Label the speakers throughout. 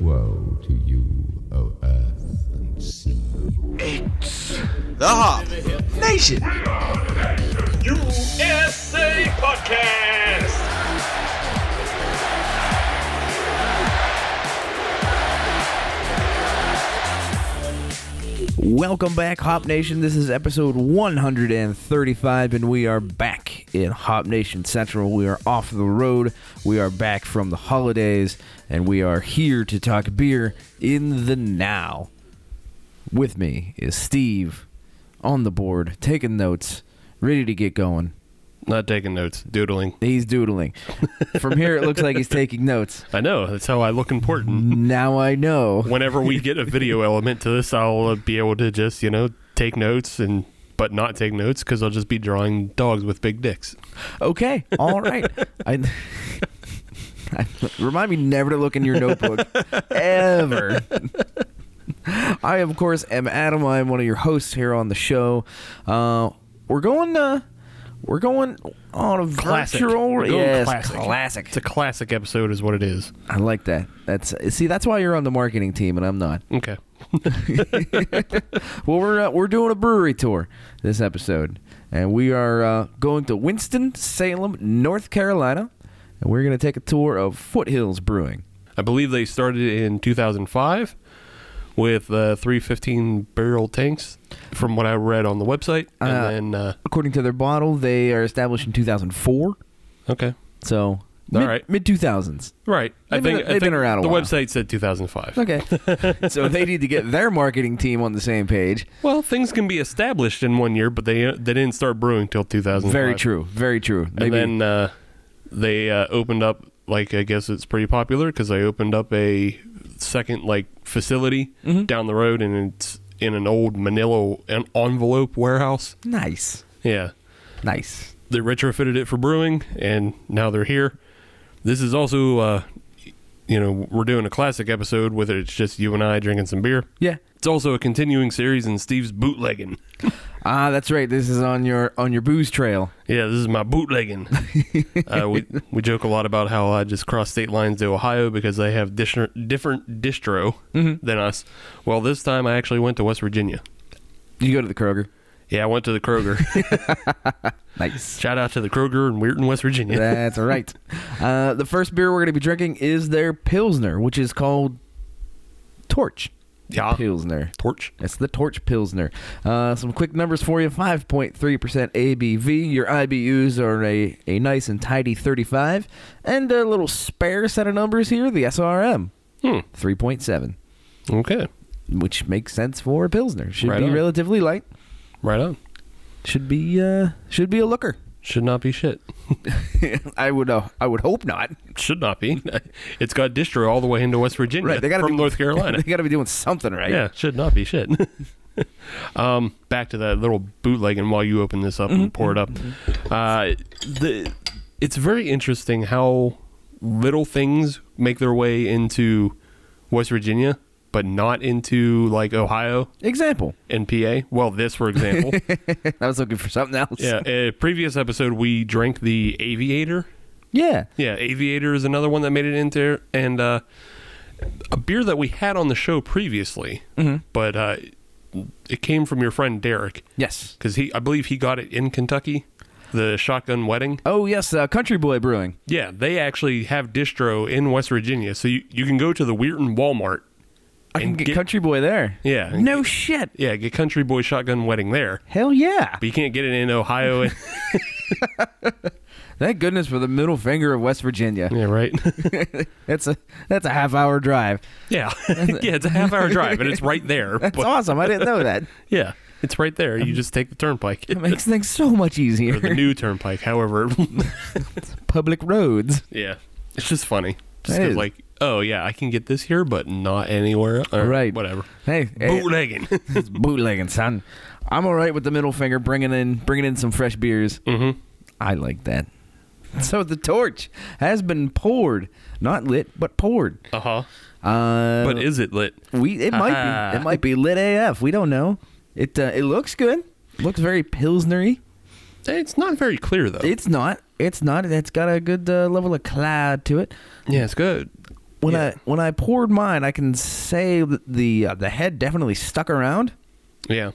Speaker 1: Woe to you, O earth and sea.
Speaker 2: The Hop Nation.
Speaker 3: USA Podcast.
Speaker 4: Welcome back, Hop Nation. This is episode 135, and we are back in Hop Nation Central. We are off the road. We are back from the holidays, and we are here to talk beer in the now. With me is Steve on the board, taking notes, ready to get going.
Speaker 5: Not taking notes, doodling.
Speaker 4: He's doodling. From here, it looks like he's taking notes.
Speaker 5: I know that's how I look important.
Speaker 4: Now I know.
Speaker 5: Whenever we get a video element to this, I'll uh, be able to just you know take notes and but not take notes because I'll just be drawing dogs with big dicks.
Speaker 4: Okay. All right. I, I- remind me never to look in your notebook ever. I, of course, am Adam. I am one of your hosts here on the show. Uh, we're going. Uh, we're going on a
Speaker 5: Classic.
Speaker 4: virtual.
Speaker 5: We're going
Speaker 4: yes,
Speaker 5: classic.
Speaker 4: classic.
Speaker 5: It's a classic episode, is what it is.
Speaker 4: I like that. That's see. That's why you're on the marketing team and I'm not.
Speaker 5: Okay.
Speaker 4: Well, we're uh, we're doing a brewery tour this episode, and we are uh, going to Winston Salem, North Carolina, and we're going to take a tour of Foothills Brewing.
Speaker 5: I believe they started in 2005 with uh, 315 barrel tanks, from what I read on the website, and
Speaker 4: Uh,
Speaker 5: then uh,
Speaker 4: According to their bottle, they are established in 2004,
Speaker 5: okay,
Speaker 4: so
Speaker 5: All
Speaker 4: mid,
Speaker 5: right.
Speaker 4: mid 2000s.
Speaker 5: right. I
Speaker 4: They've been-
Speaker 5: think I
Speaker 4: they've been
Speaker 5: think
Speaker 4: around a
Speaker 5: the
Speaker 4: while.
Speaker 5: website said 2005.
Speaker 4: Okay, so they need to get their marketing team on the same page.
Speaker 5: Well, things can be established in one year, but they they didn't start brewing till 2005.
Speaker 4: Very true. Very true.
Speaker 5: And
Speaker 4: Maybe-
Speaker 5: then uh, they uh, opened up, like I guess it's pretty popular because they opened up a second like facility
Speaker 4: Mm-hmm.
Speaker 5: down the road, and it's in an old Manila en- envelope warehouse.
Speaker 4: nice,
Speaker 5: Yeah,
Speaker 4: nice.
Speaker 5: they retrofitted it for brewing, and now they're here. This is also, uh, you know, we're doing a classic episode whether it's just you and I drinking some beer.
Speaker 4: Yeah.
Speaker 5: It's also a continuing series in Steve's bootlegging.
Speaker 4: Ah, that's right. This is on your on your booze trail.
Speaker 5: Yeah, this is my bootlegging. uh, we we joke a lot about how I just cross state lines to Ohio because they have dis- different distro
Speaker 4: Mm-hmm.
Speaker 5: than us. Well, this time I actually went to West Virginia.
Speaker 4: You go to the Kroger.
Speaker 5: Yeah, I went to the Kroger.
Speaker 4: Nice.
Speaker 5: Shout out to the Kroger in Weirton, West Virginia.
Speaker 4: That's right. Uh, the first beer we're going to be drinking is their Pilsner, which is called Torch Ah.
Speaker 5: yeah,
Speaker 4: Pilsner.
Speaker 5: torch.
Speaker 4: It's the Torch Pilsner. Uh, some quick numbers for you 5.3% ABV. Your IBUs are a, a nice and tidy 35. And a little spare set of numbers here the SRM,
Speaker 5: Hmm.
Speaker 4: 3.7,
Speaker 5: Okay,
Speaker 4: which makes sense for a Pilsner. Should
Speaker 5: Right
Speaker 4: be
Speaker 5: on.
Speaker 4: relatively light.
Speaker 5: right on.
Speaker 4: Should be uh, should be a looker.
Speaker 5: Should not be shit.
Speaker 4: I would uh, I would hope not.
Speaker 5: Should not be. It's got distro all the way into West Virginia
Speaker 4: Right, they gotta
Speaker 5: from
Speaker 4: be-
Speaker 5: North Carolina.
Speaker 4: they got to be doing something right.
Speaker 5: Yeah, should not be shit. um, back to that little bootlegging while you open this up and pour it up. Uh, the it's very interesting how little things make their way into West Virginia, but not into like Ohio
Speaker 4: Example.
Speaker 5: and PA. Well, this for example.
Speaker 4: I was looking for something else.
Speaker 5: yeah, uh, previous episode we drank the Aviator.
Speaker 4: Yeah.
Speaker 5: Yeah, Aviator is another one that made it in there, and uh, a beer that we had on the show previously,
Speaker 4: Mm-hmm.
Speaker 5: but uh, it came from your friend Derek
Speaker 4: Yes.
Speaker 5: because he, I believe, he got it in Kentucky, the Shotgun Wedding.
Speaker 4: Oh yes, uh, Country Boy Brewing.
Speaker 5: Yeah, they actually have distro in West Virginia, so you, you can go to the Weirton Walmart.
Speaker 4: I can
Speaker 5: and
Speaker 4: get, Country Boy there.
Speaker 5: Yeah.
Speaker 4: No shit.
Speaker 5: Yeah, get Country Boy Shotgun Wedding there,
Speaker 4: Hell yeah.
Speaker 5: but you can't get it in Ohio. and-
Speaker 4: Thank goodness for the middle finger of West Virginia.
Speaker 5: yeah, right.
Speaker 4: That's a that's a half hour drive.
Speaker 5: yeah, yeah, it's a half hour drive, and it's right there.
Speaker 4: That's
Speaker 5: but-
Speaker 4: awesome. I didn't know that.
Speaker 5: Yeah, it's right there. You just take the turnpike.
Speaker 4: It makes things so much
Speaker 5: or the
Speaker 4: easier.
Speaker 5: new turnpike, however.
Speaker 4: Public roads.
Speaker 5: yeah, it's just funny. Just
Speaker 4: That
Speaker 5: 'cause,
Speaker 4: is.
Speaker 5: like, oh yeah, I can get this here, but not anywhere. Or
Speaker 4: Right. Eh.
Speaker 5: Whatever.
Speaker 4: Hey, hey
Speaker 5: Bootlegging.
Speaker 4: it's bootlegging, son. I'm all right with the middle finger bringing in bringing in some fresh beers.
Speaker 5: mm-hmm.
Speaker 4: I like that. So the torch has been poured, not lit, but poured.
Speaker 5: Uh huh.
Speaker 4: Uh,
Speaker 5: But is it lit?
Speaker 4: We it might be it might be lit AF. We don't know. It uh, it looks good. Looks very pilsnery.
Speaker 5: It's not very clear though.
Speaker 4: It's not. It's not. It's got a good uh, level of cloud to it.
Speaker 5: yeah, it's good.
Speaker 4: When
Speaker 5: Yeah.
Speaker 4: I when I poured mine, I can say that the uh, the head definitely stuck around.
Speaker 5: Yeah,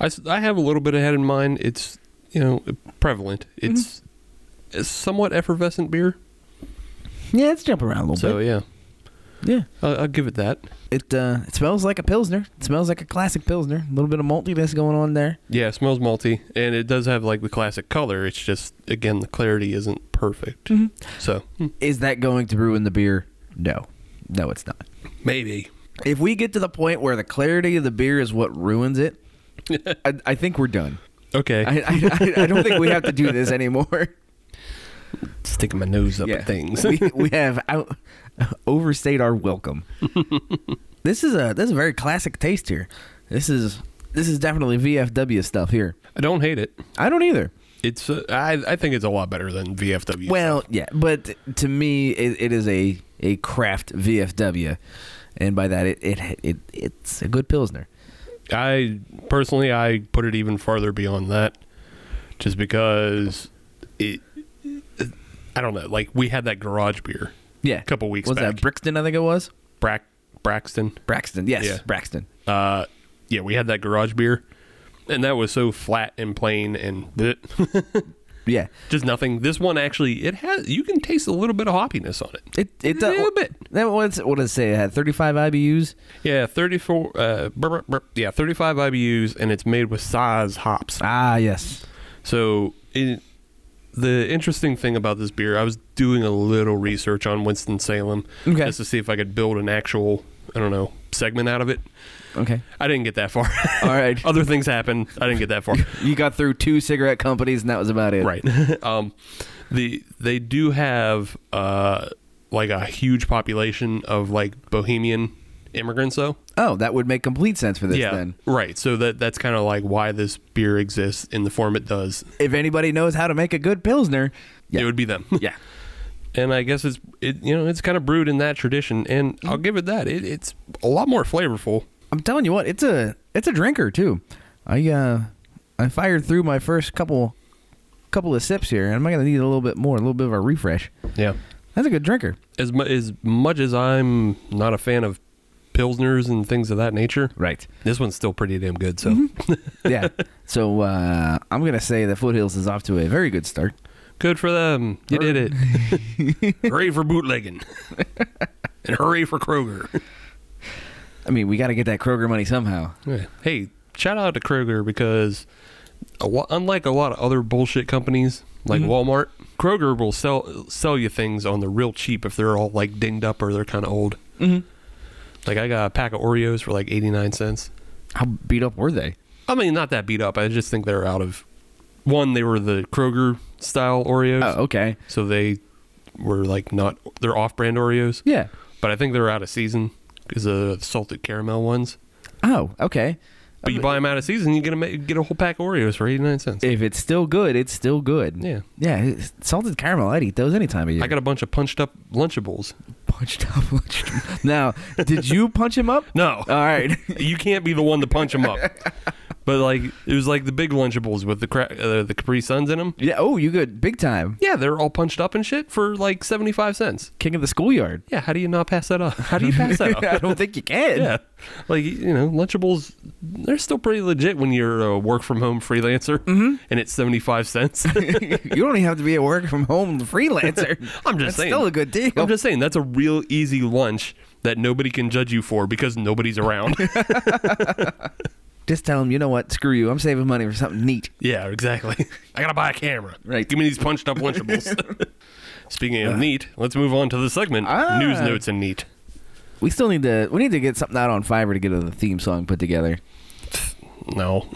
Speaker 5: I, s- I have a little bit of head in mind. It's you know prevalent.
Speaker 4: Mm-hmm.
Speaker 5: It's a somewhat effervescent beer.
Speaker 4: Yeah, it's jumping around a little
Speaker 5: So
Speaker 4: bit.
Speaker 5: yeah,
Speaker 4: Yeah.
Speaker 5: I'll, I'll give it that.
Speaker 4: It uh, it smells like a pilsner. It smells like a classic pilsner. A little bit of maltiness going on there.
Speaker 5: Yeah, it smells malty, and it does have like the classic color. It's just again the clarity isn't perfect.
Speaker 4: Mm-hmm.
Speaker 5: So hmm,
Speaker 4: Is that going to ruin the beer? No, no, it's not.
Speaker 5: maybe.
Speaker 4: If we get to the point where the clarity of the beer is what ruins it, I, I think we're done.
Speaker 5: Okay,
Speaker 4: I, I, I, I don't think we have to do this anymore.
Speaker 5: sticking my nose up at things.
Speaker 4: we, we have out, overstayed our welcome. this is a this is a very classic taste here. This is this is definitely VFW stuff here.
Speaker 5: I don't hate it.
Speaker 4: I don't either.
Speaker 5: It's uh, I I think it's a lot better than VFW.
Speaker 4: Well, yeah, but to me, it, it is a a craft VFW, and by that, it, it it it's a good pilsner.
Speaker 5: I personally I put it even farther beyond that, just because it. I don't know. Like we had that garage beer,
Speaker 4: Yeah,
Speaker 5: Couple weeks
Speaker 4: was that
Speaker 5: back.
Speaker 4: Brixton? I think it was
Speaker 5: Brack Braxton.
Speaker 4: Braxton. Yes,
Speaker 5: Yeah.
Speaker 4: Braxton.
Speaker 5: Uh, yeah, we had that garage beer, and that was so flat and plain and bleh,
Speaker 4: Yeah,
Speaker 5: just nothing. This one actually, it has. You can taste a little bit of hoppiness on it.
Speaker 4: it it uh,
Speaker 5: A little bit.
Speaker 4: That was what did it say? It had thirty five IBUs.
Speaker 5: Yeah, thirty four. Uh, brr, brr, brr, yeah, thirty five IBUs, and it's made with size hops.
Speaker 4: Ah, yes.
Speaker 5: So it, the interesting thing about this beer, I was doing a little research on Winston Salem
Speaker 4: Okay.
Speaker 5: just to see if I could build an actual, I don't know, segment out of it.
Speaker 4: Okay.
Speaker 5: I didn't get that far.
Speaker 4: All right.
Speaker 5: Other things happened. I didn't get that far.
Speaker 4: You got through two cigarette companies, and that was about it.
Speaker 5: right. um, the they do have uh like a huge population of like Bohemian immigrants though.
Speaker 4: Oh, that would make complete sense for this then.
Speaker 5: Right. So that that's kind of like why this beer exists in the form it does.
Speaker 4: If anybody knows how to make a good pilsner, yeah,
Speaker 5: It would be them.
Speaker 4: yeah.
Speaker 5: and I guess it's it you know it's kind of brewed in that tradition, and I'll give it that. It, it's a lot more flavorful.
Speaker 4: I'm telling you what, it's a it's a drinker too. I uh I fired through my first couple couple of sips here, and I'm gonna need a little bit more, a little bit of a refresh.
Speaker 5: Yeah,
Speaker 4: That's a good drinker,
Speaker 5: as mu- as much as I'm not a fan of pilsners and things of that nature,
Speaker 4: right?
Speaker 5: this one's still pretty damn good. So
Speaker 4: Yeah. so uh, I'm gonna say that Foothills is off to a very good start.
Speaker 5: good for them. You did it. hooray for bootlegging, and hooray for Kroger.
Speaker 4: I mean, we got to get that Kroger money somehow.
Speaker 5: Yeah. Hey, shout out to Kroger because a lo- unlike a lot of other bullshit companies like
Speaker 4: Mm-hmm.
Speaker 5: Walmart, Kroger will sell sell you things on the real cheap if they're all like dinged up or they're kind of old.
Speaker 4: Mhm.
Speaker 5: Like I got a pack of Oreos for like eighty nine cents.
Speaker 4: How beat up were they?
Speaker 5: I mean, not that beat up. I just think they're out of one. They were the Kroger style Oreos,
Speaker 4: Oh, okay.
Speaker 5: so they were like not they're off brand Oreos.
Speaker 4: Yeah.
Speaker 5: But I think they're out of season because the salted caramel ones.
Speaker 4: Oh, okay.
Speaker 5: But you buy them out of season, you get a ma- get a whole pack of Oreos for eighty nine cents.
Speaker 4: If it's still good, it's still good.
Speaker 5: Yeah.
Speaker 4: Yeah. it's- Salted caramel, I'd eat those any time of year.
Speaker 5: I got a bunch of punched up Lunchables.
Speaker 4: punched up. punched up. now, did you punch him up?
Speaker 5: No,
Speaker 4: All right.
Speaker 5: you can't be the one to punch them up. but like it was like the big Lunchables with the cra- uh, the Capri Suns in them.
Speaker 4: Yeah. Oh, you good. Big time.
Speaker 5: Yeah, they're all punched up and shit for like seventy five cents.
Speaker 4: King of the schoolyard.
Speaker 5: Yeah, how do you not pass that up? How do you pass that
Speaker 4: I
Speaker 5: up?
Speaker 4: don't think you can.
Speaker 5: Oh. Yeah, like you know, Lunchables they're still pretty legit when you're a work from home freelancer and it's seventy five cents.
Speaker 4: you don't even have to be a work from home freelancer.
Speaker 5: I'm just
Speaker 4: That's
Speaker 5: saying.
Speaker 4: still a good deal.
Speaker 5: I'm just saying that's a real easy lunch that nobody can judge you for because nobody's around.
Speaker 4: Just tell him, you know what? Screw you. I'm saving money for something neat.
Speaker 5: Yeah, exactly. I gotta buy a camera.
Speaker 4: Right.
Speaker 5: Give me these punched up Lunchables. Speaking of neat, let's move on to the segment
Speaker 4: Uh. Ah.
Speaker 5: news notes and neat.
Speaker 4: We still need to. We need to get something out on Fiverr to get a theme song put together.
Speaker 5: No,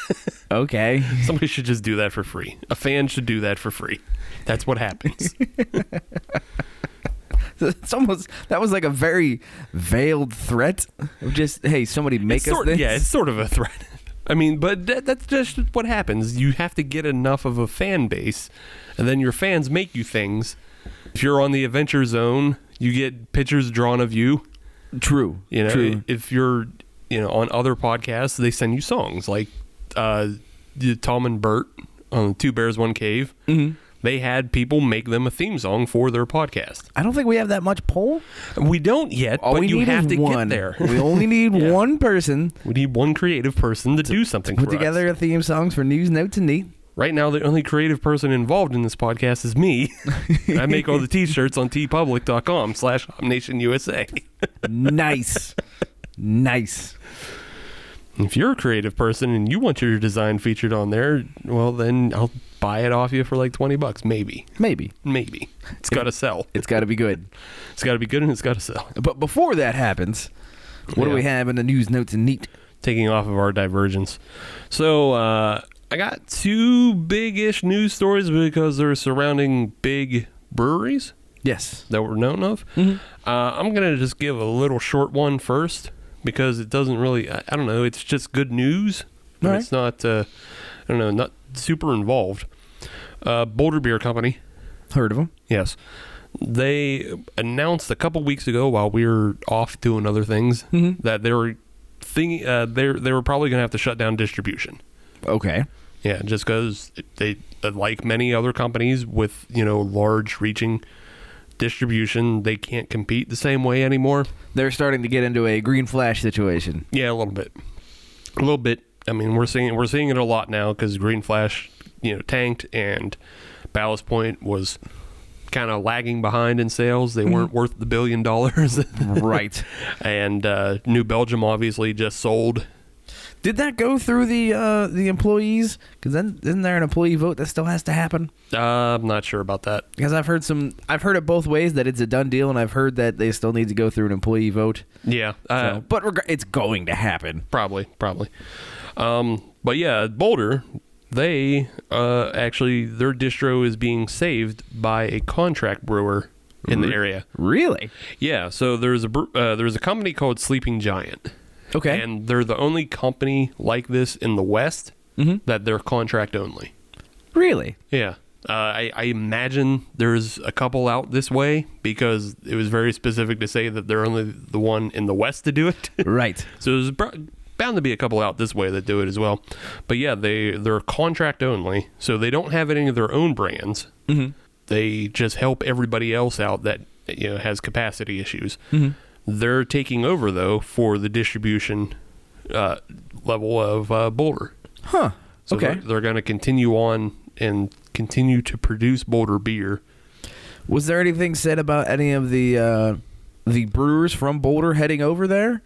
Speaker 4: Okay.
Speaker 5: somebody should just do that for free. A fan should do that for free. That's what happens.
Speaker 4: it's almost that was like a very veiled threat of just hey somebody make
Speaker 5: It's
Speaker 4: us
Speaker 5: sort-
Speaker 4: this.
Speaker 5: yeah, it's sort of a threat. I mean, but that, that's just what happens. You have to get enough of a fan base, and then your fans make you things. If you're on the Adventure Zone, you get pictures drawn of you.
Speaker 4: True.
Speaker 5: You know,
Speaker 4: True.
Speaker 5: if you're, you know, on other podcasts, they send you songs like uh, the Tom and Bert on Two Bears One Cave,
Speaker 4: Mm-hmm.
Speaker 5: they had people make them a theme song for their podcast.
Speaker 4: I don't think we have that much poll.
Speaker 5: We don't yet,
Speaker 4: All
Speaker 5: but
Speaker 4: we
Speaker 5: you
Speaker 4: need
Speaker 5: have
Speaker 4: is
Speaker 5: to
Speaker 4: one.
Speaker 5: get there.
Speaker 4: we only need
Speaker 5: Yeah.
Speaker 4: one person
Speaker 5: We need one creative person to do something.
Speaker 4: put
Speaker 5: for us.
Speaker 4: together a theme songs for news, notes, and neat.
Speaker 5: Right now, the only creative person involved in this podcast is me. I make all the t-shirts on tpublic.com slash USA.
Speaker 4: Nice, nice.
Speaker 5: If you're a creative person and you want your design featured on there, well, then I'll buy it off you for like 20 bucks, maybe.
Speaker 4: Maybe
Speaker 5: Maybe. It's got to sell.
Speaker 4: it's got to be good.
Speaker 5: It's got to be good and it's got to sell.
Speaker 4: But before that happens, what do
Speaker 5: Yeah.
Speaker 4: we have in the news, notes, and neat?
Speaker 5: Taking off of our divergence. So, uh, I got two big ish news stories because they're surrounding big breweries.
Speaker 4: Yes.
Speaker 5: that we're known of. Uh, I'm gonna just give a little short one first because it doesn't really. I, I don't know. It's just good news, but
Speaker 4: Alright.
Speaker 5: it's not. Uh, I don't know. Not super involved. Uh, Boulder Beer Company.
Speaker 4: Heard of them?
Speaker 5: Yes, they announced a couple weeks ago while we were off doing other things that they were thing. Uh, they they were probably gonna have to shut down distribution.
Speaker 4: Okay.
Speaker 5: Yeah, just because they, like many other companies with you know large reaching distribution, they can't compete the same way anymore.
Speaker 4: They're starting to get into a green flash situation.
Speaker 5: Yeah, a little bit, a little bit. I mean, we're seeing we're seeing it a lot now because Green Flash, you know, tanked and Ballast Point was kind of lagging behind in sales. They weren't worth the billion dollars,
Speaker 4: right.
Speaker 5: and uh, New Belgium obviously just sold.
Speaker 4: Did that go through the uh, the employees? Because then isn't there an employee vote that still has to happen?
Speaker 5: Uh, I'm not sure about that.
Speaker 4: Because I've heard some, I've heard it both ways that it's a done deal, and I've heard that they still need to go through an employee vote.
Speaker 5: Yeah, uh,
Speaker 4: So- but reg- it's going to happen.
Speaker 5: probably probably um but yeah boulder they uh actually their distro is being saved by a contract brewer in the area
Speaker 4: Really?
Speaker 5: yeah so there's a bre- uh, there's a company called sleeping giant
Speaker 4: Okay.
Speaker 5: and they're the only company like this in the west that they're contract only
Speaker 4: really?
Speaker 5: yeah uh, I, I imagine there's a couple out this way because it was very specific to say that they're only the one in the west to do it
Speaker 4: Right.
Speaker 5: So there's br- bound to be a couple out this way that do it as well. But yeah, they they're contract only, so they don't have any of their own brands. Mm-hmm. They just help everybody else out that you know has capacity issues. They're taking over though for the distribution uh, level of uh, Boulder.
Speaker 4: Huh.
Speaker 5: So they're,
Speaker 4: okay.
Speaker 5: they're going to continue on and continue to produce Boulder beer.
Speaker 4: Was there anything said about any of the uh, the brewers from Boulder heading over there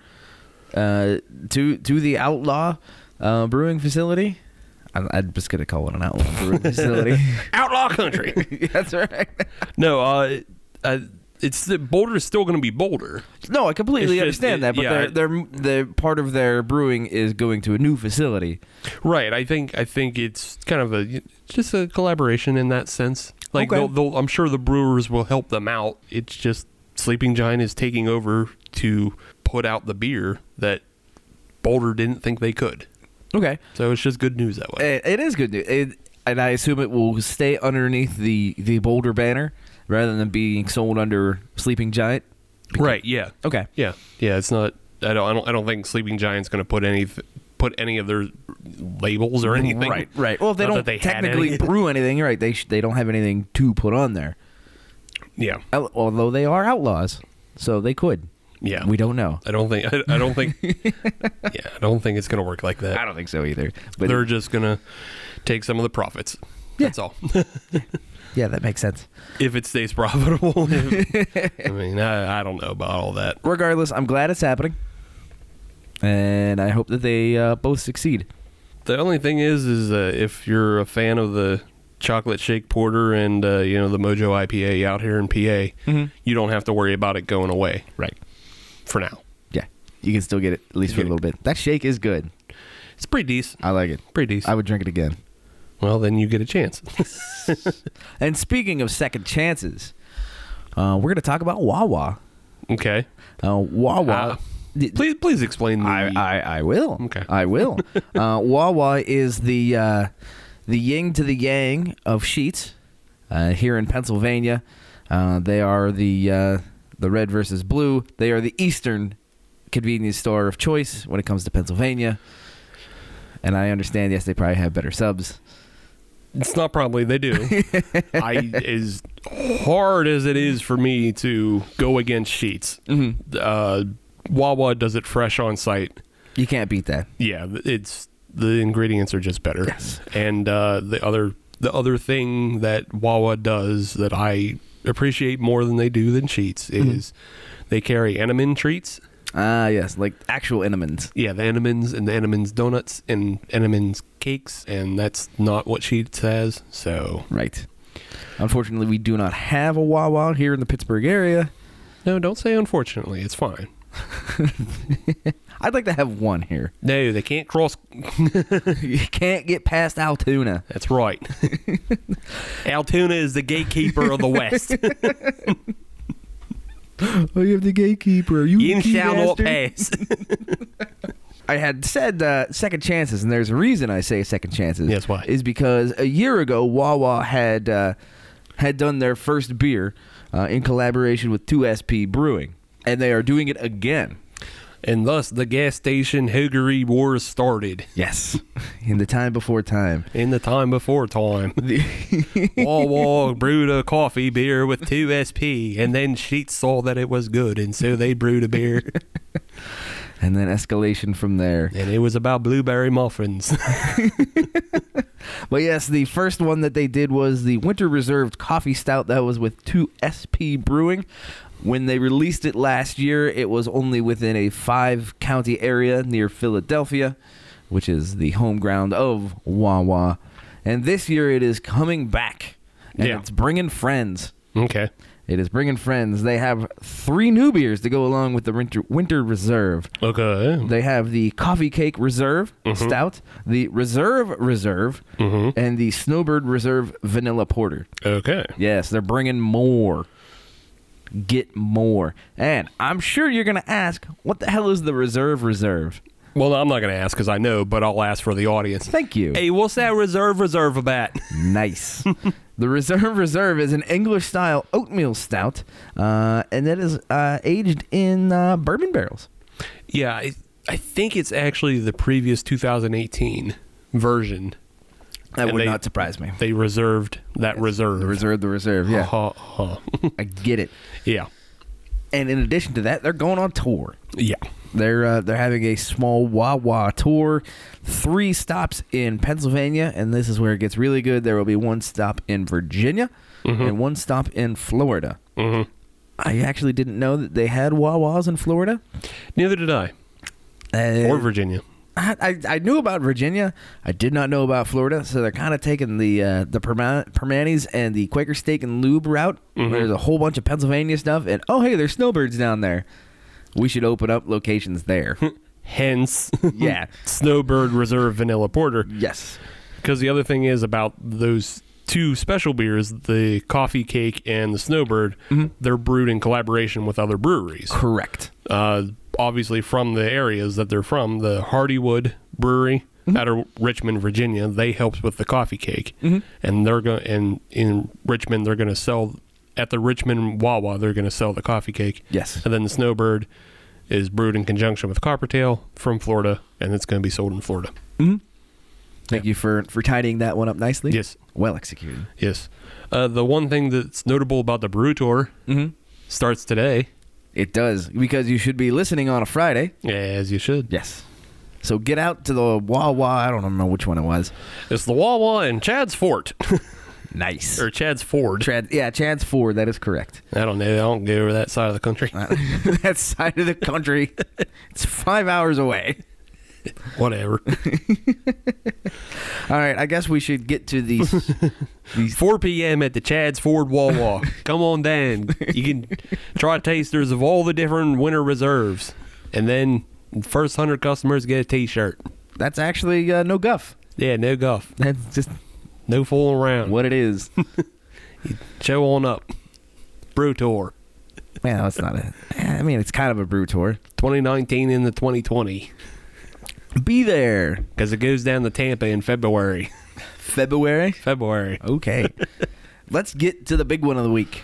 Speaker 4: uh, to to the Outlaw uh, Brewing facility? I'm, I'm just gonna call it an Outlaw Brewing facility.
Speaker 5: Outlaw country.
Speaker 4: That's right.
Speaker 5: no, uh, uh, it's the Boulder's still going to be Boulder.
Speaker 4: No, I completely
Speaker 5: It's just-
Speaker 4: understand that, but
Speaker 5: yeah, I-
Speaker 4: they're, they're they're part of their brewing is going to a new facility.
Speaker 5: Right. I think I think it's kind of a just a collaboration in that sense. Like
Speaker 4: Okay.
Speaker 5: they'll, they'll, I'm sure the brewers will help them out. It's just Sleeping Giant is taking over to put out the beer that Boulder didn't think they could.
Speaker 4: Okay,
Speaker 5: So it's just good news that way.
Speaker 4: Eh, it, it is good news, it, and I assume it will stay underneath the the Boulder banner rather than being sold under Sleeping Giant.
Speaker 5: Right. Yeah.
Speaker 4: Okay,
Speaker 5: Yeah. Yeah. It's not. I don't. I don't. I don't think Sleeping Giant's going to put any put any of their labels or anything.
Speaker 4: right, right. Well, if they
Speaker 5: Not
Speaker 4: don't
Speaker 5: that they had
Speaker 4: technically
Speaker 5: any.
Speaker 4: brew anything. You're right. They sh- they don't have anything to put on there,
Speaker 5: Yeah.
Speaker 4: Al- although they are outlaws, so they could.
Speaker 5: Yeah.
Speaker 4: We don't know.
Speaker 5: I don't think. I, I don't think. yeah. I don't think it's going to work like that.
Speaker 4: I don't think so either. But
Speaker 5: They're just gonna take some of the profits.
Speaker 4: Yeah.
Speaker 5: That's all.
Speaker 4: yeah, that makes sense.
Speaker 5: if it stays profitable. I mean, I, I don't know about all that.
Speaker 4: regardless, I'm glad it's happening, and I hope that they uh, both succeed.
Speaker 5: The only thing is, is uh, if you're a fan of the chocolate shake porter and uh, you know the Mojo IPA out here in PA,
Speaker 4: Mm-hmm.
Speaker 5: you don't have to worry about it going away
Speaker 4: Right.
Speaker 5: for now.
Speaker 4: Yeah, you can still get it at least for a
Speaker 5: Yeah.
Speaker 4: little bit. That shake is good.
Speaker 5: It's pretty decent.
Speaker 4: I like it.
Speaker 5: Pretty decent.
Speaker 4: I would drink it again.
Speaker 5: well, then you get a chance.
Speaker 4: And speaking of second chances, uh, we're going to talk about Wawa.
Speaker 5: okay.
Speaker 4: Uh, Wawa.
Speaker 5: Uh,
Speaker 4: Th-
Speaker 5: Please, please explain. The,
Speaker 4: I, I, I will.
Speaker 5: Okay.
Speaker 4: I will. uh, Wawa is the uh, the yin to the yang of sheets uh, here in Pennsylvania. Uh, they are the uh, the red versus blue. They are the eastern convenience store of choice when it comes to Pennsylvania. And I understand, yes, they probably have better subs.
Speaker 5: It's not probably they do. I as hard as it is for me to go against sheets. Uh, Wawa does it fresh on site.
Speaker 4: You can't beat that.
Speaker 5: Yeah, it's the ingredients are just better.
Speaker 4: Yes.
Speaker 5: And uh, the other the other thing that Wawa does that I appreciate more than they do than sheets is they carry Enemin treats.
Speaker 4: Ah, yes, like actual enemies.
Speaker 5: Yeah, the Enemans and the Enemans donuts and Enemans cakes, and that's not what she says. So
Speaker 4: Right. Unfortunately, we do not have a Wawa here in the Pittsburgh area.
Speaker 5: no, don't say unfortunately. It's fine.
Speaker 4: I'd like to have one here.
Speaker 5: No, they can't cross.
Speaker 4: you can't get past Altoona.
Speaker 5: That's right. Altoona is the gatekeeper of the West.
Speaker 4: Oh, you have the gatekeeper. You,
Speaker 5: In shall not pass.
Speaker 4: I had said uh, second chances, and there's a reason I say second chances.
Speaker 5: Yes, why?
Speaker 4: Is because a year ago, Wawa had uh, had done their first beer uh, in collaboration with 2SP Brewing, and they are doing it again.
Speaker 5: and thus the gas station hoogery wars started
Speaker 4: Yes, in the time before time.
Speaker 5: in the time before time. Wawa brewed a coffee beer with two SP, and then Sheets saw that it was good, and so they brewed a beer,
Speaker 4: and then escalation from there.
Speaker 5: and it was about blueberry muffins.
Speaker 4: But yes, the first one that they did was the Winter Reserved Coffee Stout that was with 2SP Brewing. When they released it last year, it was only within a five county area near Philadelphia, which is the home ground of Wawa. And this year it is coming back. And
Speaker 5: Yeah.
Speaker 4: it's bringing friends.
Speaker 5: okay.
Speaker 4: It is bringing friends. They have three new beers to go along with the Winter, winter Reserve.
Speaker 5: Okay.
Speaker 4: Mm-hmm. They have the Coffee Cake Reserve
Speaker 5: Mm-hmm.
Speaker 4: Stout, the Reserve Reserve, and the Snowbird Reserve Vanilla Porter.
Speaker 5: Okay.
Speaker 4: Yes, they're bringing more. Get more. And I'm sure you're going to ask, what the hell is the Reserve Reserve?
Speaker 5: Well, I'm not going to ask because I know, but I'll ask for the audience.
Speaker 4: Thank you.
Speaker 5: Hey, what's that reserve reserve about?
Speaker 4: Nice. the Reserve Reserve is an English style oatmeal stout, uh, and that is uh, aged in uh, bourbon barrels.
Speaker 5: yeah, I, I think it's actually the previous 2018 version.
Speaker 4: That
Speaker 5: And
Speaker 4: would
Speaker 5: they-
Speaker 4: not surprise me.
Speaker 5: They Uh-huh. reserved that reserve.
Speaker 4: The Reserve, the Reserve. Yeah,
Speaker 5: Ha, ha.
Speaker 4: I get it.
Speaker 5: yeah.
Speaker 4: And in addition to that, they're going on tour.
Speaker 5: Yeah.
Speaker 4: They're uh, they're having a small Wawa tour, three stops in Pennsylvania, and this is where it gets really good. There will be one stop in Virginia and one stop in Florida.
Speaker 5: Mhm.
Speaker 4: I actually didn't know that they had Wawas in Florida.
Speaker 5: Neither did I.
Speaker 4: Uh,
Speaker 5: Or Virginia.
Speaker 4: I, I I knew about Virginia. I did not know about Florida, so they're kind of taking the uh, the Perma- Permanis and the Quaker Steak and Lube route. There's a whole bunch of Pennsylvania stuff, and oh hey, there's snowbirds down there. We should open up locations there.
Speaker 5: Hence,
Speaker 4: yeah.
Speaker 5: Snowbird Reserve Vanilla Porter.
Speaker 4: Yes.
Speaker 5: Because the other thing is about those two special beers, the coffee cake and the Snowbird, they're brewed in collaboration with other breweries.
Speaker 4: Correct.
Speaker 5: uh, obviously from the areas that they're from. The Hardywood Brewery out of Richmond, Virginia, they helped with the coffee cake, and they're going and in Richmond they're going to sell at the Richmond Wawa. They're going to sell the coffee cake.
Speaker 4: Yes.
Speaker 5: and then the Snowbird is brewed in conjunction with Coppertail from Florida, and it's going to be sold in Florida.
Speaker 4: Thank you for for tidying that one up nicely.
Speaker 5: Yes.
Speaker 4: Well executed.
Speaker 5: Yes, uh, the one thing that's notable about the brew tour starts today,
Speaker 4: It does because you should be listening on a Friday.
Speaker 5: as you should.
Speaker 4: Yes. So get out to the Wawa. I don't remember which one it was.
Speaker 5: It's the Wawa in Chad's Fort
Speaker 4: Nice.
Speaker 5: or Chad's Ford.
Speaker 4: Trad- yeah, Chad's four. That is correct.
Speaker 5: I don't know. I don't go over that side of the country.
Speaker 4: that side of the country. it's five hours away.
Speaker 5: Whatever.
Speaker 4: All right, I guess we should get to these.
Speaker 5: 4 p.m. at the Chad's Ford Wawa. Come on down. You can try tasters of all the different winter reserves. And then first 100 customers get a t-shirt.
Speaker 4: That's actually uh, no guff.
Speaker 5: Yeah, no guff.
Speaker 4: That's just
Speaker 5: No fooling around.
Speaker 4: what it is.
Speaker 5: Show on up. Brew Tour.
Speaker 4: Man, that's not a. I mean, it's kind of a brew tour.
Speaker 5: 2019 into 2020.
Speaker 4: Be there
Speaker 5: Because it goes down to Tampa in February.
Speaker 4: February.
Speaker 5: February.
Speaker 4: Okay, let's get to the big one of the week.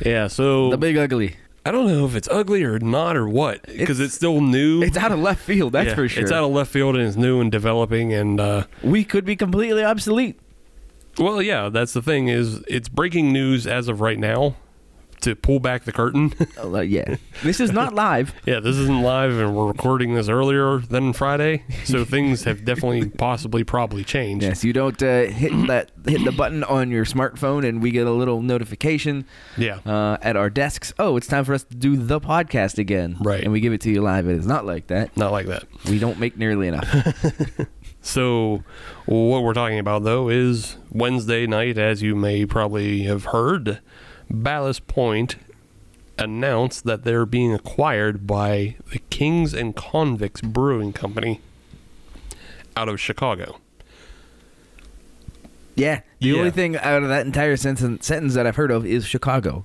Speaker 5: Yeah, so
Speaker 4: The big ugly.
Speaker 5: I don't know if it's ugly or not or what. Because
Speaker 4: It's-
Speaker 5: it's, still new.
Speaker 4: It's out of left field. That's
Speaker 5: Yeah,
Speaker 4: for sure.
Speaker 5: It's out of left field and it's new and developing and uh,
Speaker 4: we could be completely obsolete.
Speaker 5: Well, yeah, that's the thing is it's breaking news as of right now. To pull back the curtain,
Speaker 4: Uh, yeah, this is not live.
Speaker 5: yeah, this isn't live, and we're recording this earlier than Friday, so things have definitely, possibly, probably changed.
Speaker 4: Yes, you don't uh, hit that hit the button on your smartphone, and we get a little notification
Speaker 5: Yeah.
Speaker 4: uh, at our desks. Oh, it's time for us to do the podcast again.
Speaker 5: Right.
Speaker 4: and we give it to you live. It is not like that.
Speaker 5: Not like that.
Speaker 4: We don't make nearly enough.
Speaker 5: So, what we're talking about though is Wednesday night, as you may probably have heard, Ballast Point announced that they're being acquired by the Kings and Convicts Brewing Company out of Chicago.
Speaker 4: yeah, the
Speaker 5: Yeah.
Speaker 4: only thing out of that entire sentence, sentence that I've heard of is Chicago.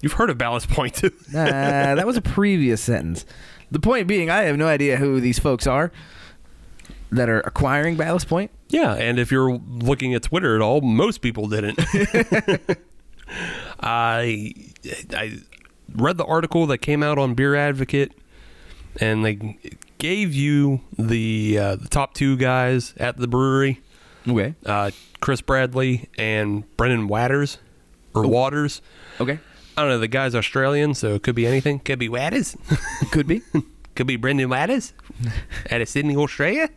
Speaker 5: You've heard of Ballast Point too.
Speaker 4: Nah, that was a previous sentence. The point being, I have no idea who these folks are that are acquiring Ballast Point.
Speaker 5: Yeah, and if you're looking at Twitter at all, most people didn't. I I read the article that came out on Beer Advocate, and they gave you the uh, the top two guys at the brewery,
Speaker 4: Okay.
Speaker 5: uh, Chris Bradley and Brendan Waters, or Waters.
Speaker 4: Okay.
Speaker 5: I don't know. The guy's Australian, so it could be anything. Could be Waters.
Speaker 4: Could be.
Speaker 5: could be Brendan Waters out of Sydney, Australia.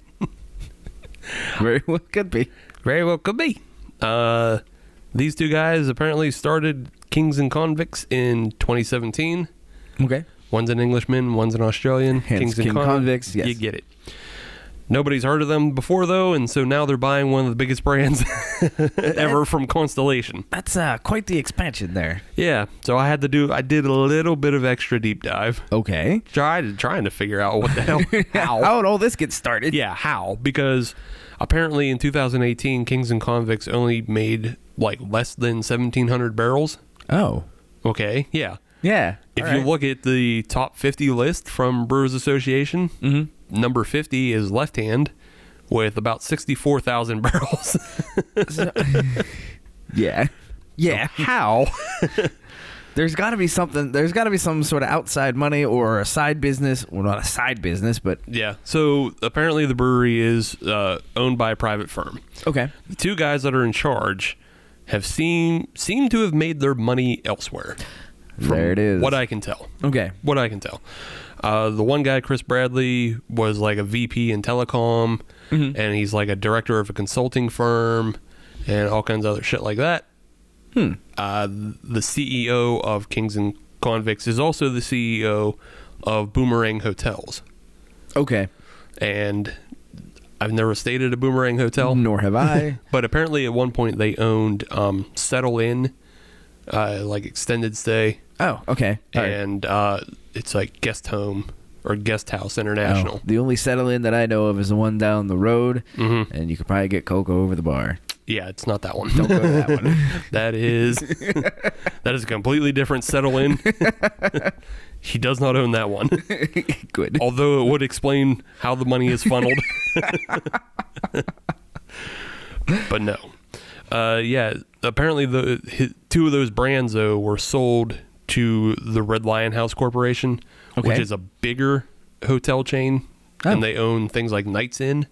Speaker 4: Very well, could be.
Speaker 5: Very well could be. Uh, these two guys apparently started Kings and Convicts in 2017.
Speaker 4: Okay.
Speaker 5: One's an Englishman, one's an Australian.
Speaker 4: Hence King Convicts, yes.
Speaker 5: You get it. Nobody's heard of them before, though, and so now they're buying one of the biggest brands ever from Constellation.
Speaker 4: That's uh, quite the expansion there.
Speaker 5: Yeah, so I had to do, I did a little bit of extra deep dive.
Speaker 4: Okay.
Speaker 5: Tried, trying to figure out what the hell, how.
Speaker 4: How did all this get started?
Speaker 5: Yeah, how? Because apparently in 2018, Kings and Convicts only made like less than 1,700 barrels.
Speaker 4: Oh.
Speaker 5: Okay, yeah.
Speaker 4: Yeah.
Speaker 5: If
Speaker 4: All
Speaker 5: you
Speaker 4: right.
Speaker 5: look at the top 50 list from Brewers Association, number 50 is Left Hand with about 64,000 barrels.
Speaker 4: Yeah. Yeah.
Speaker 5: how?
Speaker 4: There's got to be something. There's got to be some sort of outside money or a side business. Well, not a side business, but
Speaker 5: yeah, so apparently the brewery is uh, owned by a private firm.
Speaker 4: okay.
Speaker 5: The two guys that are in charge have seen seem to have made their money elsewhere.
Speaker 4: there it is.
Speaker 5: What I can tell.
Speaker 4: okay.
Speaker 5: what I can tell. Uh, the one guy, Chris Bradley, was like a VP in telecom, and he's like a director of a consulting firm, and all kinds of other shit like that. Uh, the CEO of Kings and Convicts is also the CEO of Boomerang Hotels,
Speaker 4: Okay.
Speaker 5: and I've never stayed at a Boomerang Hotel,
Speaker 4: Nor have I.
Speaker 5: but apparently at one point they owned um, Settle In, uh, like extended stay
Speaker 4: oh. Okay. All right.
Speaker 5: and uh, it's like guest home or guest house international.
Speaker 4: Oh, the only settle in that I know of is the one down the road,
Speaker 5: Mm-hmm.
Speaker 4: and you could probably get cocoa over the bar.
Speaker 5: Yeah, it's not that one.
Speaker 4: Don't go to that one.
Speaker 5: that is that is a completely different settle in. he does not own that one,
Speaker 4: Good.
Speaker 5: although it would explain how the money is funneled. but no, uh, yeah. Apparently, the hi two of those brands though were sold to the Red Lion House Corporation, which
Speaker 4: Okay.
Speaker 5: is a bigger hotel chain,
Speaker 4: Oh.
Speaker 5: and they own things like Knights Inn.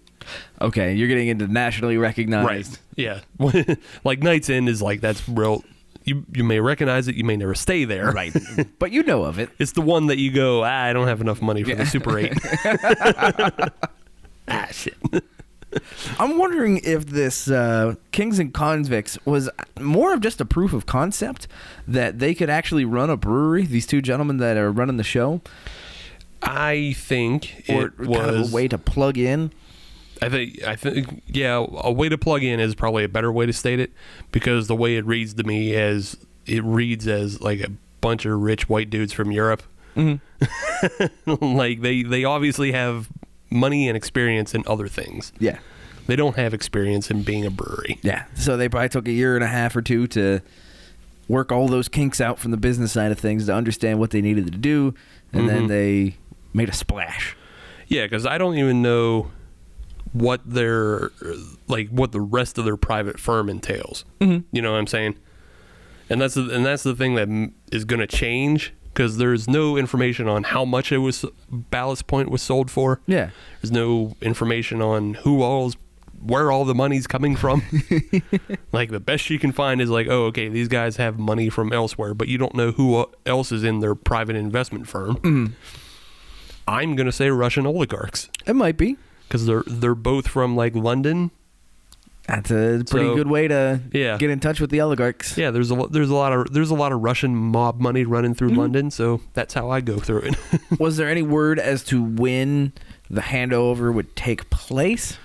Speaker 4: Okay, you're getting into nationally recognized.
Speaker 5: Right. Yeah. like Night's End is like that's real. You you may recognize it. You may never stay there.
Speaker 4: Right. but you know of it.
Speaker 5: It's the one that you go. Ah, I don't have enough money for the Super Eight. ah shit.
Speaker 4: I'm wondering if this uh, Kings and Convicts was more of just a proof of concept that they could actually run a brewery. These two gentlemen that are running the show,
Speaker 5: I think
Speaker 4: or
Speaker 5: it was.
Speaker 4: kind of a way to plug in.
Speaker 5: I think I think yeah. A way to plug in is probably a better way to state it because the way it reads to me as it reads as like a bunch of rich white dudes from Europe.
Speaker 4: Mm-hmm.
Speaker 5: like they they obviously have money and experience in other things.
Speaker 4: Yeah,
Speaker 5: They don't have experience in being a brewery.
Speaker 4: yeah. So they probably took a year and a half or two to work all those kinks out from the business side of things to understand what they needed to do, and then they made a splash.
Speaker 5: Yeah, because I don't even know what their like what the rest of their private firm entails. Mm-hmm. You know what I'm saying? And that's the, and that's the thing that m- is going to change because there's no information on how much it was Ballast Point was sold for.
Speaker 4: Yeah.
Speaker 5: There's no information on who all's where all the money's coming from. like the best you can find is like, oh, okay, these guys have money from elsewhere, but you don't know who uh, else is in their private investment firm. I'm gonna say Russian oligarchs
Speaker 4: It might be.
Speaker 5: because they're they're both from like London.
Speaker 4: That's a pretty
Speaker 5: So-
Speaker 4: good way to
Speaker 5: Yeah.
Speaker 4: get in touch with the oligarchs.
Speaker 5: Yeah, there's a lo- there's a lot of there's a lot of Russian mob money running through
Speaker 4: Mm-hmm.
Speaker 5: London, so that's how I go through it.
Speaker 4: Was there any word as to when the handover would take place?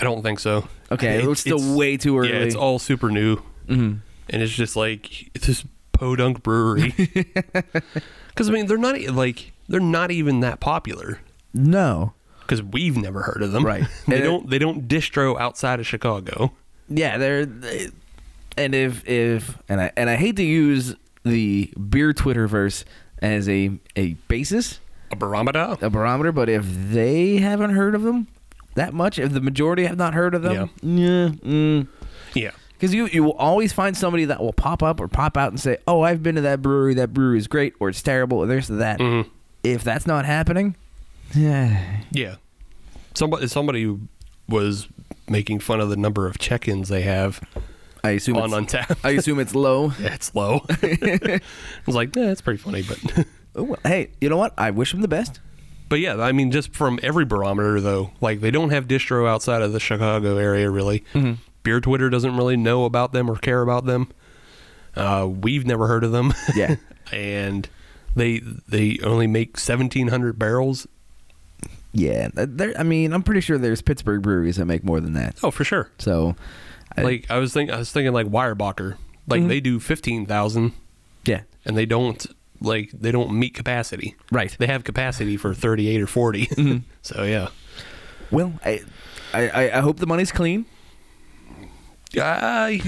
Speaker 5: I don't think so.
Speaker 4: Okay, it
Speaker 5: It's-
Speaker 4: was still
Speaker 5: it's-
Speaker 4: way too early. Mm.
Speaker 5: Yeah, it's all super new,
Speaker 4: Mm-hmm.
Speaker 5: and it's just like this podunk brewery. Because I mean, they're not e- like they're not even that popular.
Speaker 4: no.
Speaker 5: Because we've never heard of them,
Speaker 4: Right.
Speaker 5: They
Speaker 4: And it-
Speaker 5: don't. They don't distro outside of Chicago.
Speaker 4: Yeah, they're they- and if if and I and I hate to use the beer Twitterverse as a a basis,
Speaker 5: A barometer.
Speaker 4: a barometer, but if they haven't heard of them that much, if the majority have not heard of them, yeah, mm,
Speaker 5: Yeah.
Speaker 4: Because you, you will always find somebody that will pop up or pop out and say, "Oh, I've been to that brewery. That brewery is great, or it's terrible, or there's that."
Speaker 5: Mm-hmm.
Speaker 4: If that's not happening, yeah,
Speaker 5: Yeah. Somebody somebody who was making fun of the number of check-ins they have
Speaker 4: I assume
Speaker 5: on
Speaker 4: it's,
Speaker 5: Untap.
Speaker 4: I assume it's low.
Speaker 5: yeah, it's low. I was like, yeah, it's pretty funny, but
Speaker 4: Oh, well, hey, you know what? I wish them the best.
Speaker 5: but yeah, I mean, just from every barometer though, like they don't have distro outside of the Chicago area really.
Speaker 4: Mm-hmm.
Speaker 5: Beer Twitter doesn't really know about them or care about them. Uh, we've never heard of them.
Speaker 4: Yeah.
Speaker 5: and they they only make seventeen hundred barrels.
Speaker 4: Yeah, th- there. I mean, I'm pretty sure there's Pittsburgh breweries that make more than that.
Speaker 5: Oh, for sure.
Speaker 4: So, I- Mm-hmm.
Speaker 5: like I was thinking, I was thinking like Weyerbacher. Like they do fifteen thousand,
Speaker 4: yeah,
Speaker 5: and they don't like they don't meet capacity.
Speaker 4: Right. Mm-hmm.
Speaker 5: They have capacity for thirty eight or 40 so yeah.
Speaker 4: well, I, I, I- I hope the money's clean.
Speaker 5: I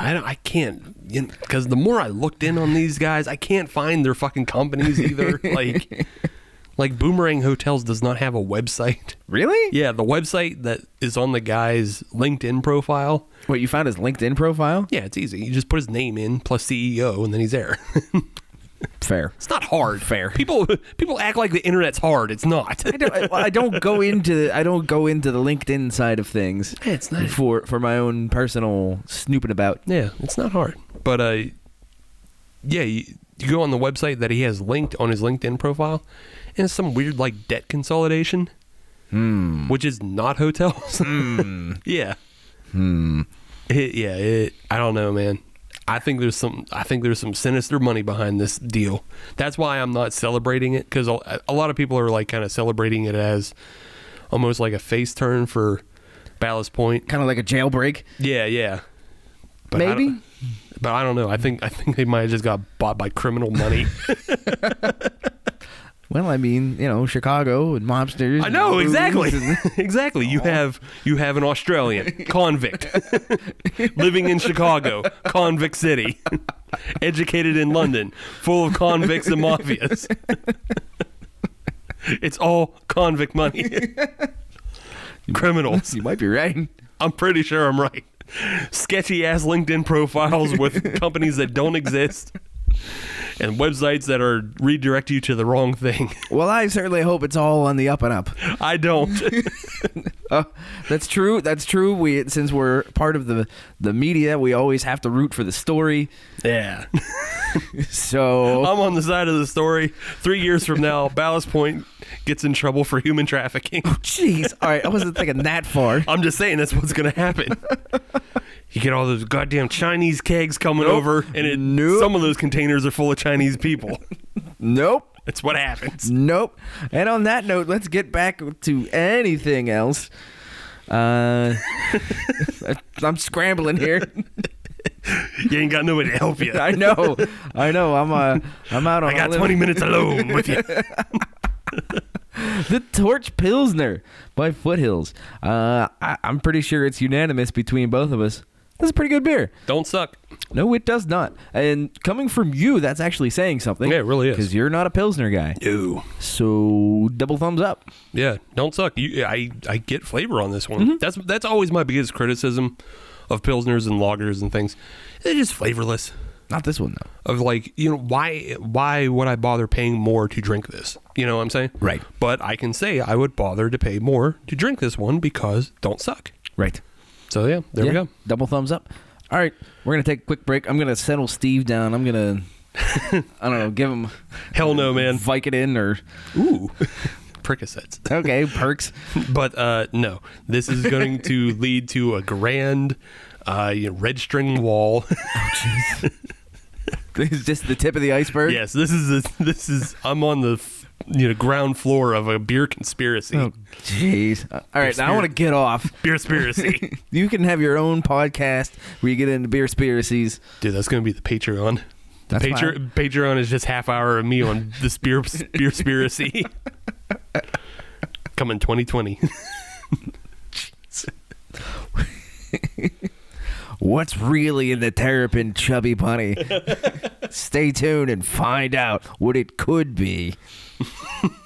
Speaker 5: I don't I can't because the more I looked in on these guys, I can't find their fucking companies either. like like Boomerang Hotels does not have a website.
Speaker 4: Really?
Speaker 5: Yeah, the website that is on the guy's LinkedIn profile.
Speaker 4: What you found his LinkedIn profile?
Speaker 5: Yeah, it's easy. You just put his name in plus CEO, and then he's there.
Speaker 4: Fair.
Speaker 5: It's not hard. Fair. People people act like the internet's hard. It's not.
Speaker 4: I don't, I, well, I don't go into the, I don't go into the LinkedIn side of things.
Speaker 5: Yeah, it's not-
Speaker 4: for for my own personal snooping about.
Speaker 5: yeah, it's not hard. But uh, yeah, you, you go on the website that he has linked on his LinkedIn profile, and it's some weird like debt consolidation, which is not hotels. yeah. It- yeah. It, I don't know, man. I think there's some. I think there's some sinister money behind this deal. That's why I'm not celebrating it because a, a lot of people are like kind of celebrating it as almost like a face turn for Ballast Point.
Speaker 4: Kind of like a jailbreak,
Speaker 5: Yeah, yeah. But I
Speaker 4: maybe.
Speaker 5: don't- but I don't know. I think I think they might have just got bought by criminal money.
Speaker 4: well, I mean, you know, Chicago and mobsters.
Speaker 5: I know
Speaker 4: and
Speaker 5: exactly,
Speaker 4: booze and-
Speaker 5: exactly. You have you have an Australian convict living in Chicago, convict city, educated in London, full of convicts and mafias. it's all convict money, criminals.
Speaker 4: you might be right.
Speaker 5: I'm pretty sure I'm right. Sketchy ass LinkedIn profiles with companies that don't exist and websites that are redirect you to the wrong thing.
Speaker 4: Well, I certainly hope it's all on the up and up.
Speaker 5: I don't.
Speaker 4: Uh, that's true. That's true. We since we're part of the the media, we always have to root for the story.
Speaker 5: Yeah.
Speaker 4: So
Speaker 5: I'm on the side of the story. Three years from now, Ballast Point gets in trouble for human trafficking.
Speaker 4: Jeez. All right. I wasn't thinking that far.
Speaker 5: I'm just saying that's what's going to happen. You get all those goddamn Chinese kegs coming over, and it,
Speaker 4: Nope.
Speaker 5: some of those containers are full of Chinese people.
Speaker 4: Nope.
Speaker 5: That's what happens.
Speaker 4: Nope. And on that note, let's get back to anything else. Uh, I'm scrambling here.
Speaker 5: You ain't got nobody to help you.
Speaker 4: I know. I know. I'm uh, I'm out on
Speaker 5: I
Speaker 4: a
Speaker 5: got
Speaker 4: limb.
Speaker 5: 20 minutes alone with you.
Speaker 4: The Torch Pilsner by Foothills. Uh, I, I'm pretty sure it's unanimous between both of us. That's a pretty good beer.
Speaker 5: Don't suck.
Speaker 4: No, it does not. And coming from you, that's actually saying something.
Speaker 5: Yeah, it really is.
Speaker 4: Because you're not a Pilsner guy.
Speaker 5: Ew.
Speaker 4: So double thumbs up.
Speaker 5: Yeah, don't suck. You, I I get flavor on this one. That's that's always my biggest criticism of pilsners and lagers and things. They're just flavorless.
Speaker 4: Not this one though.
Speaker 5: of like you know why why would I bother paying more to drink this? You know what I'm saying?
Speaker 4: Right.
Speaker 5: But I can say I would bother to pay more to drink this one because don't suck.
Speaker 4: Right.
Speaker 5: So yeah, there we
Speaker 4: Yeah,
Speaker 5: go.
Speaker 4: Double thumbs up. All right, we're gonna take a quick break. I'm gonna settle Steve down. I'm gonna, I don't know, give him
Speaker 5: Hell no, man.
Speaker 4: Vicodin or
Speaker 5: Ooh. Percocets.
Speaker 4: okay perks.
Speaker 5: But uh, no, this is going to lead to a grand uh, you know, red string wall.
Speaker 4: This is just the tip of the iceberg.
Speaker 5: yes, this is a, this is I'm on the f- you know ground floor of a beer conspiracy.
Speaker 4: Oh, jeez. All right, now I want to get off.
Speaker 5: Beer conspiracy.
Speaker 4: You can have your own podcast where you get into beer conspiracies.
Speaker 5: Dude, that's gonna be the Patreon. The
Speaker 4: That's
Speaker 5: Patre- Patreon is just half hour of me on the spear spearspiracy. Coming 2020.
Speaker 4: What's really in the terrapin chubby bunny? Stay tuned and find out what it could be.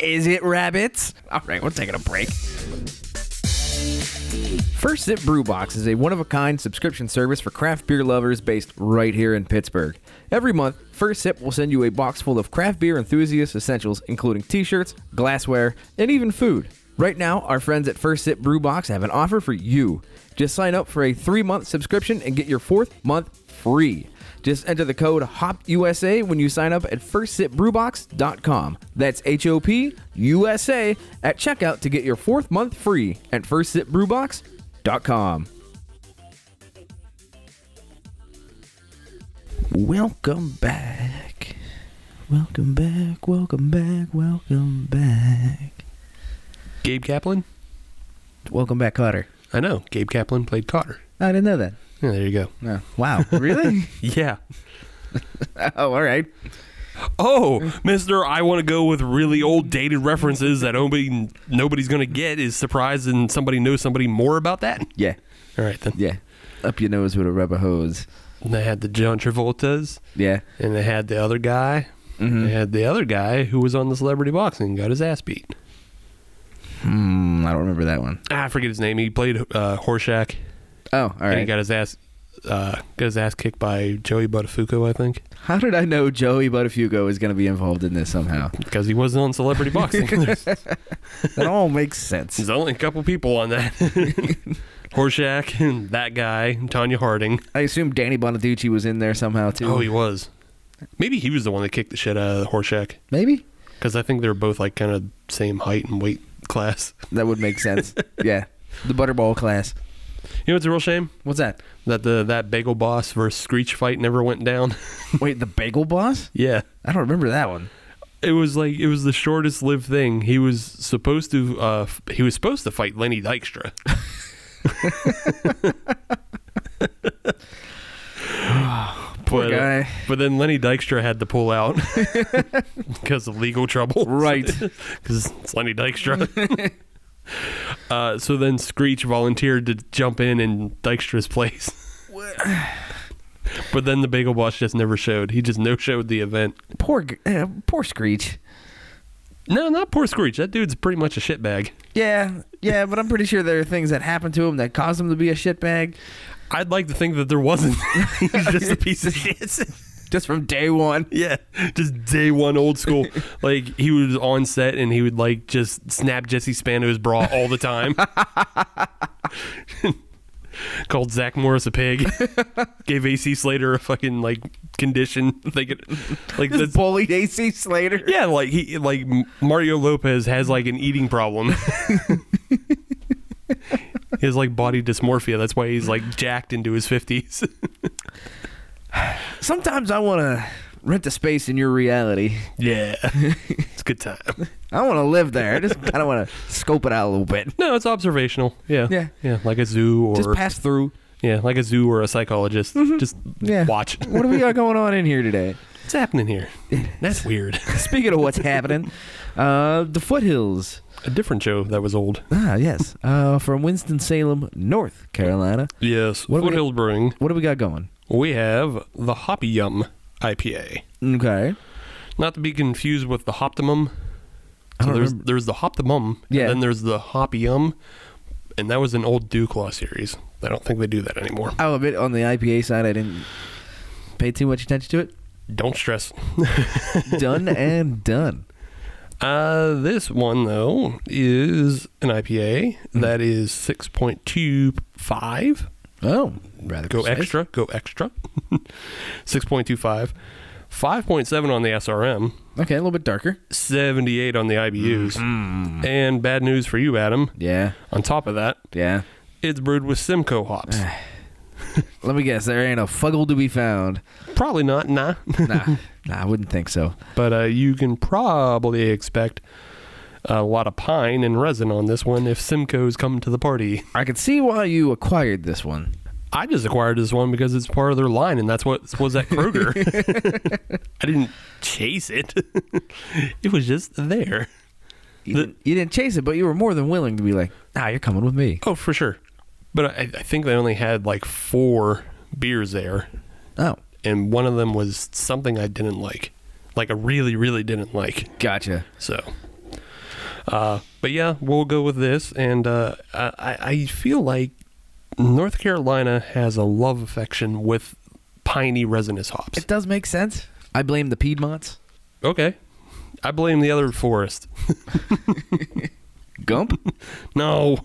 Speaker 4: Is it rabbits? All right, we're taking a break. First Sip Brew Box is a one of a kind subscription service for craft beer lovers based right here in Pittsburgh. Every month, First Sip will send you a box full of craft beer enthusiast essentials, including t shirts, glassware, and even food. Right now, our friends at First Sip Brew Box have an offer for you. Just sign up for a three month subscription and get your fourth month free. Just enter the code HOPUSA when you sign up at firstsipbrewbox.com. That's H O P U S A at checkout to get your fourth month free at firstsipbrewbox.com. Welcome back. Welcome back. Welcome back. Welcome back.
Speaker 5: Gabe Kaplan?
Speaker 4: Welcome back, Cotter.
Speaker 5: I know. Gabe Kaplan played Cotter.
Speaker 4: I didn't know that.
Speaker 5: Yeah, there you go.
Speaker 4: No. Wow. Really?
Speaker 5: Yeah.
Speaker 4: oh, all right.
Speaker 5: Oh, Mr. I want to go with really old dated references that nobody nobody's going to get is surprised and somebody knows somebody more about that.
Speaker 4: Yeah.
Speaker 5: All right then.
Speaker 4: Yeah. Up your nose with a rubber hose.
Speaker 5: And they had the John Travolta's
Speaker 4: Yeah.
Speaker 5: and they had the other guy. They had the other guy who was on the celebrity boxing and got his ass beat.
Speaker 4: Hmm, I don't remember that one.
Speaker 5: Ah, I forget his name. He played uh, Horshack,
Speaker 4: Oh, all
Speaker 5: and
Speaker 4: right.
Speaker 5: he got his ass uh, got his ass kicked by Joey Buttafuoco, I think,
Speaker 4: How did I know Joey Buttafuoco is going to be involved in this somehow?
Speaker 5: because he wasn't on Celebrity Boxing. There's,
Speaker 4: That all makes sense.
Speaker 5: there's only a couple people on that. Horshack, and that guy, and Tanya Harding.
Speaker 4: I assume Danny Bonaducci was in there somehow too.
Speaker 5: Oh, he was. Maybe he was the one that kicked the shit out of Horshack,
Speaker 4: maybe
Speaker 5: because I think they're both like kind of same height and weight class.
Speaker 4: that would make sense. yeah, the Butterball class.
Speaker 5: You know, it's a real shame
Speaker 4: What's that?
Speaker 5: that the that Bagel Boss versus Screech fight never went down.
Speaker 4: Wait, the Bagel Boss?
Speaker 5: yeah.
Speaker 4: I don't remember that one.
Speaker 5: it was like it was the shortest lived thing. He was supposed to uh f- he was supposed to fight Lenny Dykstra.
Speaker 4: Poor
Speaker 5: but, uh,
Speaker 4: guy.
Speaker 5: but then Lenny Dykstra had to pull out because of legal trouble.
Speaker 4: Right.
Speaker 5: Because it's Lenny Dykstra. uh, so then Screech volunteered to jump in in Dykstra's place. but then the Bagel Boss just never showed. He just no showed the event.
Speaker 4: Poor, g- uh, poor Screech.
Speaker 5: No, not poor Screech. That dude's pretty much a shitbag.
Speaker 4: Yeah, yeah, but I'm pretty sure there are things that happened to him that caused him to be a shitbag
Speaker 5: I'd like to think that there wasn't. He's just a piece of shit.
Speaker 4: just from day one.
Speaker 5: yeah, just day one old school. Like he was on set and he would like just snap Jesse Spano's bra all the time. Called Zach Morris a pig. Gave AC Slater a fucking like condition. They could like
Speaker 4: Just
Speaker 5: that's,
Speaker 4: bullied AC Slater.
Speaker 5: yeah, like he like M- Mario Lopez has like an eating problem. he has like body dysmorphia. That's why he's like jacked into his fifties.
Speaker 4: Sometimes I want to rent a space in your reality.
Speaker 5: Yeah. it's a good time.
Speaker 4: I want to live there. I just kind of want to scope it out a little bit.
Speaker 5: No, it's observational. Yeah.
Speaker 4: Yeah.
Speaker 5: Yeah. Like a zoo
Speaker 4: Just
Speaker 5: or
Speaker 4: pass through.
Speaker 5: Yeah, like a zoo or a psychologist. Just
Speaker 4: Yeah.
Speaker 5: watch.
Speaker 4: What do we got going on in here today?
Speaker 5: What's happening here? That's weird.
Speaker 4: Speaking of what's happening, uh, the foothills.
Speaker 5: a different show that was old.
Speaker 4: Ah, yes, uh, from Winston Salem, North Carolina.
Speaker 5: Yes.
Speaker 4: What
Speaker 5: What
Speaker 4: are we-
Speaker 5: Foothill Brewing.
Speaker 4: What do we got going?
Speaker 5: We have the Hoppy Yum IPA.
Speaker 4: Okay,
Speaker 5: Not to be confused with the Hoptimum.
Speaker 4: I
Speaker 5: So
Speaker 4: don't
Speaker 5: there's
Speaker 4: remember-
Speaker 5: there's the Hoptimum.
Speaker 4: Yeah.
Speaker 5: And then there's the Hoppy Yum. And that was an old Dew Claw series. I don't think they do that anymore.
Speaker 4: I'll admit on the IPA side, I didn't Pay too much attention to it.
Speaker 5: Don't stress.
Speaker 4: Done and done.
Speaker 5: Uh, this one though is an IPA
Speaker 4: Hmm.
Speaker 5: that is six point two five.
Speaker 4: Oh, rather
Speaker 5: Go
Speaker 4: precise.
Speaker 5: extra. Go extra. six point two five. Five point seven on the SRM.
Speaker 4: Okay, a little bit darker.
Speaker 5: 78 on the IBUs.
Speaker 4: Mm-hmm.
Speaker 5: And bad news for you, Adam.
Speaker 4: Yeah,
Speaker 5: On top of that,
Speaker 4: yeah.
Speaker 5: it's brewed with Simcoe
Speaker 4: Eh.
Speaker 5: hops.
Speaker 4: Let me guess. There ain't a fuggle to be found.
Speaker 5: probably not, nah.
Speaker 4: Nah, nah, I wouldn't think so.
Speaker 5: but uh, you can probably expect a lot of pine and resin on this one if Simcoe's come to the party.
Speaker 4: I could see why you acquired this one.
Speaker 5: I just acquired this one because it's part of their line, and that's what was at Kroger. I didn't chase it, it was just there.
Speaker 4: You,
Speaker 5: The-
Speaker 4: didn't, you didn't chase it, but you were more than willing to be like, "Nah, you're coming with me."
Speaker 5: Oh, for sure. But I, I think they only had like four beers there.
Speaker 4: Oh,
Speaker 5: and one of them was something I didn't like, like I really, really didn't like.
Speaker 4: gotcha.
Speaker 5: So, uh, but yeah, we'll go with this, and uh, I, I feel like North Carolina has a love affection with piney resinous hops.
Speaker 4: It does make sense. I blame the Piedmonts.
Speaker 5: Okay, I blame the other forest.
Speaker 4: Gump.
Speaker 5: No,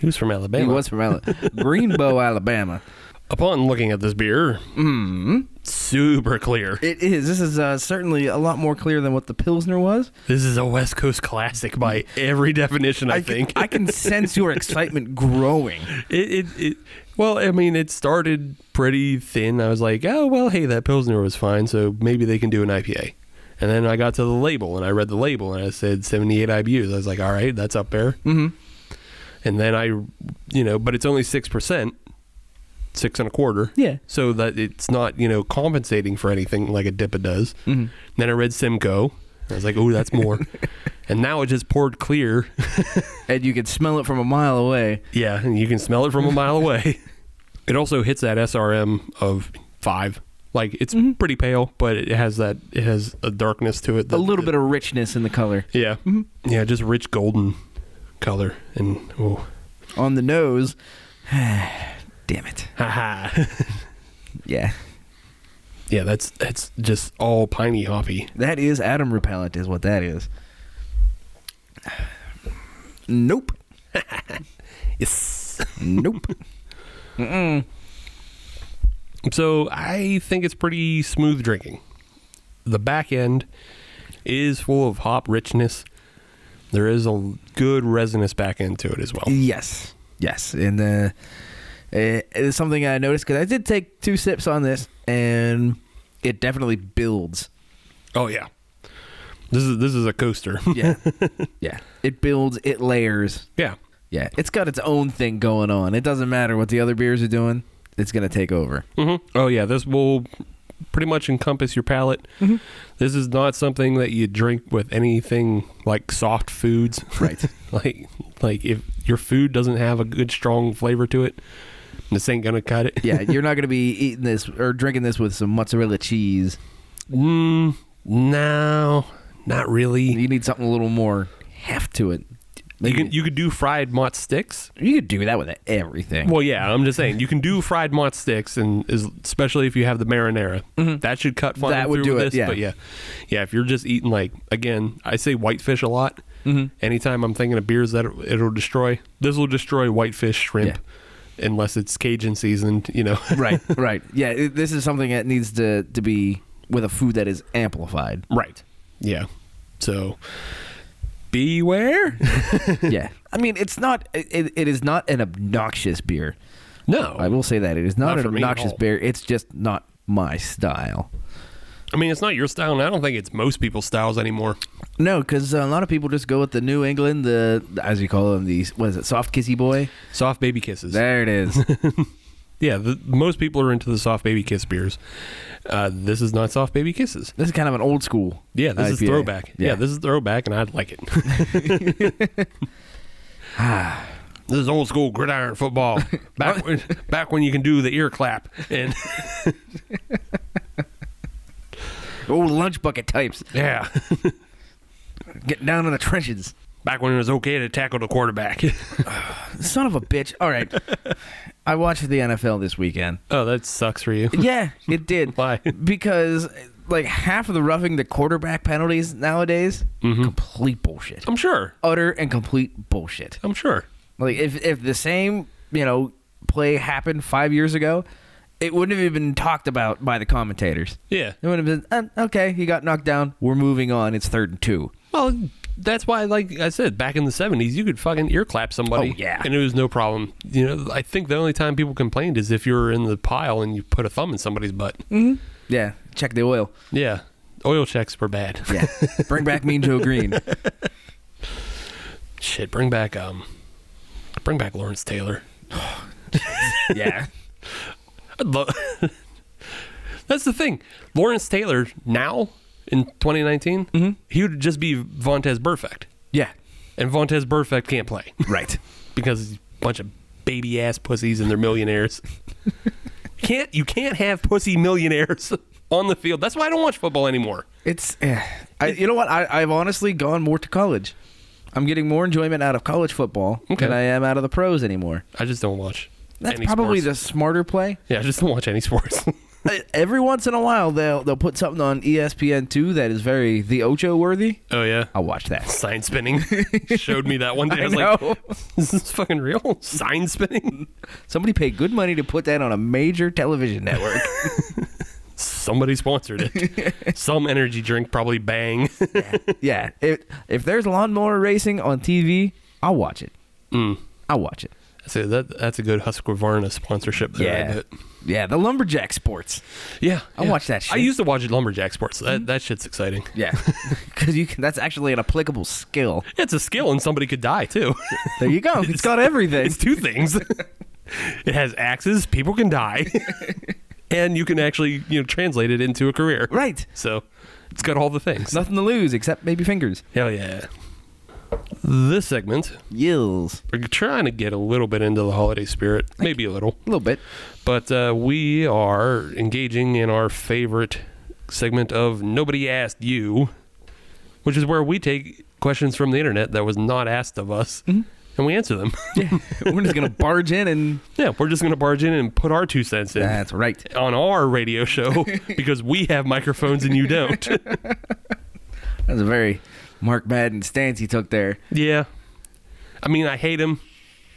Speaker 5: he was from Alabama.
Speaker 4: he was from Alabama, Greenbow, Alabama.
Speaker 5: Upon looking at this beer, Hmm. super clear.
Speaker 4: It is. This is uh, certainly a lot more clear than what the Pilsner was.
Speaker 5: This is a West Coast classic by every definition. I,
Speaker 4: can-
Speaker 5: think
Speaker 4: I can sense your excitement growing.
Speaker 5: It, it, it, well, I mean, it started pretty thin. I was like, oh, well, hey, that Pilsner was fine, so maybe they can do an IPA. And then I got to the label and I read the label and I said 78 IBUs. I was like, all right, that's up there. Mm-hmm. And then I, you know, but it's only 6%, six and a quarter.
Speaker 4: Yeah.
Speaker 5: So that it's not, you know, compensating for anything like a DIPA does. Mm-hmm. Then I read Simcoe. I was like, oh, that's more. and now it just poured clear.
Speaker 4: And you could smell it from a mile away.
Speaker 5: Yeah, and you can smell it from a mile away. It also hits that SRM of five. Like it's pretty pale, but it has that it has a darkness to it.
Speaker 4: Mm-hmm. A little Mm-hmm. bit of richness in the color.
Speaker 5: yeah, yeah, just rich golden color and oh,
Speaker 4: On the nose. Damn it.
Speaker 5: haha,
Speaker 4: Yeah.
Speaker 5: yeah. That's that's just all piney hoppy.
Speaker 4: That is atom repellent, is what that is. Nope.
Speaker 5: Yes.
Speaker 4: Nope.
Speaker 5: So I think it's pretty smooth drinking. The back end is full of hop richness. There is a good resinous back end to it as well.
Speaker 4: yes. Yes. And uh, it is something I noticed because I did take two sips on this, and it definitely builds.
Speaker 5: Oh yeah. This is this is a coaster.
Speaker 4: Yeah. yeah. It builds, it layers.
Speaker 5: yeah.
Speaker 4: Yeah, it's got its own thing going on. It doesn't matter what the other beers are doing. It's gonna take over.
Speaker 5: Mm-hmm. Oh yeah. This will pretty much encompass your palate.
Speaker 4: Mm-hmm.
Speaker 5: This is not something that you drink with anything like soft foods.
Speaker 4: Right.
Speaker 5: like like if your food doesn't have a good strong flavor to it, this ain't gonna cut it.
Speaker 4: Yeah, you're not gonna be eating this or drinking this with some mozzarella cheese.
Speaker 5: Mm, no, not really.
Speaker 4: You need something a little more heft to it.
Speaker 5: You
Speaker 4: Maybe-
Speaker 5: can you could do fried mott sticks.
Speaker 4: you could do that with everything.
Speaker 5: Well, yeah, I'm just saying you can do fried mott sticks, and is, especially if you have the marinara, that should cut fine
Speaker 4: Mm-hmm. That would
Speaker 5: through
Speaker 4: do
Speaker 5: with
Speaker 4: it,
Speaker 5: This,
Speaker 4: yeah.
Speaker 5: But yeah, yeah, if you're just eating like again, I say whitefish a lot.
Speaker 4: Mm-hmm.
Speaker 5: Anytime I'm thinking of beers that it- it'll destroy, this will destroy whitefish shrimp, unless it's Cajun seasoned. You know,
Speaker 4: right, right. Yeah, it, this is something that needs to to be with a food that is amplified.
Speaker 5: right? Yeah. So beware.
Speaker 4: yeah, I mean, it's not. It, it is not an obnoxious beer.
Speaker 5: no,
Speaker 4: I will say that it is not,
Speaker 5: Not
Speaker 4: an
Speaker 5: for me at
Speaker 4: obnoxious
Speaker 5: all.
Speaker 4: beer. It's just not my style.
Speaker 5: I mean it's not your style, and I don't think it's most people's styles anymore.
Speaker 4: No, because a lot of people just go with the New England, the as you call them, these what is it, soft kissy boy?
Speaker 5: Soft baby kisses.
Speaker 4: There it is.
Speaker 5: Yeah, the, most people are into the soft baby kiss beers. Uh, this is not soft baby kisses.
Speaker 4: this is kind of an old school.
Speaker 5: Yeah, this is
Speaker 4: IPA.
Speaker 5: throwback. Yeah. this is throwback, and I'd like it. this is old school gridiron football. Back when, back when you can do the ear clap, and
Speaker 4: old lunch bucket types
Speaker 5: yeah,
Speaker 4: getting down in the trenches.
Speaker 5: Back when it was okay to tackle the quarterback.
Speaker 4: Son of a bitch. All right. I watched the NFL this weekend.
Speaker 5: oh, that sucks for you.
Speaker 4: Yeah, it did.
Speaker 5: Why?
Speaker 4: Because like half of the roughing the quarterback penalties nowadays,
Speaker 5: Mm-hmm.
Speaker 4: complete bullshit.
Speaker 5: I'm sure.
Speaker 4: Utter and complete bullshit.
Speaker 5: I'm sure.
Speaker 4: Like if if the same, you know, play happened 5 years ago, it wouldn't have even been talked about by the commentators.
Speaker 5: Yeah.
Speaker 4: It would have been, uh, okay, he got knocked down. We're moving on. It's third and two.
Speaker 5: Well, that's why, like I said, back in the '70s, you could fucking ear clap somebody,
Speaker 4: Oh, yeah.
Speaker 5: and it was no problem. You know, I think the only time people complained is if you were in the pile and you put a thumb in somebody's butt.
Speaker 4: Mm-hmm. Yeah, check the oil.
Speaker 5: Yeah, oil checks were bad.
Speaker 4: Yeah, bring back Mean Joe Green.
Speaker 5: Shit, bring back um, bring back Lawrence Taylor.
Speaker 4: Yeah,
Speaker 5: I'd lo- that's the thing, Lawrence Taylor now in 2019,
Speaker 4: Mm-hmm.
Speaker 5: he would just be Vontez Burfict,
Speaker 4: yeah,
Speaker 5: and Vontez Burfict can't play.
Speaker 4: right.
Speaker 5: because he's a bunch of baby ass pussies and they're millionaires. can't you can't have pussy millionaires on the field. That's why I don't watch football anymore.
Speaker 4: It's eh. I, you know what I, I've honestly gone more to college. I'm getting more enjoyment out of college football
Speaker 5: Okay.
Speaker 4: than I am out of the pros anymore.
Speaker 5: I just don't watch.
Speaker 4: That's
Speaker 5: any
Speaker 4: probably
Speaker 5: sports.
Speaker 4: the smarter play.
Speaker 5: yeah. I just don't watch any sports.
Speaker 4: Uh, Every once in a while, they'll they'll put something on E ESPN two that is very the Ocho worthy.
Speaker 5: oh yeah,
Speaker 4: I'll watch that.
Speaker 5: sign spinning showed me that one day. I,
Speaker 4: I
Speaker 5: was
Speaker 4: know.
Speaker 5: like, "Is this fucking real? Sign spinning?
Speaker 4: Somebody paid good money to put that on a major television network.
Speaker 5: Somebody sponsored it. Some energy drink, probably Bang.
Speaker 4: yeah, if if there's lawnmower racing on TV, I'll watch it.
Speaker 5: mm.
Speaker 4: I'll watch it.
Speaker 5: So that that's a good Husqvarna sponsorship. There, I bet.
Speaker 4: yeah, the lumberjack sports.
Speaker 5: yeah.
Speaker 4: I
Speaker 5: yeah.
Speaker 4: watch that shit.
Speaker 5: I used to watch lumberjack sports. That, that shit's exciting.
Speaker 4: Yeah, because you can. That's actually an applicable skill.
Speaker 5: It's a skill, and somebody could die too.
Speaker 4: There you go. it's got everything.
Speaker 5: it's two things. it has axes. People can die, and you can actually you know translate it into a career.
Speaker 4: right.
Speaker 5: So it's got all the things.
Speaker 4: Nothing to lose except maybe fingers.
Speaker 5: Hell yeah. This segment,
Speaker 4: Yills.
Speaker 5: we're trying to get a little bit into the holiday spirit, maybe a little,
Speaker 4: A little bit.
Speaker 5: but uh, we are engaging in our favorite segment of Nobody Asked You, which is where we take questions from the internet that was not asked of us and we answer them.
Speaker 4: Yeah. We're just gonna barge in and.
Speaker 5: Yeah, we're just going to barge in and put our two cents in
Speaker 4: That's right.
Speaker 5: on our radio show because we have microphones and you don't.
Speaker 4: That's a very Mark Madden stance he took there.
Speaker 5: yeah. I mean, I hate him,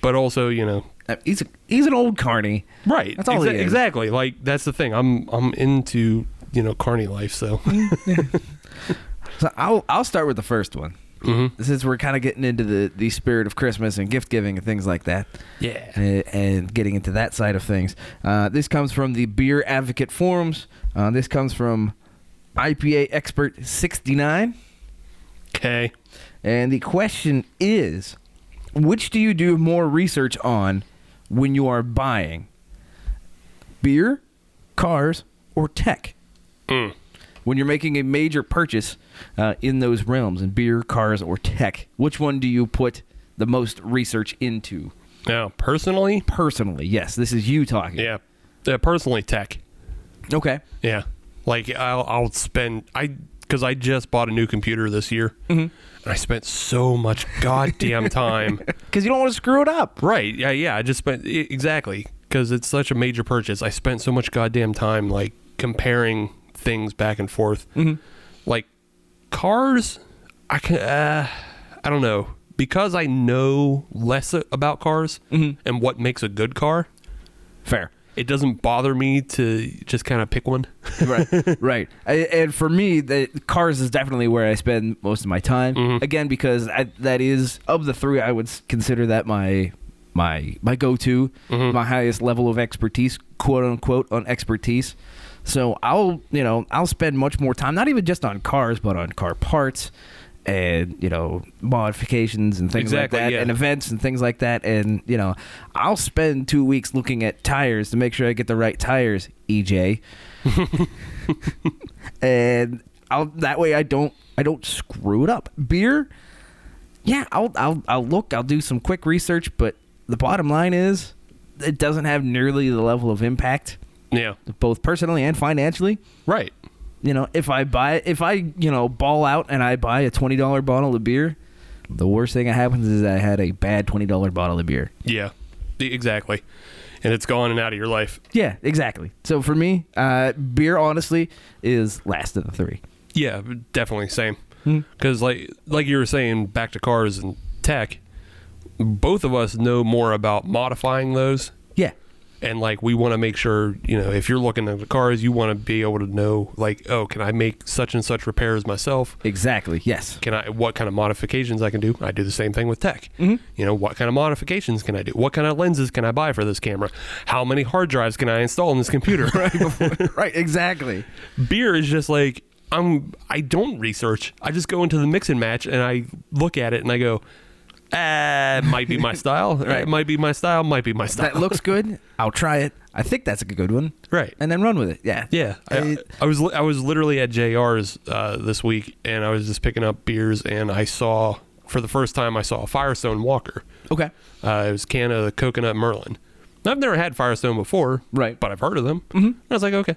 Speaker 5: but also, you know,
Speaker 4: Uh, He's a, he's an old carny.
Speaker 5: right.
Speaker 4: That's all he is.
Speaker 5: Exactly. Like that's the thing. I'm I'm into, you know, carny life, so.
Speaker 4: So I'll I'll start with the first one. Mm-hmm. Since we're kind of getting into the the spirit of Christmas and gift giving and things like that.
Speaker 5: yeah.
Speaker 4: and, and getting into that side of things. Uh, this comes from the Beer Advocate forums. Uh, this comes from IPA Expert 69.
Speaker 5: Okay.
Speaker 4: And the question is which do you do more research on when you are buying? Beer, cars, or tech? When you're making a major purchase uh, in those realms, in beer, cars, or tech, which one do you put the most research into?
Speaker 5: Now, personally,
Speaker 4: Personally, yes, this is you talking.
Speaker 5: yeah. Yeah, Uh, personally tech.
Speaker 4: Okay.
Speaker 5: Yeah. Like I'll I'll spend I because I just bought a new computer this year, and I spent so much goddamn time.
Speaker 4: Because you don't want to screw it up.
Speaker 5: Right? Yeah, yeah. I just spent e- exactly because it's such a major purchase. I spent so much goddamn time like comparing things back and forth. Like cars, I can. Uh, I don't know because I know less a- about cars and what makes a good car.
Speaker 4: Fair.
Speaker 5: It doesn't bother me to just kind of pick one.
Speaker 4: right. Right. I, and for me, the cars is definitely where I spend most of my time.
Speaker 5: Mm-hmm.
Speaker 4: Again, because I, that is of the three, I would s- consider that my my my go to,
Speaker 5: Mm-hmm.
Speaker 4: my highest level of expertise, quote unquote, on expertise. So I'll you know I'll spend much more time, not even just on cars, but on car parts. And you know modifications and things
Speaker 5: Exactly,
Speaker 4: like that,
Speaker 5: yeah.
Speaker 4: and events and things like that. And you know, I'll spend two weeks looking at tires to make sure I get the right tires. E EJ, and I'll that way I don't I don't screw it up. Beer, yeah, I'll I'll I'll look, I'll do some quick research, but the bottom line is it doesn't have nearly the level of impact,
Speaker 5: Yeah.
Speaker 4: both personally and financially.
Speaker 5: Right.
Speaker 4: You know, if I buy if I, you know, ball out and I buy a twenty dollar bottle of beer, The worst thing that happens is I had a bad twenty dollar bottle of beer.
Speaker 5: Yeah, e- exactly. And it's gone and out of your life.
Speaker 4: Yeah, exactly. So for me, uh, beer honestly is last of the three.
Speaker 5: Yeah, definitely same. Because like like you were saying, back to cars and tech, both of us know more about modifying those,
Speaker 4: Yeah,
Speaker 5: and like we want to make sure you know if you're looking at the cars, you want to be able to know like, oh, can I make such and such repairs myself?
Speaker 4: exactly. Yes.
Speaker 5: Can I what kind of modifications I can do? I do the same thing with tech.
Speaker 4: Mm-hmm.
Speaker 5: You know, what kind of modifications can I do? What kind of lenses can I buy for this camera? How many hard drives can I install in this computer?
Speaker 4: right. Exactly.
Speaker 5: beer is just like I'm I don't research. I just go into the mix and match and I look at it and I go, ah, it might be my style. Right? It might be my style, might be my style.
Speaker 4: That looks good. I'll try it. I think that's a good one.
Speaker 5: Right.
Speaker 4: And then run with it. Yeah.
Speaker 5: yeah. I,
Speaker 4: I-
Speaker 5: I was li- I was literally at JR's uh, this week and I was just picking up beers and I saw for the first time I saw a Firestone Walker.
Speaker 4: okay.
Speaker 5: Uh, it was can of the coconut merlin. Now, I've never had Firestone before,
Speaker 4: Right.
Speaker 5: But I've heard of them. Mm-hmm. I was like, okay,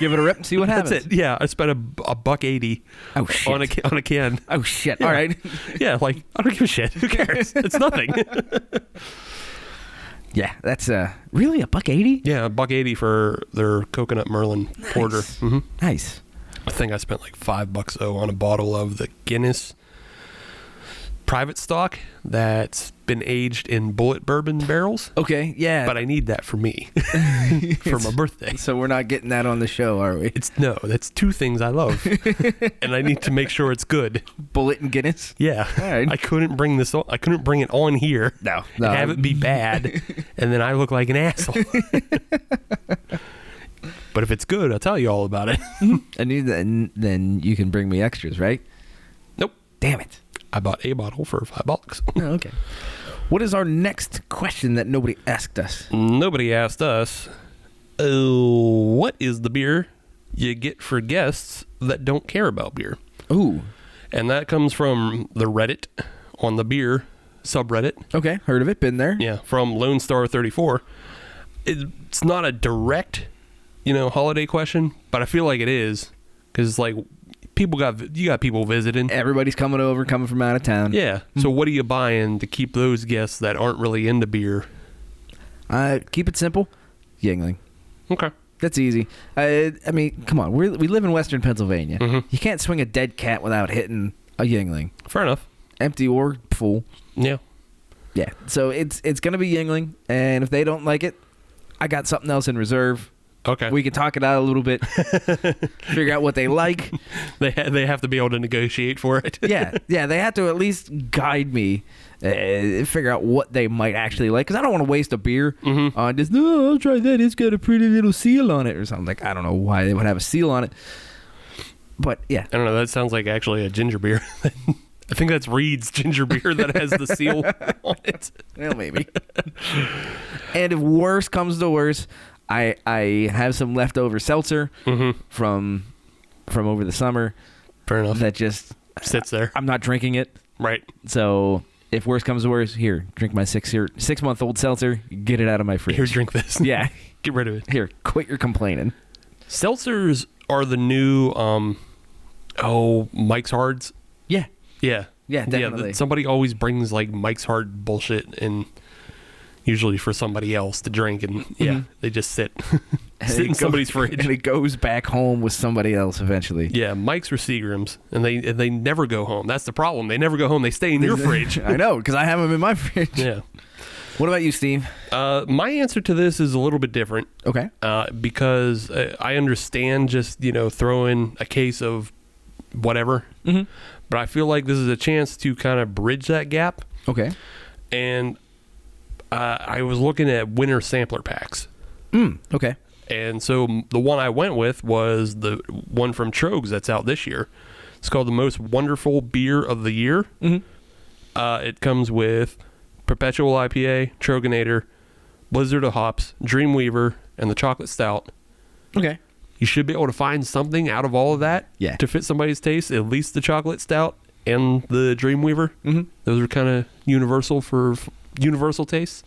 Speaker 4: Give it a rip and see what happens.
Speaker 5: that's it. Yeah, I spent a, a buck eighty
Speaker 4: Oh, shit.
Speaker 5: on a ca- on a can.
Speaker 4: Oh shit. All right.
Speaker 5: yeah, like I don't give a shit. Who cares? It's nothing.
Speaker 4: yeah, that's uh really a buck 80?
Speaker 5: yeah, a buck eighty for their coconut merlin porter.
Speaker 4: Nice.
Speaker 5: hmm
Speaker 4: Nice.
Speaker 5: I think I spent like five bucks though on a bottle of the Guinness private stock that's been aged in bullet bourbon barrels.
Speaker 4: Okay. Yeah.
Speaker 5: But I need that for me for my birthday.
Speaker 4: so we're not getting that on the show, are we?
Speaker 5: It's no, that's two things I love, and I need to make sure it's good.
Speaker 4: Bullet and Guinness?
Speaker 5: Yeah,
Speaker 4: All right.
Speaker 5: I couldn't bring this. On, I couldn't bring it on here.
Speaker 4: No,
Speaker 5: and
Speaker 4: no.
Speaker 5: have it be bad, and then I look like an asshole. but if it's good, I'll tell you all about it.
Speaker 4: I need that then you can bring me extras, right?
Speaker 5: nope,
Speaker 4: Damn it.
Speaker 5: I bought a bottle for five bucks.
Speaker 4: Oh, okay. What is our next question that nobody asked us?
Speaker 5: Nobody asked us. Oh, what is the beer you get for guests that don't care about beer?
Speaker 4: Ooh.
Speaker 5: And that comes from the Reddit on the beer subreddit.
Speaker 4: Okay, heard of it, been there.
Speaker 5: Yeah, from Lone Star 34. It, it's not a direct, you know, holiday question, but I feel like it is cuz like people got you got people visiting.
Speaker 4: Everybody's coming over, coming from out of town.
Speaker 5: Yeah. So what are you buying to keep those guests that aren't really into beer?
Speaker 4: Uh, keep it simple. Yingling.
Speaker 5: Okay.
Speaker 4: That's easy. I, I mean, come on. We're, we live in Western Pennsylvania. You can't swing a dead cat without hitting a Yingling,
Speaker 5: Fair enough.
Speaker 4: empty or full.
Speaker 5: Yeah.
Speaker 4: Yeah. So it's it's gonna be Yingling, and if they don't like it, I got something else in reserve.
Speaker 5: Okay.
Speaker 4: We can talk it out a little bit, figure out what they like.
Speaker 5: they ha- they have to be able to negotiate for it.
Speaker 4: Yeah, yeah. They have to at least guide me, uh, figure out what they might actually like, because I don't want to waste a beer on just no. I'll try that. It's got a pretty little seal on it or something. Like I don't know why they would have a seal on it, but yeah,
Speaker 5: I don't know. That sounds like actually a ginger beer. I think that's Reed's ginger beer that has the seal on it.
Speaker 4: Well, maybe. and if worse comes to worse, I I have some leftover seltzer from from over the summer
Speaker 5: Fair enough.
Speaker 4: that just
Speaker 5: Sits there.
Speaker 4: I'm not drinking it.
Speaker 5: Right.
Speaker 4: So if worse comes to worse, here drink my six year six month old seltzer. Get it out of my fridge.
Speaker 5: Here, drink this.
Speaker 4: yeah,
Speaker 5: Get rid of it.
Speaker 4: here quit your complaining.
Speaker 5: Seltzers are the new um oh Mike's Hards.
Speaker 4: Yeah,
Speaker 5: Yeah.
Speaker 4: Yeah, definitely.
Speaker 5: that- somebody always brings like Mike's Hard bullshit and usually for somebody else to drink and yeah, they just sit sit
Speaker 4: it
Speaker 5: in
Speaker 4: goes-
Speaker 5: somebody's
Speaker 4: Mm-hmm. and
Speaker 5: fridge.
Speaker 4: it goes back home with somebody else eventually.
Speaker 5: Yeah, Mike's were Seagrams and they and they never go home. That's the problem. They never go home. They stay in your fridge.
Speaker 4: I know because I have them in my fridge.
Speaker 5: Yeah.
Speaker 4: What about you, Steve?
Speaker 5: Uh, my answer to this is a little bit different.
Speaker 4: Okay.
Speaker 5: uh, because uh, I understand just you know throwing a case of whatever, but I feel like this is a chance to kind of bridge that gap.
Speaker 4: Okay.
Speaker 5: And uh, I was looking at winter sampler packs,
Speaker 4: Okay.
Speaker 5: and so m- the one I went with was the one from Trogs that's out this year. It's called the most wonderful beer of the year. Uh, it comes with Perpetual IPA, Troganator, Blizzard of Hops, Dreamweaver, and the Chocolate Stout
Speaker 4: Okay.
Speaker 5: you should be able to find something out of all of that
Speaker 4: Yeah.
Speaker 5: to fit somebody's taste. At least the chocolate stout and the Dreamweaver; mm-hmm. those are kind of universal for f- universal tastes.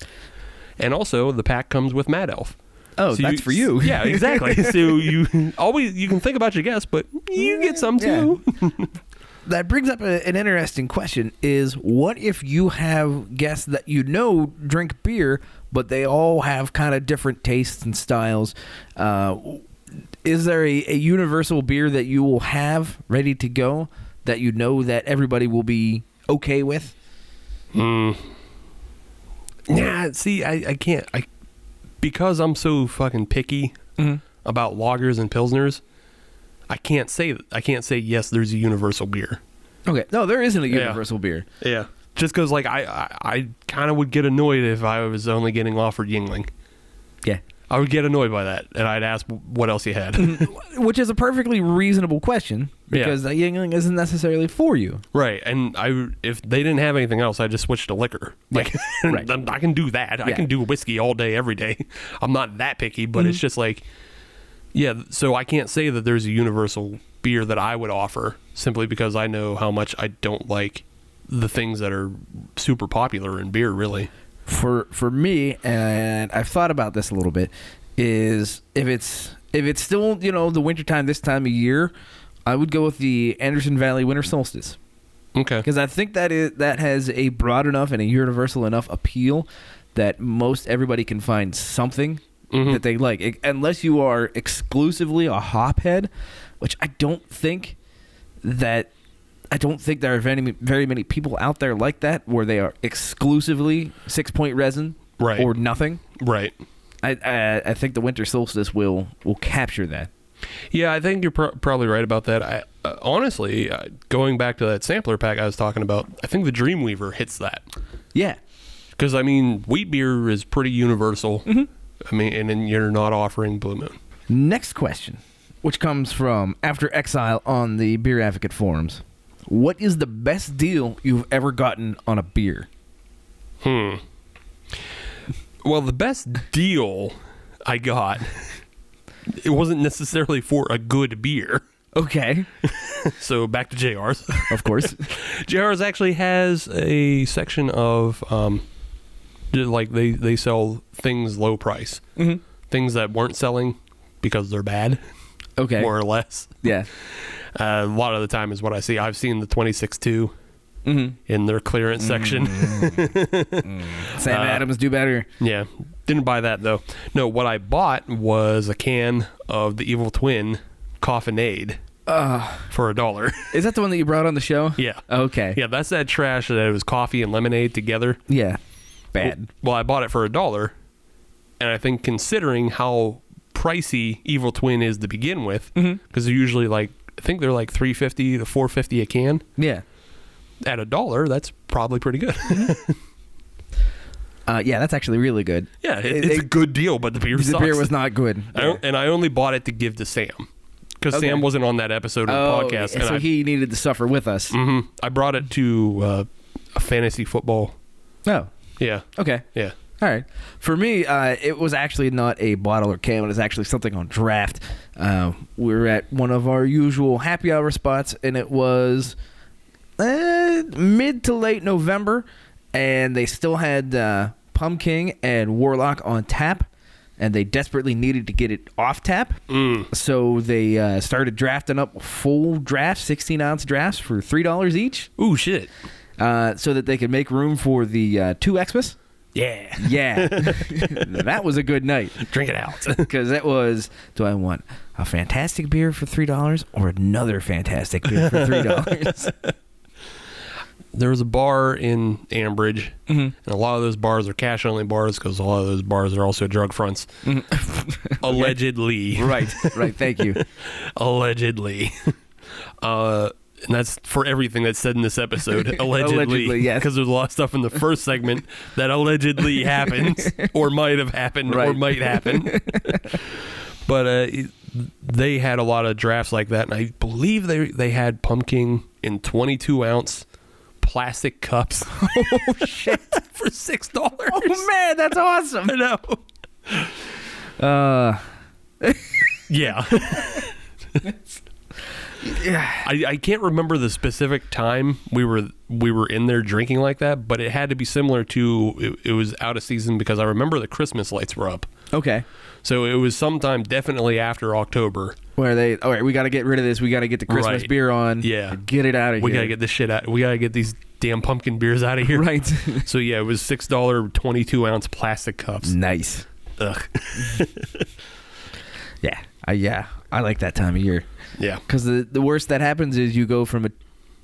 Speaker 5: And also, the pack comes with Mad Elf.
Speaker 4: Oh,
Speaker 5: So
Speaker 4: that's for you.
Speaker 5: Yeah, exactly. so you always you can think about your guests, but you get some
Speaker 4: Yeah.
Speaker 5: too.
Speaker 4: that brings up a, an interesting question: Is what if you have guests that you know drink beer, but they all have kind of different tastes and styles? Uh, is there a, a universal beer that you will have ready to go that you know that everybody will be okay with?
Speaker 5: Mm. Nah, see, I, I can't. I because I'm so fucking picky about lagers and pilsners. I can't say I can't say yes. There's a universal beer.
Speaker 4: Okay, no, there isn't a universal beer.
Speaker 5: Yeah, just because like I I, I kind of would get annoyed if I was only getting offered Yingling.
Speaker 4: Yeah,
Speaker 5: I would get annoyed by that, and I'd ask what else he
Speaker 4: Mm-hmm.
Speaker 5: had.
Speaker 4: which is a perfectly reasonable question because the Yingling isn't necessarily for you.
Speaker 5: right, and I if they didn't have anything else, I just switched to liquor. Like
Speaker 4: right.
Speaker 5: I can do that. I
Speaker 4: Yeah. Mm-hmm.
Speaker 5: can do whiskey all day, every day. I'm not that picky, but it's just like yeah. So I can't say that there's a universal beer that I would offer simply because I know how much I don't like the things that are super popular in beer. Really,
Speaker 4: for for me and I've thought about this a little bit is if it's if it's still you know the wintertime this time of year I would go with the Anderson Valley winter solstice
Speaker 5: okay.
Speaker 4: because I think that is that has a broad enough and a universal enough appeal that most everybody can find something that they like I- unless you are exclusively a hophead which I don't think that I don't think there are very many, very many people out there like that where they are exclusively six point resin
Speaker 5: Right.
Speaker 4: or nothing.
Speaker 5: Right.
Speaker 4: I, I I think the winter solstice will will capture that.
Speaker 5: Yeah, I think you're pro- probably right about that. I, uh, honestly, uh, going back to that sampler pack I was talking about, I think the Dreamweaver hits that
Speaker 4: Yeah,
Speaker 5: because I mean, wheat beer is pretty universal. I mean, and then you're not offering Blue Moon.
Speaker 4: Next question, which comes from After Exile on the Beer Advocate forums. What is the best deal you've ever gotten on a beer?
Speaker 5: Well, the best deal I got, it wasn't necessarily for a good beer.
Speaker 4: Okay,
Speaker 5: So back to JR's.
Speaker 4: of course.
Speaker 5: JR's actually has a section of um, d- like they they sell things low price, mm-hmm. things that weren't selling because they're bad,
Speaker 4: Okay.
Speaker 5: more or less.
Speaker 4: Yeah.
Speaker 5: Uh, a lot of the time is what I see. I've seen the twenty six two in their clearance section.
Speaker 4: Sam
Speaker 5: Uh,
Speaker 4: Adams do better.
Speaker 5: yeah, didn't buy that though. No, what I bought was a can of the Evil Twin Coffinade for a dollar.
Speaker 4: Is that the one that you brought on the show?
Speaker 5: yeah.
Speaker 4: Okay.
Speaker 5: Yeah, that's that trash that it was coffee and lemonade together.
Speaker 4: Yeah. Bad.
Speaker 5: Well, I bought it for a dollar, and I think considering how pricey Evil Twin is to begin with, because
Speaker 4: Mm-hmm.
Speaker 5: they're usually like I think they're like three fifty to four fifty a can.
Speaker 4: Yeah.
Speaker 5: At a dollar, that's probably pretty good.
Speaker 4: Uh, yeah, that's actually really good.
Speaker 5: yeah, it,
Speaker 4: It-
Speaker 5: it's a
Speaker 4: it-
Speaker 5: good deal, but the beer
Speaker 4: the
Speaker 5: sucks.
Speaker 4: beer was not good.
Speaker 5: I don't- and I only bought it to give to Sam because
Speaker 4: Okay.
Speaker 5: Sam wasn't on that episode of
Speaker 4: Oh,
Speaker 5: the podcast,
Speaker 4: so
Speaker 5: and I,
Speaker 4: he needed to suffer with us.
Speaker 5: Mhm. I brought it to uh, a fantasy football.
Speaker 4: Oh,
Speaker 5: Yeah,
Speaker 4: okay.
Speaker 5: yeah.
Speaker 4: All right. For me, uh, it was actually not a bottle or can. It was actually something on draft. Uh, we were at one of our usual happy hour spots, and it was eh, mid to late November, and they still had uh, Pumpkin and Warlock on tap, and they desperately needed to get it off tap. So they uh, started drafting up full drafts, 16 ounce drafts for $3 each,
Speaker 5: Ooh, shit.
Speaker 4: uh, so that they could make room for the uh, two Xmas.
Speaker 5: Yeah,
Speaker 4: Yeah, that was a good night
Speaker 5: drink it out.
Speaker 4: because that was. Do I want a fantastic beer for three dollars or another fantastic beer for three dollars?
Speaker 5: there was a bar in Ambridge, and a lot of those bars are cash only bars because a lot of those bars are also drug fronts. allegedly,
Speaker 4: right, right. Thank you.
Speaker 5: allegedly. Uh, and that's for everything that's said in this episode. Allegedly,
Speaker 4: Allegedly, yes.
Speaker 5: Because there's a lot of stuff in the first segment that allegedly happens, or might have happened, or
Speaker 4: Right.
Speaker 5: might happen. but uh, it- they had a lot of drafts like that, and I believe they they had pumpkin in 22 ounce plastic cups. oh shit! for six dollars.
Speaker 4: Oh man, that's awesome.
Speaker 5: I know.
Speaker 4: Uh,
Speaker 5: Yeah. I, I can't remember the specific time we were we were in there drinking like that, but it had to be similar to it, it was out of season because I remember the Christmas lights were up.
Speaker 4: okay.
Speaker 5: So it was sometime definitely after October.
Speaker 4: Where they, all right, we got to get rid of this. We got to get the Christmas
Speaker 5: Right.
Speaker 4: beer on.
Speaker 5: Yeah.
Speaker 4: Get it out of
Speaker 5: We
Speaker 4: here.
Speaker 5: gotta get this shit out. We gotta get these damn pumpkin beers out of here.
Speaker 4: Right.
Speaker 5: So yeah, it was six dollar twenty two ounce plastic
Speaker 4: Mm.
Speaker 5: cups.
Speaker 4: nice.
Speaker 5: Ugh.
Speaker 4: Yeah. I, yeah. I like that time of year.
Speaker 5: Yeah.
Speaker 4: Because the, the worst that happens is you go from a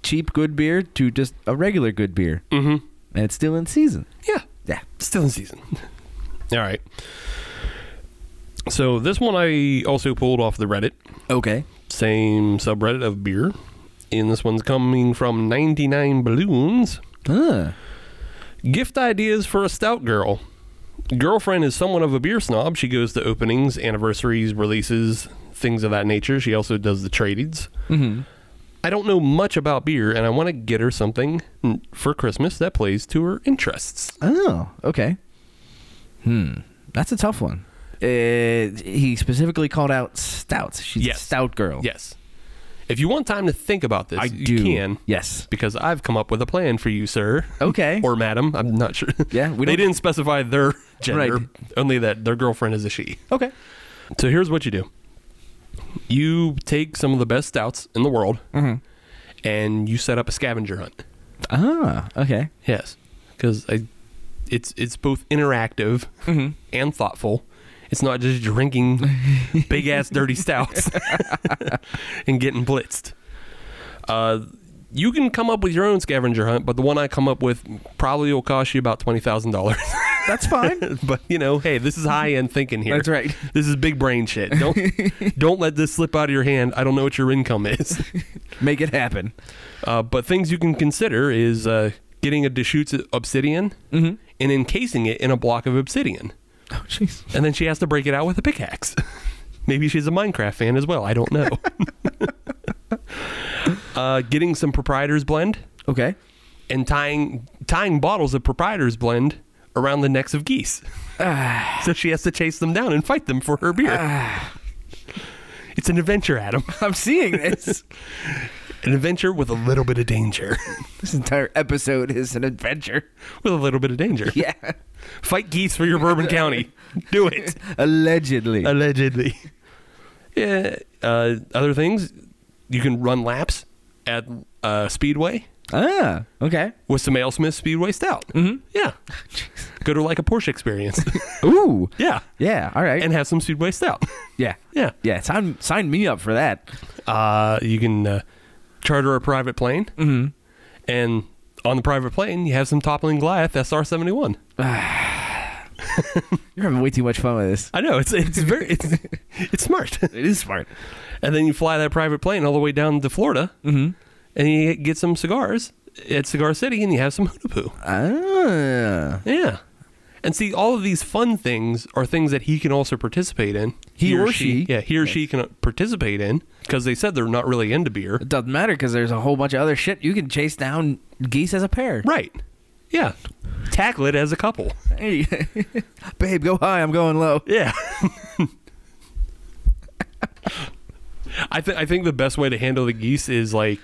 Speaker 4: cheap good beer to just a regular good beer.
Speaker 5: Mm-hmm.
Speaker 4: And it's still in season.
Speaker 5: Yeah.
Speaker 4: Yeah.
Speaker 5: Still in season. All right. So this one I also pulled off the Reddit,
Speaker 4: Okay.
Speaker 5: same subreddit of beer. And this one's coming from 99 Balloons.
Speaker 4: Huh.
Speaker 5: Gift ideas for a stout girl. Girlfriend is somewhat of a beer snob. She goes to openings, anniversaries, releases, things of that nature. She also does the tradings.
Speaker 4: Mm-hmm.
Speaker 5: I don't know much about beer, and I want to get her something mm, for Christmas that plays to her interests.
Speaker 4: Oh, okay. Hmm. That's a tough one. Uh, he specifically called out stouts. She's
Speaker 5: Yes.
Speaker 4: a stout girl.
Speaker 5: Yes. If you want time to think about this,
Speaker 4: I
Speaker 5: you
Speaker 4: do.
Speaker 5: can.
Speaker 4: Yes.
Speaker 5: Because I've come up with a plan for you, sir.
Speaker 4: Okay.
Speaker 5: Or madam. I'm not sure.
Speaker 4: Yeah, we
Speaker 5: they
Speaker 4: don't-
Speaker 5: didn't specify their gender,
Speaker 4: Right.
Speaker 5: only that their girlfriend is a she.
Speaker 4: Okay.
Speaker 5: So here's what you do you take some of the best stouts in the world
Speaker 4: Mm. Mm-hmm.
Speaker 5: and you set up a scavenger hunt.
Speaker 4: Ah, okay.
Speaker 5: Yes, because it's it's both interactive
Speaker 4: Mm-hmm.
Speaker 5: and thoughtful. It's not just drinking big ass dirty stouts and getting blitzed. Uh, you can come up with your own scavenger hunt, but the one I come up with probably will cost you about twenty thousand dollars.
Speaker 4: That's fine.
Speaker 5: but you know, hey, this is high end thinking here.
Speaker 4: That's right.
Speaker 5: This is big brain shit. Don't don't let this slip out of your hand. I don't know what your income is.
Speaker 4: Make it happen.
Speaker 5: Uh, but things you can consider is uh, getting a Deschutes obsidian and encasing it in a block of obsidian.
Speaker 4: Oh, jeez.
Speaker 5: And then she has to break it out with a pickaxe. Maybe she's a Minecraft fan as well. I don't know. uh, getting some proprietor's blend
Speaker 4: Okay.
Speaker 5: and tying tying bottles of proprietor's blend around the necks of geese. so she has to chase them down and fight them for her beer. it's an adventure, Adam.
Speaker 4: I'm seeing this.
Speaker 5: An adventure with a little bit of danger.
Speaker 4: this entire episode is an adventure.
Speaker 5: with a little bit of danger.
Speaker 4: Yeah.
Speaker 5: Fight geese for your Bourbon County. Do it.
Speaker 4: Allegedly.
Speaker 5: Allegedly. Yeah. Uh, other things, you can run laps at uh, Speedway
Speaker 4: ah, okay.
Speaker 5: with some AleSmith Speedway Stout. Mm-hmm. Yeah. Go to like a Porsche experience.
Speaker 4: Ooh.
Speaker 5: yeah.
Speaker 4: Yeah, all right.
Speaker 5: And have some Speedway Stout.
Speaker 4: yeah.
Speaker 5: yeah.
Speaker 4: Yeah, sign, sign me up for that.
Speaker 5: Uh, you can uh, charter a private plane. Mm-hmm. And on the private plane, you have some Toppling Goliath SR 71.
Speaker 4: You're having way too much fun with this.
Speaker 5: I know. It's, it's very, it's, it's smart.
Speaker 4: It is smart.
Speaker 5: and then you fly that private plane all the way down to Florida,
Speaker 4: Mm-hmm.
Speaker 5: and you get some cigars at Cigar City, and you have some hoodoo poo.
Speaker 4: Ah.
Speaker 5: Yeah, and see, all of these fun things are things that he can also participate in.
Speaker 4: He or she.
Speaker 5: yeah, he or she can participate in because they said they're not really into beer,
Speaker 4: It doesn't matter because there's a whole bunch of other shit. You can chase down geese as a pair.
Speaker 5: right? Yeah, tackle it as a couple.
Speaker 4: Hey. Babe, go high. I'm going low.
Speaker 5: Yeah. I think I think the best way to handle the geese is like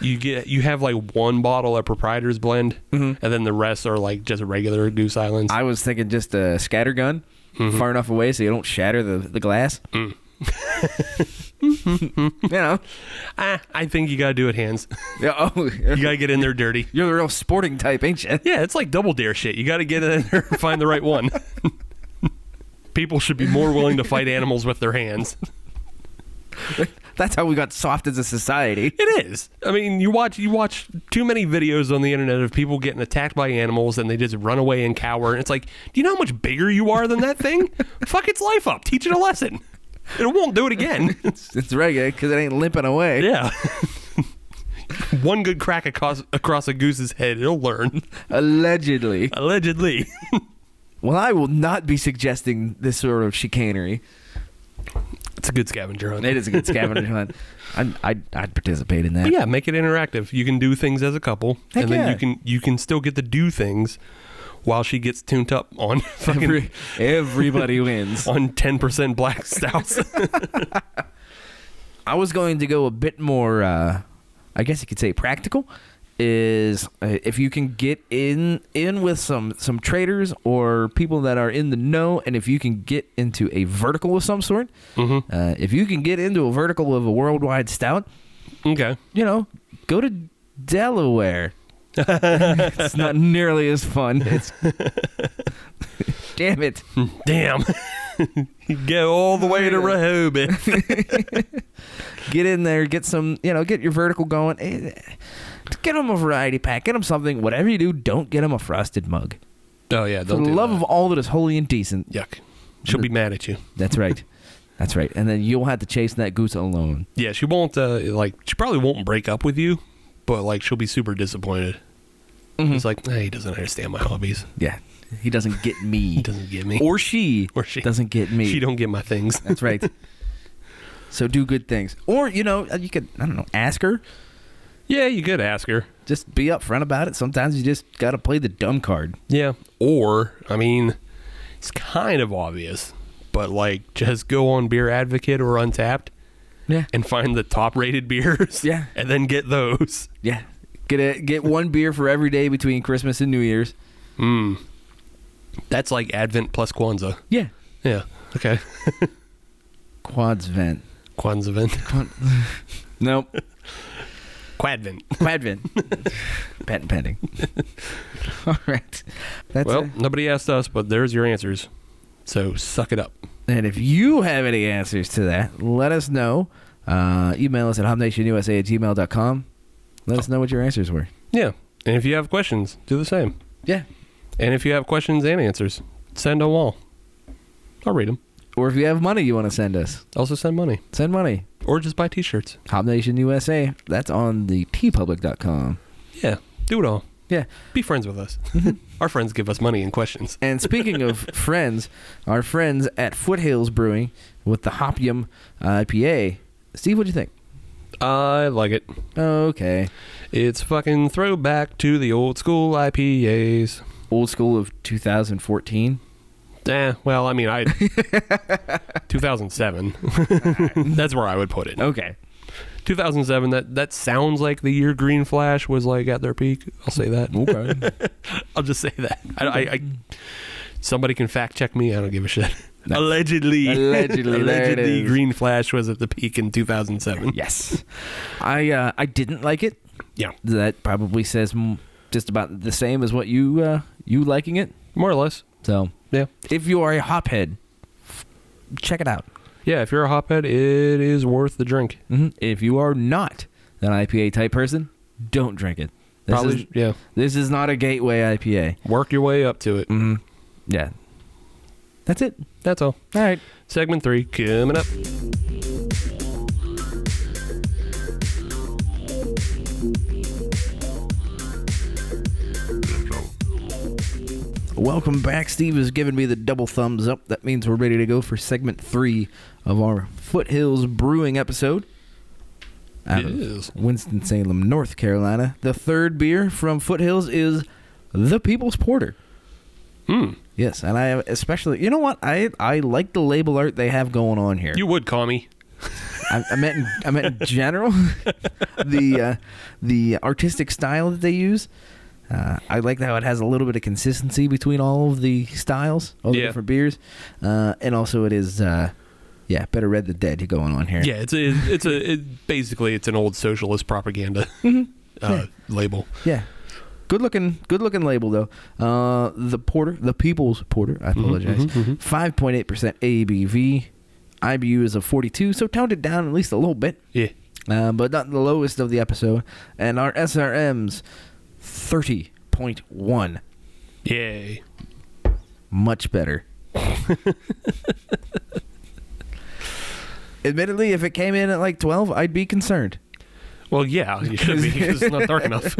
Speaker 5: you get you have like one bottle of proprietor's blend and then the rest are like just regular goose islands.
Speaker 4: I was thinking just a scatter gun
Speaker 5: Mm-hmm.
Speaker 4: far enough away so you don't shatter the, the glass.
Speaker 5: Mm.
Speaker 4: you know?
Speaker 5: ah, I think you gotta do it hands.
Speaker 4: Yeah, Oh,
Speaker 5: You gotta get in there dirty.
Speaker 4: you're the real sporting type, ain't you?
Speaker 5: Yeah, it's like double dare shit. You gotta get in there and find the right one. People should be more willing to fight animals with their hands.
Speaker 4: That's how we got soft as a society.
Speaker 5: It is. I mean, you watch you watch too many videos on the internet of people getting attacked by animals and they just run away and cower. And it's like, do you know how much bigger you are than that thing? Fuck its life up. Teach it a lesson. It won't do it again.
Speaker 4: It's regular because it ain't limping away.
Speaker 5: yeah. One good crack across, across a goose's head, it'll learn.
Speaker 4: Allegedly.
Speaker 5: Allegedly.
Speaker 4: Well, I will not be suggesting this sort of chicanery.
Speaker 5: it's a good scavenger hunt.
Speaker 4: It is a good scavenger hunt. I'm, I'd, I'd participate in that.
Speaker 5: But yeah, make it interactive. You can do things as a couple,
Speaker 4: Heck
Speaker 5: and then
Speaker 4: yeah.
Speaker 5: you can you can still get to do things while she gets tuned up on fucking
Speaker 4: Every- everybody wins.
Speaker 5: on ten percent black stouts.
Speaker 4: I was going to go a bit more, uh, I guess you could say practical, is uh, if you can get in in with some some traders or people that are in the know, and if you can get into a vertical of some sort, uh, if you can get into a vertical of a worldwide stout,
Speaker 5: Okay.
Speaker 4: you know, go to Delaware. it's not nearly as fun. It's damn it.
Speaker 5: Damn. you get all the way to Rehoboth.
Speaker 4: Get in there, get some, you know, get your vertical going. Eh, Get them a variety pack. Get them something. Whatever you do, don't get them a frosted mug.
Speaker 5: Oh yeah,
Speaker 4: For
Speaker 5: don't
Speaker 4: the
Speaker 5: do
Speaker 4: love
Speaker 5: that.
Speaker 4: of all that is holy and decent.
Speaker 5: yuck. She'll be mad at you.
Speaker 4: That's right. That's right. And then you'll have to chase that goose alone.
Speaker 5: Yeah, she won't. Uh, like she probably won't break up with you, but like she'll be super disappointed. He's like, "Nah, he doesn't understand my hobbies.
Speaker 4: Yeah. He doesn't get me.
Speaker 5: He doesn't get me.
Speaker 4: Or she.
Speaker 5: Or she.
Speaker 4: Doesn't get me.
Speaker 5: she don't get my things.
Speaker 4: That's right. so do good things. Or, you know, you could, I don't know, ask her.
Speaker 5: yeah, you could ask her.
Speaker 4: Just be upfront about it. Sometimes you just got to play the dumb card.
Speaker 5: Yeah. Or I mean, it's kind of obvious, but like just go on Beer Advocate or Untapped
Speaker 4: Yeah.
Speaker 5: and find the top rated beers.
Speaker 4: Yeah.
Speaker 5: And then get those.
Speaker 4: Yeah. Get a, get one beer for every day between Christmas and New Year's.
Speaker 5: Hmm. That's like Advent plus Kwanzaa.
Speaker 4: Yeah.
Speaker 5: Yeah. Okay.
Speaker 4: Quads vent.
Speaker 5: Kwanzaa event.
Speaker 4: Nope.
Speaker 5: Quadvent.
Speaker 4: Quad vent. Patent pending. All right. That's
Speaker 5: Well,
Speaker 4: it.
Speaker 5: nobody asked us, but there's your answers. So suck it up.
Speaker 4: And if you have any answers to that, let us know. Uh, email us at hobnationusa at gmail.com. Let us know what your answers were.
Speaker 5: Yeah. And if you have questions, do the same.
Speaker 4: Yeah.
Speaker 5: And if you have questions and answers, send them all. I'll read them.
Speaker 4: Or if you have money you want to send us,
Speaker 5: Also send money
Speaker 4: send money.
Speaker 5: or just buy t-shirts.
Speaker 4: Hob Nation USA. That's on the tpublic.com.
Speaker 5: Yeah. Do it all.
Speaker 4: Yeah.
Speaker 5: Be friends with us. Our friends give us money and questions.
Speaker 4: And speaking of friends, our friends at Foothills Brewing with the Hopium uh, IPA. Steve, what'd you think?
Speaker 5: I like it.
Speaker 4: Okay.
Speaker 5: It's fucking throwback to the old school IPAs.
Speaker 4: Old school of 2014.
Speaker 5: Eh, well, I mean, I 2007. That's where I would put it.
Speaker 4: Okay.
Speaker 5: 2007 that that sounds like the year green flash was like at their peak i'll say that
Speaker 4: Okay.
Speaker 5: i'll just say that I, I, I somebody can fact check me i don't give a shit allegedly
Speaker 4: Allegedly, there it
Speaker 5: allegedly
Speaker 4: is.
Speaker 5: green flash was at the peak in 2007
Speaker 4: yes. I uh, I didn't like it.
Speaker 5: yeah
Speaker 4: that probably says m- just about the same as what you uh, you liking it.
Speaker 5: more or less
Speaker 4: So
Speaker 5: yeah
Speaker 4: if you are a hophead, f- check it out.
Speaker 5: yeah if you're a hophead it is worth the drink
Speaker 4: hmm If you are not an IPA type person, don't drink it. This
Speaker 5: probably
Speaker 4: is,
Speaker 5: yeah
Speaker 4: this is not a gateway IPA.
Speaker 5: work your way up to it
Speaker 4: Mm-hmm. Yeah, that's it.
Speaker 5: that's all
Speaker 4: All right.
Speaker 5: segment three coming up
Speaker 4: Welcome back. Steve has given me the double thumbs up. That means we're ready to go for segment three of our Foothills Brewing episode. Out of
Speaker 5: Yes.
Speaker 4: Winston-Salem, North Carolina. The third beer from Foothills is the People's Porter.
Speaker 5: Hmm.
Speaker 4: Yes, and I have especially. You know what? I I like the label art they have going on here.
Speaker 5: you would call me
Speaker 4: I, I meant in, I meant in general the uh, the artistic style that they use. Uh, I like how it has a little bit of consistency between all of the styles, all the
Speaker 5: Yeah.
Speaker 4: different beers, uh, and also it is uh, yeah better red than dead going on here.
Speaker 5: yeah it's a it's a it, basically it's an old socialist propaganda uh, label
Speaker 4: Yeah. Good looking, good looking label though. Uh, the porter, the people's porter.
Speaker 5: Mm-hmm,
Speaker 4: I apologize. Five point eight percent ABV. IBU is a forty-two, so toned down at least a little bit,
Speaker 5: yeah
Speaker 4: uh, but not the lowest of the episode. And our SRM's thirty point one,
Speaker 5: Yay.
Speaker 4: much better. Admittedly, if it came in at like twelve, I'd be concerned.
Speaker 5: Well, yeah, you should be because it's not dark enough.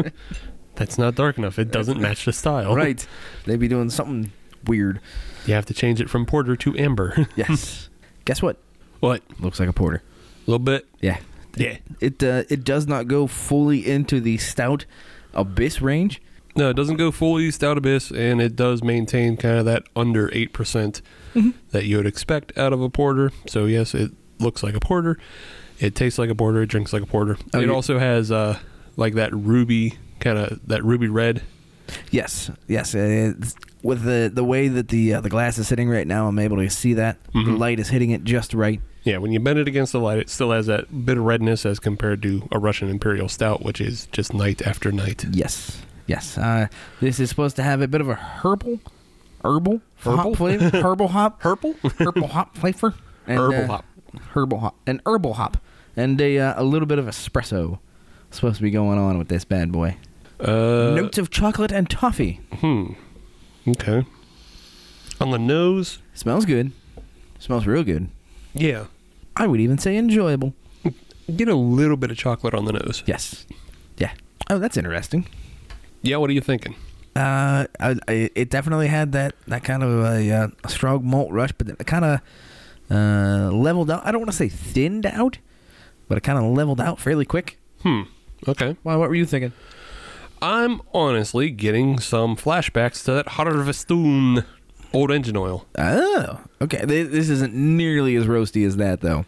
Speaker 5: That's not dark enough. It doesn't match the style.
Speaker 4: Right? They'd be doing something weird.
Speaker 5: You have to change it from porter to amber.
Speaker 4: Yes. Guess what?
Speaker 5: what? A
Speaker 4: Looks like a porter.
Speaker 5: little bit?
Speaker 4: Yeah.
Speaker 5: Yeah.
Speaker 4: It uh, it does not go fully into the stout abyss range.
Speaker 5: No, it doesn't go fully stout abyss, and it does maintain kind of that under 8% percent
Speaker 4: Mm-hmm.
Speaker 5: that you would expect out of a porter. So, yes, it looks like a porter. It tastes like a porter. It drinks like a porter.
Speaker 4: Oh,
Speaker 5: it
Speaker 4: you-
Speaker 5: also has uh, like that ruby kind of that ruby red.
Speaker 4: Yes, yes. It's, with the the way that the uh, the glass is sitting right now, I'm able to see that
Speaker 5: Mm-hmm.
Speaker 4: the light is hitting it just right.
Speaker 5: Yeah, when you bend it against the light, it still has that bit of redness as compared to a Russian Imperial Stout, which is just night after night.
Speaker 4: Yes, yes. Uh, this is supposed to have a bit of a herbal, herbal,
Speaker 5: Herbal?
Speaker 4: hop flavor, herbal hop,
Speaker 5: Purple?
Speaker 4: herbal hop flavor, and,
Speaker 5: Herbal
Speaker 4: uh,
Speaker 5: hop.
Speaker 4: herbal hop, and herbal hop, and a uh, a little bit of espresso supposed to be going on with this bad boy.
Speaker 5: Uh,
Speaker 4: Notes of chocolate and toffee.
Speaker 5: Okay. On the nose,
Speaker 4: Smells good. Smells real good.
Speaker 5: yeah,
Speaker 4: I would even say enjoyable.
Speaker 5: get a little bit of chocolate on the nose.
Speaker 4: Yes. Yeah. Oh, that's interesting.
Speaker 5: Yeah, what are you thinking?
Speaker 4: Uh, I, I, it definitely had that that kind of a, uh, a strong malt rush, but it kind of uh, leveled out. I don't want to say thinned out, but it kind of leveled out fairly quick.
Speaker 5: Hmm. Okay.
Speaker 4: Why? What were you thinking?
Speaker 5: I'm honestly getting some flashbacks to that Harvestoon old engine oil.
Speaker 4: Oh, okay. Th- This isn't nearly as roasty as that, though.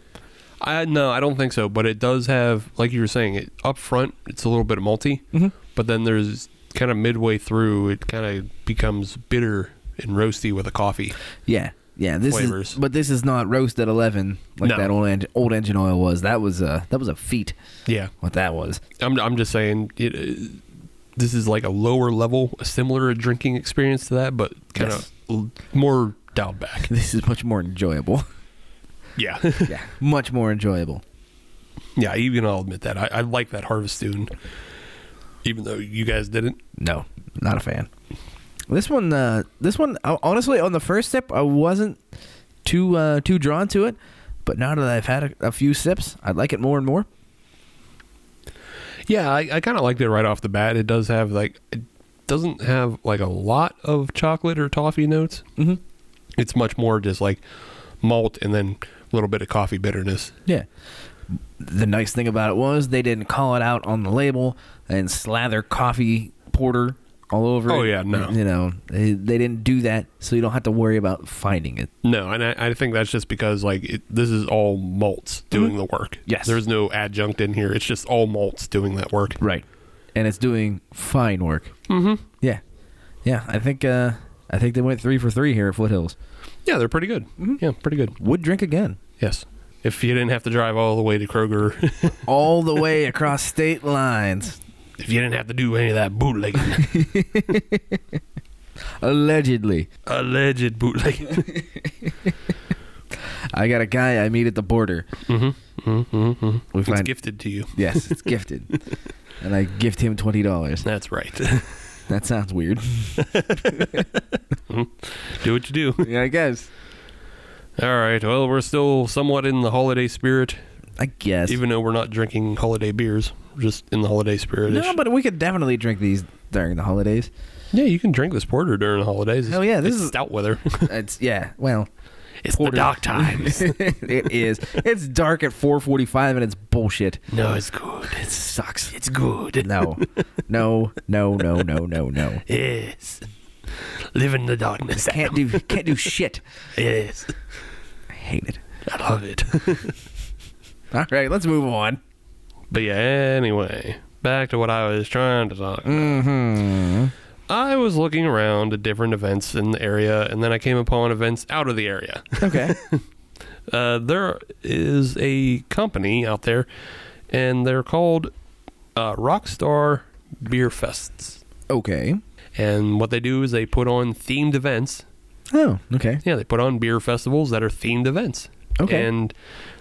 Speaker 5: I no, I don't think so, but it does have like you were saying, it up front it's a little bit malty,
Speaker 4: Mm-hmm.
Speaker 5: but then there's kind of midway through it kind of becomes bitter and roasty with a coffee.
Speaker 4: Yeah, yeah. This
Speaker 5: Flavors.
Speaker 4: is, but this is not roast at eleven like
Speaker 5: No.
Speaker 4: that old en- old engine oil was. That was a that was a feat.
Speaker 5: Yeah.
Speaker 4: What that was.
Speaker 5: I'm I'm just saying it uh, this is like a lower level, a similar drinking experience to that, but kind of
Speaker 4: Yes.
Speaker 5: l more dialed back.
Speaker 4: This is much more enjoyable.
Speaker 5: Yeah.
Speaker 4: yeah, much more enjoyable.
Speaker 5: yeah, even I'll admit that. I, I like that Harvestoon. Even though you guys didn't.
Speaker 4: No, not a fan. This one, uh, this one, I- honestly, on the first sip, I wasn't too uh, too drawn to it, but now that I've had a, a few sips, I like it more and more.
Speaker 5: Yeah, I, I kind of liked it right off the bat. It does have like, it doesn't have like a lot of chocolate or toffee notes.
Speaker 4: Mm-hmm.
Speaker 5: It's much more just like malt and then a little bit of coffee bitterness.
Speaker 4: Yeah. The nice thing about it was they didn't call it out on the label and slather coffee porter all over.
Speaker 5: Oh,
Speaker 4: it.
Speaker 5: yeah, no.
Speaker 4: You know they, they didn't do that, so you don't have to worry about finding it.
Speaker 5: No, and I, I think that's just because like it, this is all malts doing the work.
Speaker 4: Yes.
Speaker 5: there's no adjunct in here. It's just all malts doing that work.
Speaker 4: Right. And it's doing fine work. Mm-hmm. Yeah. Yeah. I think uh, I think they went three for three here at Foothills.
Speaker 5: Yeah, they're pretty good. Yeah, pretty good.
Speaker 4: Would drink again.
Speaker 5: Yes, if you didn't have to drive all the way to Kroger,
Speaker 4: All the way across state lines.
Speaker 5: if you didn't have to do any of that bootlegging,
Speaker 4: Allegedly.
Speaker 5: alleged bootlegging.
Speaker 4: I got a guy I meet at the border.
Speaker 5: Mm-hmm.
Speaker 4: We
Speaker 5: it's
Speaker 4: find
Speaker 5: gifted to you.
Speaker 4: Yes, it's gifted. and I gift him twenty dollars.
Speaker 5: That's right.
Speaker 4: That sounds weird.
Speaker 5: do what you do.
Speaker 4: yeah, I guess.
Speaker 5: All right. Well, we're still somewhat in the holiday spirit,
Speaker 4: I guess.
Speaker 5: even though we're not drinking holiday beers. We're just in the holiday spirit.
Speaker 4: no, but we could definitely drink these during the holidays.
Speaker 5: yeah, you can drink this porter during the holidays.
Speaker 4: Hell yeah, this
Speaker 5: It's
Speaker 4: is-
Speaker 5: stout weather.
Speaker 4: It's yeah. Well,
Speaker 5: It's
Speaker 4: Porter.
Speaker 5: the dark times.
Speaker 4: it is. It's dark at 4:45 and it's bullshit.
Speaker 5: no, it's good.
Speaker 4: It sucks.
Speaker 5: It's good.
Speaker 4: No, no, no, no, no, no, no.
Speaker 5: Yes. Live in the darkness.
Speaker 4: Can't do. Can't do shit.
Speaker 5: Yes.
Speaker 4: I hate it.
Speaker 5: I love it.
Speaker 4: All right, let's move on.
Speaker 5: but yeah, anyway, back to what I was trying to talk.
Speaker 4: Mm-hmm.
Speaker 5: I was looking around at different events in the area, and then I came upon events out of the area.
Speaker 4: Okay.
Speaker 5: Uh, there is a company out there, and they're called uh, Rockstar Beer Fests.
Speaker 4: okay.
Speaker 5: And what they do is they put on themed events
Speaker 4: Oh. Okay.
Speaker 5: Yeah, they put on beer festivals that are themed events.
Speaker 4: Okay.
Speaker 5: And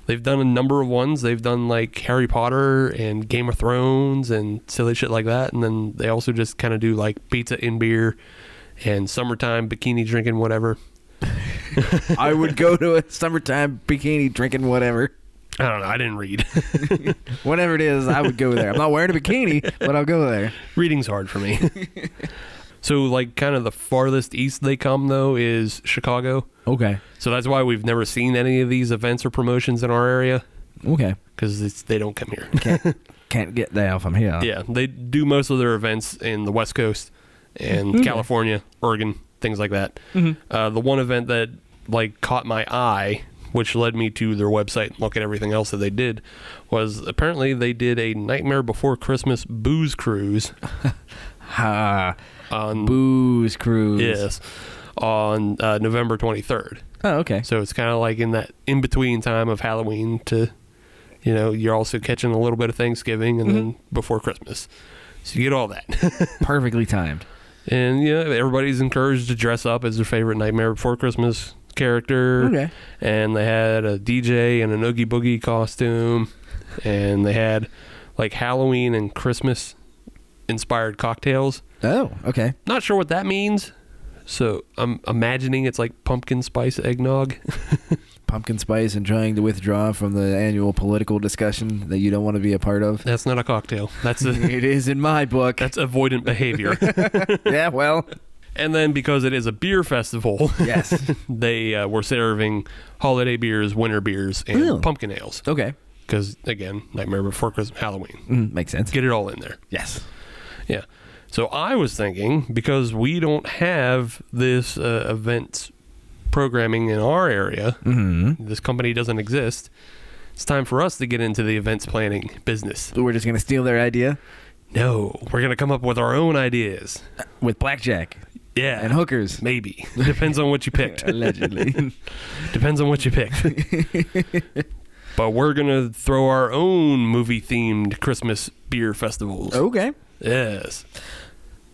Speaker 5: they've done a number of ones. They've done like Harry Potter and Game of Thrones and silly shit like that. And then they also just kind of do like pizza and beer and summertime bikini drinking, whatever.
Speaker 4: I would go to a summertime bikini drinking whatever.
Speaker 5: I don't know. I didn't read.
Speaker 4: Whatever it is, I would go there. I'm not wearing a bikini, but I'll go there.
Speaker 5: Reading's hard for me. so, like, kind of the farthest east they come, though, is Chicago.
Speaker 4: Okay.
Speaker 5: So that's why we've never seen any of these events or promotions in our area
Speaker 4: Okay.
Speaker 5: because they don't come here.
Speaker 4: Can't can't get down from here.
Speaker 5: Yeah, they do most of their events in the West Coast and
Speaker 4: Mm-hmm.
Speaker 5: California, Oregon, things like that. Uh, the one event that like caught my eye which led me to their website and look at everything else that they did, was apparently they did a Nightmare Before Christmas booze cruise
Speaker 4: Ha.
Speaker 5: on
Speaker 4: Booze cruise.
Speaker 5: yes on uh, November 23rd.
Speaker 4: Oh, okay.
Speaker 5: So it's kind of like in that in between time of Halloween to, you know, you're also catching a little bit of Thanksgiving
Speaker 4: Mm-hmm.
Speaker 5: and then before Christmas. So you get all that.
Speaker 4: Perfectly timed.
Speaker 5: and, you know, everybody's encouraged to dress up as their favorite Nightmare Before Christmas character.
Speaker 4: Okay.
Speaker 5: And they had a DJ in an Oogie Boogie costume. And they had like Halloween and Christmas inspired cocktails.
Speaker 4: Oh, okay.
Speaker 5: Not sure what that means. So I'm imagining it's like pumpkin spice eggnog.
Speaker 4: Pumpkin spice and trying to withdraw from the annual political discussion that you don't want to be a part of.
Speaker 5: That's not a cocktail. That's a
Speaker 4: it is in my book.
Speaker 5: That's avoidant behavior.
Speaker 4: yeah, well,
Speaker 5: and then because it is a beer festival,
Speaker 4: yes.
Speaker 5: they uh, were serving holiday beers, winter beers, and
Speaker 4: Really?
Speaker 5: pumpkin ales.
Speaker 4: Okay.
Speaker 5: Because again, Nightmare Before Christmas, Halloween,
Speaker 4: Mm, makes sense.
Speaker 5: get it all in there.
Speaker 4: Yes.
Speaker 5: Yeah. So I was thinking because we don't have this uh, events programming in our area,
Speaker 4: Mm-hmm. Mm.
Speaker 5: this company doesn't exist. It's time for us to get into the events planning business.
Speaker 4: So we're just going to steal their idea
Speaker 5: No, we're gonna come up with our own ideas.
Speaker 4: with blackjack
Speaker 5: Yeah,
Speaker 4: and hookers.
Speaker 5: Maybe. Depends on what you picked.
Speaker 4: Uh, Allegedly.
Speaker 5: Depends on what you picked. but we're going to throw our own movie themed Christmas beer festivals.
Speaker 4: okay.
Speaker 5: Yes.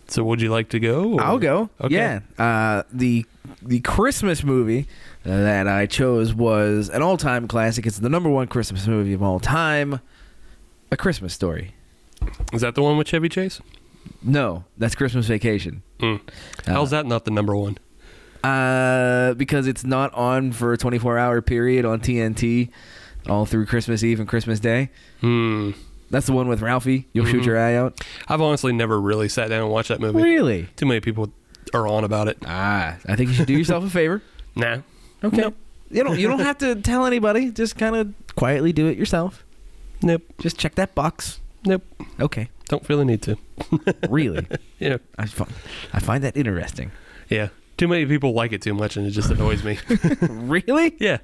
Speaker 5: So would you like to go? or-
Speaker 4: I'll go.
Speaker 5: Okay.
Speaker 4: Yeah. Uh, the the Christmas movie that I chose was an all time classic. It's the number one Christmas movie of all time. A Christmas Story.
Speaker 5: Is that the one with Chevy Chase?
Speaker 4: No, that's Christmas Vacation.
Speaker 5: Mm. How's that not the number one?
Speaker 4: Uh, because it's not on for a 24 hour period on TNT all through Christmas Eve and Christmas Day.
Speaker 5: Hmm.
Speaker 4: That's the one with Ralphie. You'll shoot your eye out.
Speaker 5: I've honestly never really sat down and watched that movie.
Speaker 4: Really?
Speaker 5: Too many people are on about it.
Speaker 4: Ah, I think you should do yourself a favor.
Speaker 5: Nah.
Speaker 4: Okay.
Speaker 5: Nope.
Speaker 4: You don't you don't have to tell anybody. Just kind of quietly do it yourself.
Speaker 5: Nope.
Speaker 4: Just check that box.
Speaker 5: Nope.
Speaker 4: Okay.
Speaker 5: Don't feel the need to.
Speaker 4: Really?
Speaker 5: Yeah.
Speaker 4: I find, I find that interesting.
Speaker 5: Yeah. Too many people like it too much and it just annoys me.
Speaker 4: really?
Speaker 5: yeah.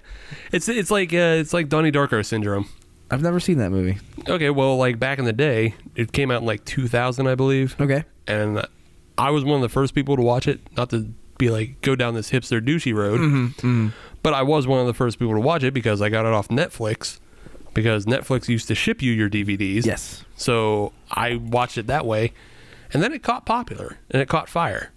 Speaker 5: It's it's like uh, it's like Donnie Darko syndrome.
Speaker 4: I've never seen that movie.
Speaker 5: Okay, well, like back in the day, it came out in like 2000, I believe,
Speaker 4: Okay.
Speaker 5: and I was one of the first people to watch it. Not to be like go down this hipster douchey road, but I was one of the first people to watch it because I got it off Netflix because Netflix used to ship you your DVDs.
Speaker 4: Yes.
Speaker 5: So I watched it that way, and then it caught popular and it caught fire,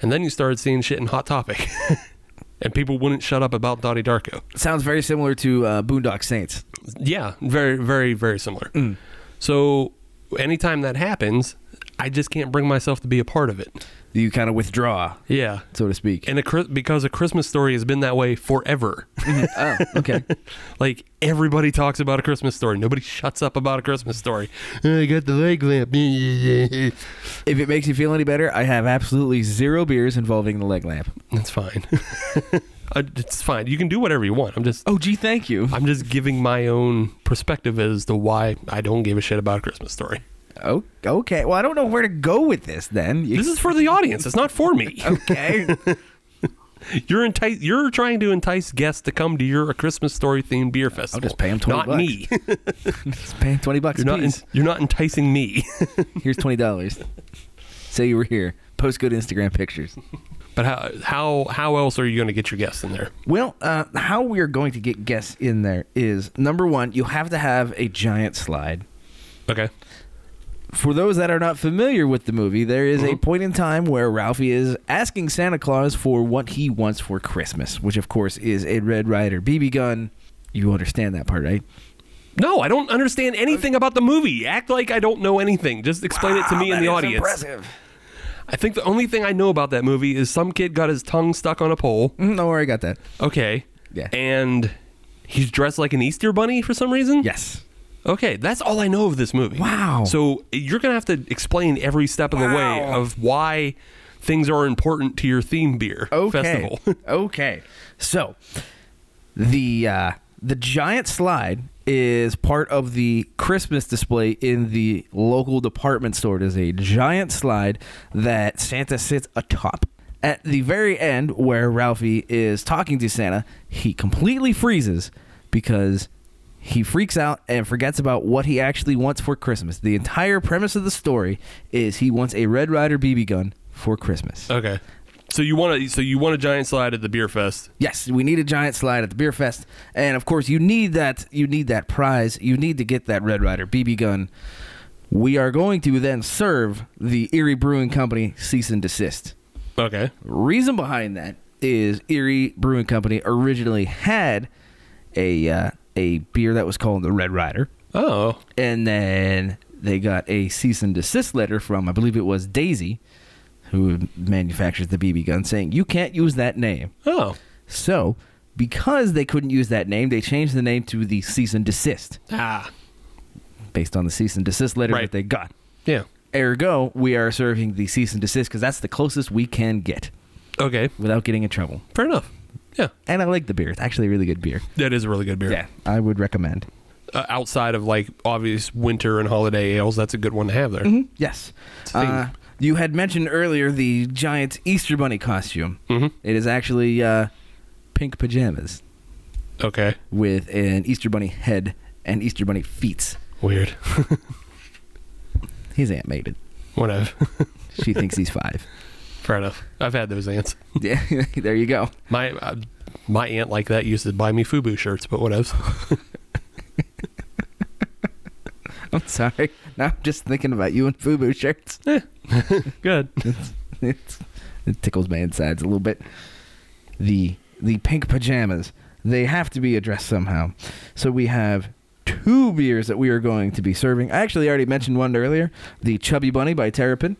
Speaker 5: and then you started seeing shit in Hot Topic, and people wouldn't shut up about Donnie Darko.
Speaker 4: Sounds very similar to uh, Boondock Saints.
Speaker 5: Yeah, very, very, very similar. So anytime that happens, I just can't bring myself to be a part of it.
Speaker 4: You kind of withdraw,
Speaker 5: Yeah.
Speaker 4: so to speak.
Speaker 5: And a, Chris- because a Christmas story has been that way forever.
Speaker 4: oh, okay.
Speaker 5: like everybody talks about a Christmas story. Nobody shuts up about a Christmas story. I got the leg lamp.
Speaker 4: if it makes you feel any better, I have absolutely zero beers involving the leg lamp.
Speaker 5: That's fine. Uh, it's fine. You can do whatever you want. I'm just
Speaker 4: Oh, gee, thank you.
Speaker 5: I'm just giving my own perspective as to why I don't give a shit about a Christmas story.
Speaker 4: Oh, okay. Well, I don't know where to go with this then. You-
Speaker 5: This is for the audience. It's not for me.
Speaker 4: okay.
Speaker 5: You're entice. You're trying to entice guests to come to your Christmas story themed beer festival.
Speaker 4: just pay 'em 20
Speaker 5: Not
Speaker 4: bucks.
Speaker 5: me.
Speaker 4: Just paying twenty bucks.
Speaker 5: you're not. en-
Speaker 4: apiece.
Speaker 5: you're not enticing me.
Speaker 4: Here's twenty dollars. Say you were here. Post good Instagram pictures.
Speaker 5: but how how how else are you going to get your guests in there?
Speaker 4: Well, uh, how we are going to get guests in there is number one, you have to have a giant slide.
Speaker 5: Okay.
Speaker 4: For those that are not familiar with the movie, there is a point in time where Ralphie is asking Santa Claus for what he wants for Christmas, which of course is a Red Ryder BB gun. You understand that part, right?
Speaker 5: No, I don't understand anything about the movie. Act like I don't know anything. Just explain it to
Speaker 4: Oh,
Speaker 5: me and the audience. I think the only thing I know about that movie is some kid got his tongue stuck on a pole.
Speaker 4: Mm, Don't worry, I got that.
Speaker 5: Okay.
Speaker 4: Yeah.
Speaker 5: And he's dressed like an Easter bunny for some reason.
Speaker 4: Yes.
Speaker 5: Okay, that's all I know of this movie.
Speaker 4: Wow.
Speaker 5: So you're going to have to explain every step of the way
Speaker 4: Wow.
Speaker 5: of why things are important to your theme beer
Speaker 4: okay.
Speaker 5: festival.
Speaker 4: okay. So the uh, the giant slide is part of the Christmas display in the local department store. It is a giant slide that Santa sits atop. At the very end, where Ralphie is talking to Santa, he completely freezes because he freaks out and forgets about what he actually wants for Christmas. The entire premise of the story is he wants a Red Rider BB gun for Christmas.
Speaker 5: Okay. So you want to? So you want a giant slide at the beer fest?
Speaker 4: Yes, we need a giant slide at the beer fest, and of course, you need that. You need that prize. You need to get that Red Rider BB gun. We are going to then serve the Erie Brewing Company cease and desist.
Speaker 5: Okay.
Speaker 4: Reason behind that is Erie Brewing Company originally had a uh, a beer that was called the Red Rider,
Speaker 5: Oh.
Speaker 4: and then they got a cease and desist letter from I believe it was Daisy, who manufactures the BB gun, saying you can't use that name.
Speaker 5: Oh.
Speaker 4: So, because they couldn't use that name, they changed the name to the cease and desist
Speaker 5: Ah.
Speaker 4: based on the cease and desist letter
Speaker 5: Right.
Speaker 4: that they got.
Speaker 5: Yeah.
Speaker 4: Ergo, we are serving the cease and desist because that's the closest we can get
Speaker 5: Okay.
Speaker 4: without getting in trouble.
Speaker 5: Fair enough. Yeah.
Speaker 4: And I like the beer. It's actually a really good beer.
Speaker 5: That is a really good beer.
Speaker 4: I would recommend.
Speaker 5: Uh, outside of like obvious winter and holiday ales, that's a good one to have there.
Speaker 4: Hmm? Yes.
Speaker 5: thing.
Speaker 4: Uh, you had mentioned earlier the giant Easter Bunny costume.
Speaker 5: Mhm.
Speaker 4: It is actually uh, pink pajamas
Speaker 5: Okay.
Speaker 4: with an Easter Bunny head and Easter Bunny feet.
Speaker 5: Weird.
Speaker 4: His aunt made it.
Speaker 5: Whatever.
Speaker 4: She thinks he's five.
Speaker 5: Fair enough. I've had those ants.
Speaker 4: Yeah, there you go.
Speaker 5: My uh, my aunt like that used to buy me FUBU shirts, but whatevs.
Speaker 4: I'm sorry. Now I'm just thinking about you and FUBU shirts.
Speaker 5: Eh. good.
Speaker 4: it's, it tickles my insides a little bit. The the pink pajamas. They have to be addressed somehow. So we have two beers that we are going to be serving. I actually already mentioned one earlier, the Chubby Bunny by Terrapin.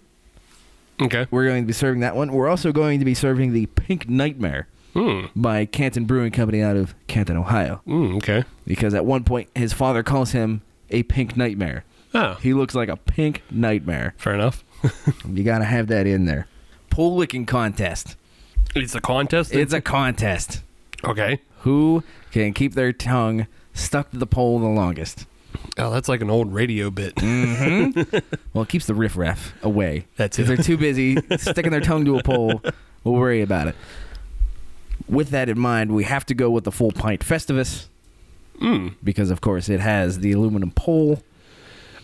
Speaker 5: Okay.
Speaker 4: We're going to be serving that one. We're also going to be serving the Pink Nightmare
Speaker 5: Hmm.
Speaker 4: by Canton Brewing Company out of Canton, Ohio.
Speaker 5: Mm, okay.
Speaker 4: Because at one point his father calls him a pink nightmare.
Speaker 5: Oh.
Speaker 4: He looks like a pink nightmare.
Speaker 5: Fair enough.
Speaker 4: You gotta have that in there. Pole licking contest.
Speaker 5: It's a contest.
Speaker 4: It's a contest.
Speaker 5: okay.
Speaker 4: Who can keep their tongue stuck to the pole the longest?
Speaker 5: Oh, that's like an old radio bit.
Speaker 4: Mm-hmm. Well, it keeps the riffraff away.
Speaker 5: That's
Speaker 4: If
Speaker 5: it.
Speaker 4: they're too busy sticking their tongue to a pole, we'll worry about it. With that in mind, we have to go with the full pint Festivus
Speaker 5: Mm.
Speaker 4: because, of course, it has the aluminum pole.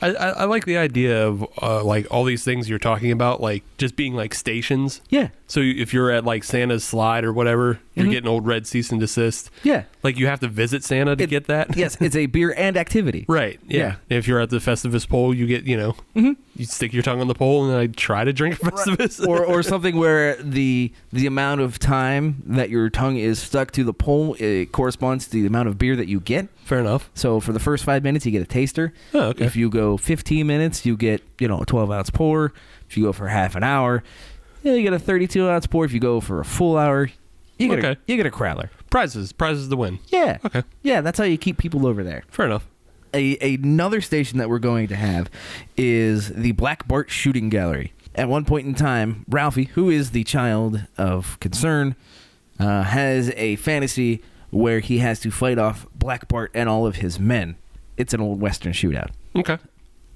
Speaker 5: I, I, I like the idea of uh, like all these things you're talking about, like just being like stations.
Speaker 4: Yeah,
Speaker 5: So if you're at like Santa's slide or whatever, you're
Speaker 4: Mhm.
Speaker 5: getting old red cease and desist.
Speaker 4: yeah.
Speaker 5: Like you have to visit Santa to
Speaker 4: It-
Speaker 5: get that.
Speaker 4: yes, it's a beer and activity.
Speaker 5: Right. Yeah. If you're at the Festivus pole, you get you know you stick your tongue on the pole and I try to drink Festivus.
Speaker 4: Mm-hmm. or or something where the the amount of time that your tongue is stuck to the pole it corresponds to the amount of beer that you get.
Speaker 5: Fair enough.
Speaker 4: So for the first five minutes, you get a taster.
Speaker 5: Oh, okay.
Speaker 4: If you go 15 minutes, you get you know a 12 ounce pour. If you go for half an hour, yeah, you get a 32 ounce pour. If you go for a full hour, you get a,
Speaker 5: Okay.
Speaker 4: you get a crowler.
Speaker 5: Prizes. Prizes to win.
Speaker 4: Yeah.
Speaker 5: Okay.
Speaker 4: Yeah, that's how you keep people over there.
Speaker 5: Fair enough.
Speaker 4: A, another station that we're going to have is the Black Bart Shooting Gallery. At one point in time, Ralphie, who is the child of concern, uh, has a fantasy where he has to fight off Black Bart and all of his men. It's an old Western shootout.
Speaker 5: Okay.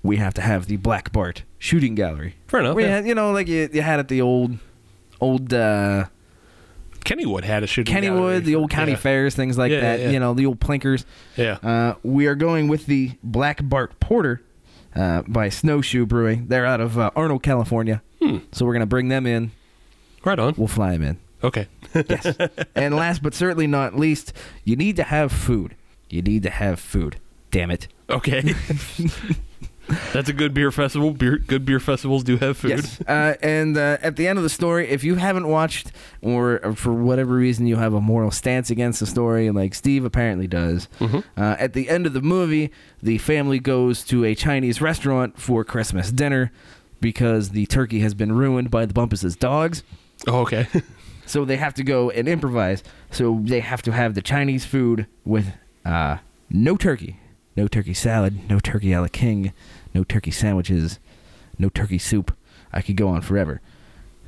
Speaker 4: We have to have the Black Bart Shooting Gallery.
Speaker 5: Fair enough.
Speaker 4: We
Speaker 5: yeah.
Speaker 4: had, you know, like you, you had at the old, old uh,
Speaker 5: Kennywood had a shooting. gallery.
Speaker 4: Kennywood, the old county
Speaker 5: Yeah.
Speaker 4: fairs, things like
Speaker 5: Yeah, yeah,
Speaker 4: that.
Speaker 5: yeah.
Speaker 4: You know, the old plinkers.
Speaker 5: Yeah.
Speaker 4: Uh, we are going with the Black Bart Porter uh, by Snowshoe Brewing. They're out of uh, Arnold, California. So we're going to bring them in.
Speaker 5: Hmm. Right on.
Speaker 4: We'll fly them in.
Speaker 5: Okay.
Speaker 4: Yes. and last but certainly not least, you need to have food. You need to have food. Damn it.
Speaker 5: Okay. That's a good beer festival. Beer, good beer festivals do have food.
Speaker 4: Yes. Uh, and uh, at the end of the story, if you haven't watched or, or for whatever reason you have a moral stance against the story, like Steve apparently does, uh, at the end of the movie, the family goes to a Chinese restaurant for Christmas dinner because the turkey has been ruined by the Bumpus's dogs.
Speaker 5: Oh, okay.
Speaker 4: So they have to go and improvise. So they have to have the Chinese food with uh, no turkey, no turkey salad, no turkey a la king, no turkey sandwiches, no turkey soup. I could go on forever.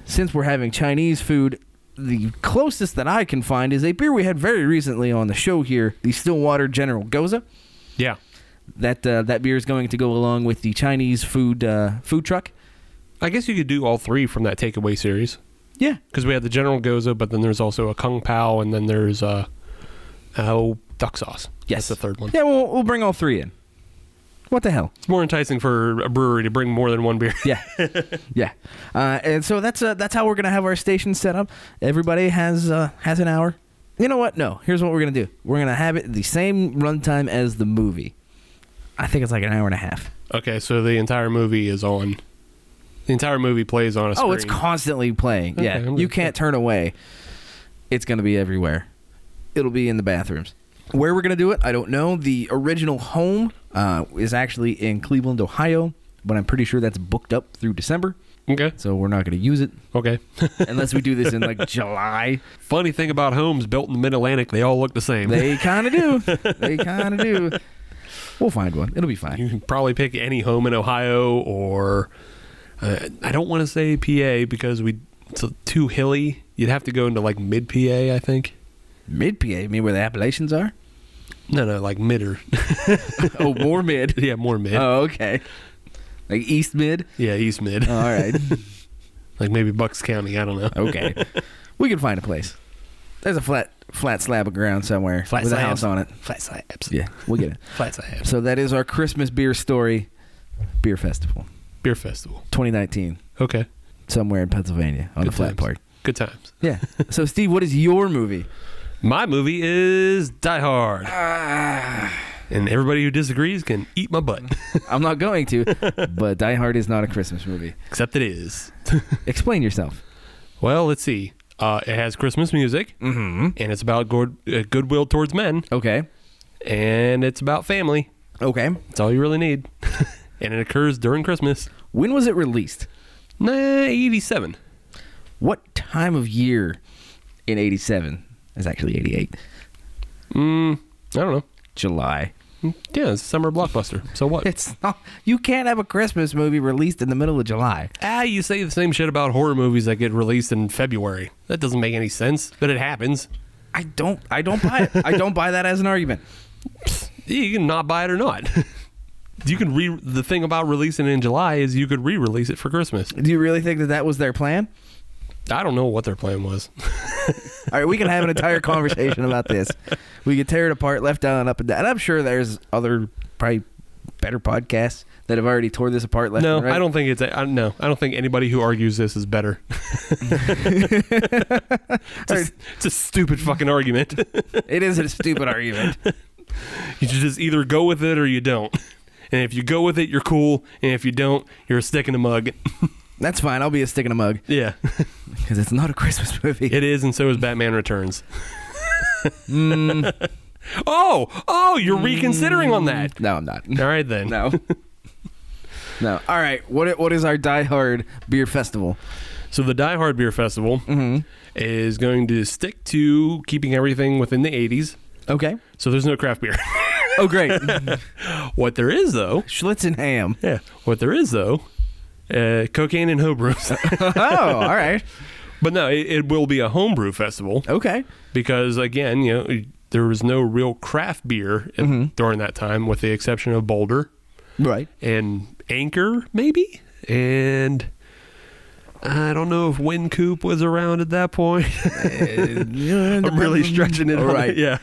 Speaker 4: Since we're having Chinese food, the closest that I can find is a beer we had very recently on the show here, the Stillwater General Goza.
Speaker 5: yeah.
Speaker 4: That uh, that beer is going to go along with the Chinese food uh, food truck.
Speaker 5: I guess you could do all three from that takeaway series.
Speaker 4: Yeah.
Speaker 5: because we had the General Gozo, but then there's also a Kung Pao, and then there's uh, oh duck sauce.
Speaker 4: Yes.
Speaker 5: that's the third one.
Speaker 4: Yeah, we'll, we'll bring all three in. What the hell?
Speaker 5: It's more enticing for a brewery to bring more than one beer.
Speaker 4: Yeah, yeah. Uh, and so that's uh, that's how we're gonna have our station set up. Everybody has uh, has an hour. You know what? No. Here's what we're gonna do. We're gonna have it the same runtime as the movie. I think it's like an hour and a half.
Speaker 5: okay, so the entire movie is on. The entire movie plays on a screen.
Speaker 4: Oh, it's constantly playing.
Speaker 5: Okay,
Speaker 4: yeah,
Speaker 5: I'm
Speaker 4: you
Speaker 5: good.
Speaker 4: can't turn away. It's going to be everywhere. It'll be in the bathrooms. Where we're going to do it, I don't know. The original home uh, is actually in Cleveland, Ohio, but I'm pretty sure that's booked up through December,
Speaker 5: okay.
Speaker 4: so we're not going to use it
Speaker 5: Okay.
Speaker 4: unless we do this in like July.
Speaker 5: Funny thing about homes built in the Mid Atlantic, they all look the same.
Speaker 4: They kind of do. They kind of do. We'll find one. It'll be fine.
Speaker 5: you can probably pick any home in Ohio or uh, I don't want to say PA because we it's too hilly. You'd have to go into like mid PA, I think.
Speaker 4: Mid PA, I mean where the Appalachians are.
Speaker 5: No, no, like midder.
Speaker 4: Oh, more mid.
Speaker 5: yeah, more mid.
Speaker 4: Oh, okay. Like east mid.
Speaker 5: yeah, east mid.
Speaker 4: All right.
Speaker 5: like maybe Bucks County. I don't know.
Speaker 4: Okay. we can find a place. There's a flat flat slab of ground somewhere
Speaker 5: Flat
Speaker 4: with a
Speaker 5: slab.
Speaker 4: house on it.
Speaker 5: Flat slabs.
Speaker 4: Yeah, we'll get it.
Speaker 5: Flat slabs.
Speaker 4: So that is our Christmas beer story, beer festival,
Speaker 5: Beer festival.
Speaker 4: 2019,
Speaker 5: Okay.
Speaker 4: somewhere in Pennsylvania on the
Speaker 5: Good
Speaker 4: flat
Speaker 5: times.
Speaker 4: part.
Speaker 5: Good times.
Speaker 4: Yeah. So Steve, what is your movie?
Speaker 5: My movie is Die Hard. Ah. and everybody who disagrees can eat my butt.
Speaker 4: I'm not going to, but Die Hard is not a Christmas movie.
Speaker 5: Except it is.
Speaker 4: Explain yourself.
Speaker 5: Well, let's see. Uh, it has Christmas music, mm-hmm. and it's about good, uh, goodwill towards men,
Speaker 4: Okay.
Speaker 5: and it's about family.
Speaker 4: Okay.
Speaker 5: That's all you really need. and it occurs during Christmas.
Speaker 4: When was it released?
Speaker 5: Nah, 87.
Speaker 4: What time of year in 87? It's actually 88.
Speaker 5: Mm, I don't know.
Speaker 4: July.
Speaker 5: Yeah, it's a summer blockbuster. So what?
Speaker 4: It's not. You can't have a Christmas movie released in the middle of July.
Speaker 5: ah, you say the same shit about horror movies that get released in February. That doesn't make any sense, but it happens.
Speaker 4: I don't. I don't buy it. I don't buy that as an argument.
Speaker 5: You can not buy it or not. you can re. The thing about releasing it in July is you could re-release it for Christmas.
Speaker 4: Do you really think that that was their plan?
Speaker 5: I don't know what their plan was.
Speaker 4: All right, we can have an entire conversation about this. We could tear it apart, left down, and up and down. And I'm sure there's other probably better podcasts that have already tore this apart. Left
Speaker 5: No,
Speaker 4: and right.
Speaker 5: I don't think it's. A, I, no, I don't think anybody who argues this is better. it's, a, it's a stupid fucking argument.
Speaker 4: It is a stupid argument.
Speaker 5: you should just either go with it or you don't. And if you go with it, you're cool. And if you don't, you're a stick in a mug.
Speaker 4: That's fine. I'll be a stick in a mug
Speaker 5: yeah,
Speaker 4: because it's not a Christmas movie.
Speaker 5: it is, and so is Batman Returns. Mm. Oh, oh, you're reconsidering on that.
Speaker 4: No, I'm not.
Speaker 5: All right then.
Speaker 4: No. No. All right. What i- what is our Die Hard Beer Festival?
Speaker 5: So the Die Hard Beer Festival is going to stick to keeping everything within the 80s.
Speaker 4: Okay.
Speaker 5: So there's no craft beer.
Speaker 4: Oh, great.
Speaker 5: what there is though,
Speaker 4: Schlitz and ham.
Speaker 5: yeah, what there is though, uh, cocaine and homebrews.
Speaker 4: Oh, all right.
Speaker 5: but no, it, it will be a homebrew festival
Speaker 4: Okay.
Speaker 5: because again, you know, there was no real craft beer at- during that time, with the exception of Boulder
Speaker 4: Right.
Speaker 5: and Anchor, maybe, and. I don't know if Wincoop was around at that point. I'm really stretching it. on it,
Speaker 4: Uh, Right.
Speaker 5: Yeah.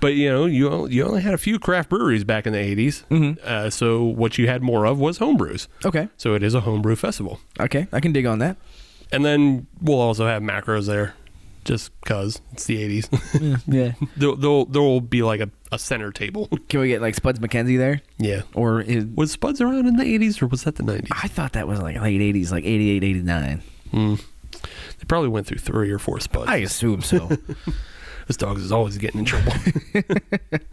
Speaker 5: But you know, you on- you only had a few craft breweries back in the 80s. Uh, so what you had more of was homebrews.
Speaker 4: Okay.
Speaker 5: So it is a homebrew festival.
Speaker 4: Okay. I can dig on that.
Speaker 5: And then we'll also have macros there just cuz it's the 80s.
Speaker 4: Yeah.
Speaker 5: there there'll there will be like a, a center table.
Speaker 4: Can we get like Spuds McKenzie there?
Speaker 5: yeah.
Speaker 4: Or is
Speaker 5: Was Spuds around in the 80s or was that the 90s?
Speaker 4: I thought that was like late 80s, like 88, 89.
Speaker 5: Hmm. They probably went through 3 or 4 Spuds.
Speaker 4: I assume so.
Speaker 5: This dog is always getting in trouble.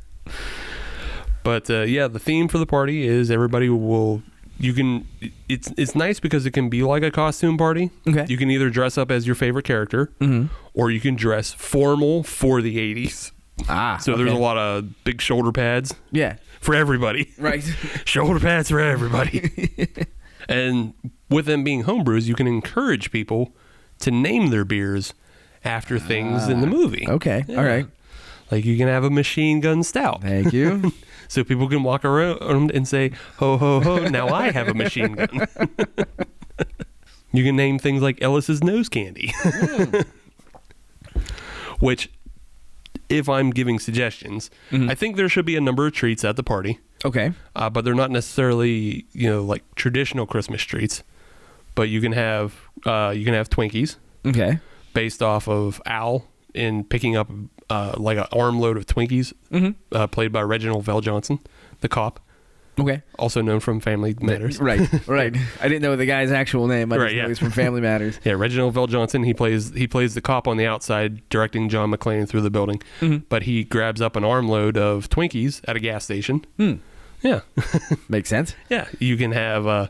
Speaker 5: but uh, yeah, the theme for the party is everybody will. You can. It's it's nice because it can be like a costume party.
Speaker 4: Okay. Mm-hmm.
Speaker 5: You can either dress up as your favorite character, or you can dress formal for the '80s.
Speaker 4: ah.
Speaker 5: So there's a lot of big shoulder pads
Speaker 4: Yeah.
Speaker 5: for everybody.
Speaker 4: Right.
Speaker 5: shoulder pads for everybody. and with them being homebrews, you can encourage people to name their beers after things in the movie.
Speaker 4: Ah, Okay. All right.
Speaker 5: Like you can have a machine gun stout,
Speaker 4: Thank you.
Speaker 5: so people can walk around and say, "Ho ho ho!" Now I have a machine gun. You can name things like Ellis's nose candy, which, if I'm giving suggestions,
Speaker 4: Mm-hmm.
Speaker 5: I think there should be a number of treats at the party,
Speaker 4: Okay.
Speaker 5: uh, but they're not necessarily you know like traditional Christmas treats. But you can have uh, you can have Twinkies
Speaker 4: Okay.
Speaker 5: based off of Al in picking up uh, like an armload of Twinkies,
Speaker 4: Mm-hmm.
Speaker 5: uh, played by Reginald Vell Johnson, the cop,
Speaker 4: Okay.
Speaker 5: also known from Family Matters.
Speaker 4: Right. Right. I didn't know the guy's actual name. I
Speaker 5: Right,
Speaker 4: just know
Speaker 5: yeah.
Speaker 4: he's from Family Matters.
Speaker 5: Yeah, Reginald Vell Johnson. He plays he plays the cop on the outside, directing John McClane through the building. But he grabs up an armload of Twinkies at a gas station. Yeah,
Speaker 4: Hmm. Makes sense.
Speaker 5: yeah. You can have uh,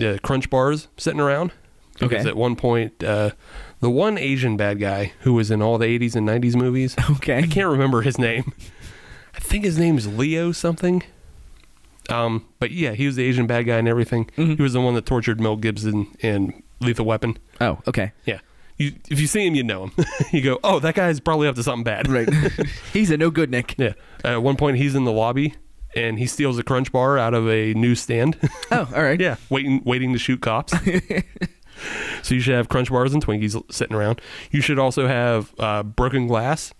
Speaker 5: uh, crunch bars sitting around. Because
Speaker 4: Okay.
Speaker 5: at one point, uh, the one Asian bad guy who was in all the '80s and '90s movies,
Speaker 4: Okay.
Speaker 5: I can't remember his name. I think his name's Leo something. Um, but yeah, he was the Asian bad guy and everything.
Speaker 4: Mm-hmm.
Speaker 5: He was the one that tortured Mel Gibson in Lethal Weapon.
Speaker 4: Oh. Okay.
Speaker 5: Yeah. You, if you see him, you know him. you go, oh, that guy's probably up to something bad.
Speaker 4: Right. he's a no good Nick.
Speaker 5: Yeah. at one point, he's in the lobby and he steals a crunch bar out of a newsstand.
Speaker 4: Oh. All right.
Speaker 5: yeah. Waiting, waiting to shoot cops. so you should have crunch bars and Twinkies l- sitting around. You should also have uh, broken glass,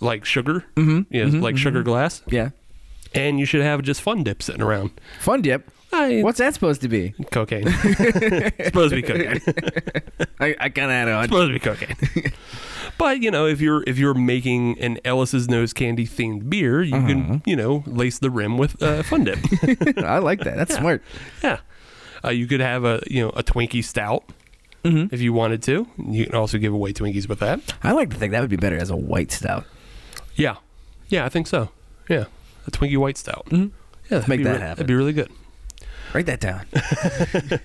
Speaker 5: like sugar. Mm-hmm. Yeah, like sugar glass.
Speaker 4: Yeah.
Speaker 5: And you should have just fun dip sitting around.
Speaker 4: Fun dip.
Speaker 5: I,
Speaker 4: What's that supposed to be?
Speaker 5: cocaine? supposed to be cocaine.
Speaker 4: I, I kind of had a hunch.
Speaker 5: supposed to be cocaine. but you know, if you're if you're making an Ellis's nose candy themed beer, you can you know lace the rim with uh, Fun Dip.
Speaker 4: I like that. That's smart.
Speaker 5: yeah, uh, you could have a you know a Twinkie stout if you wanted to. You can also give away Twinkies with that.
Speaker 4: I like to think that would be better as a white stout.
Speaker 5: Yeah, yeah, I think so. Yeah, a Twinkie white stout. Yeah, that'd
Speaker 4: Make
Speaker 5: be
Speaker 4: that
Speaker 5: re-
Speaker 4: happen.
Speaker 5: That'd be really good.
Speaker 4: Write that down.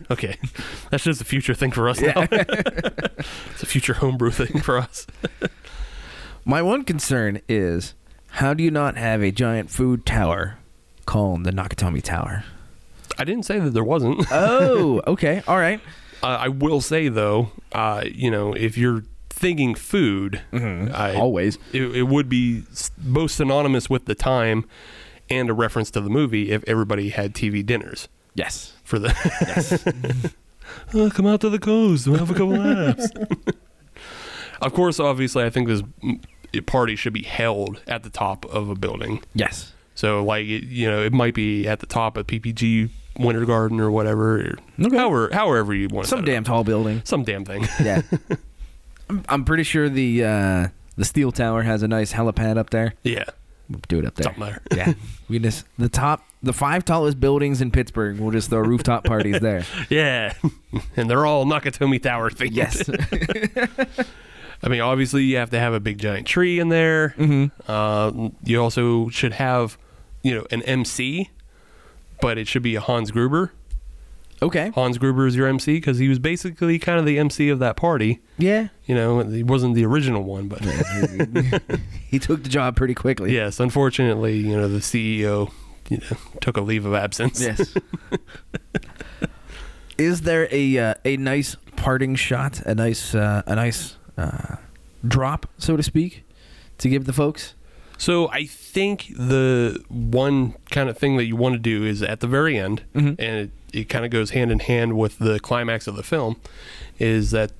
Speaker 5: Okay, that's just a future thing for us now. it's a future homebrew thing for us.
Speaker 4: My one concern is how do you not have a giant food tower called the Nakatomi Tower?
Speaker 5: I didn't say that there wasn't.
Speaker 4: Oh, okay. All right.
Speaker 5: Uh, I will say though, uh, you know, if you're thinking food, I-
Speaker 4: Always.
Speaker 5: it, it would be s- both synonymous with the time and a reference to the movie if everybody had TV dinners
Speaker 4: Yes.
Speaker 5: for the. Uh, come out to the coast, we'll have a couple laughs. of course, obviously, I think this mm, party should be held at the top of a building.
Speaker 4: Yes.
Speaker 5: So, like, it, you know, it might be at the top of PPG Winter Garden or whatever, or
Speaker 4: Okay.
Speaker 5: however, however you want. to
Speaker 4: Some
Speaker 5: set it up.
Speaker 4: damn tall building.
Speaker 5: some damn thing.
Speaker 4: Yeah. I'm, I'm pretty sure the uh, the steel tower has a nice helipad up there.
Speaker 5: Yeah.
Speaker 4: We'll do it up there.
Speaker 5: Something there.
Speaker 4: Yeah. We just the top the five tallest buildings in Pittsburgh. We'll just throw rooftop parties there.
Speaker 5: Yeah. and they're all Nakatomi Tower things.
Speaker 4: Yes.
Speaker 5: I mean, obviously, you have to have a big giant tree in there. Mm-hmm. Uh, you also should have, you know, an MC, but it should be a Hans Gruber.
Speaker 4: okay.
Speaker 5: Hans Gruber is your MC because he was basically kind of the MC of that party.
Speaker 4: Yeah.
Speaker 5: You know, he wasn't the original one, but
Speaker 4: He took the job pretty quickly.
Speaker 5: yes, unfortunately, you know, the CEO, you know, took a leave of absence.
Speaker 4: Yes. Is there a uh, a nice parting shot, a nice uh, a nice uh, drop, so to speak, to give the folks?
Speaker 5: So I think the one kind of thing that you want to do is at the very end,
Speaker 4: Mm-hmm.
Speaker 5: and it, it kind of goes hand in hand with the climax of the film, is that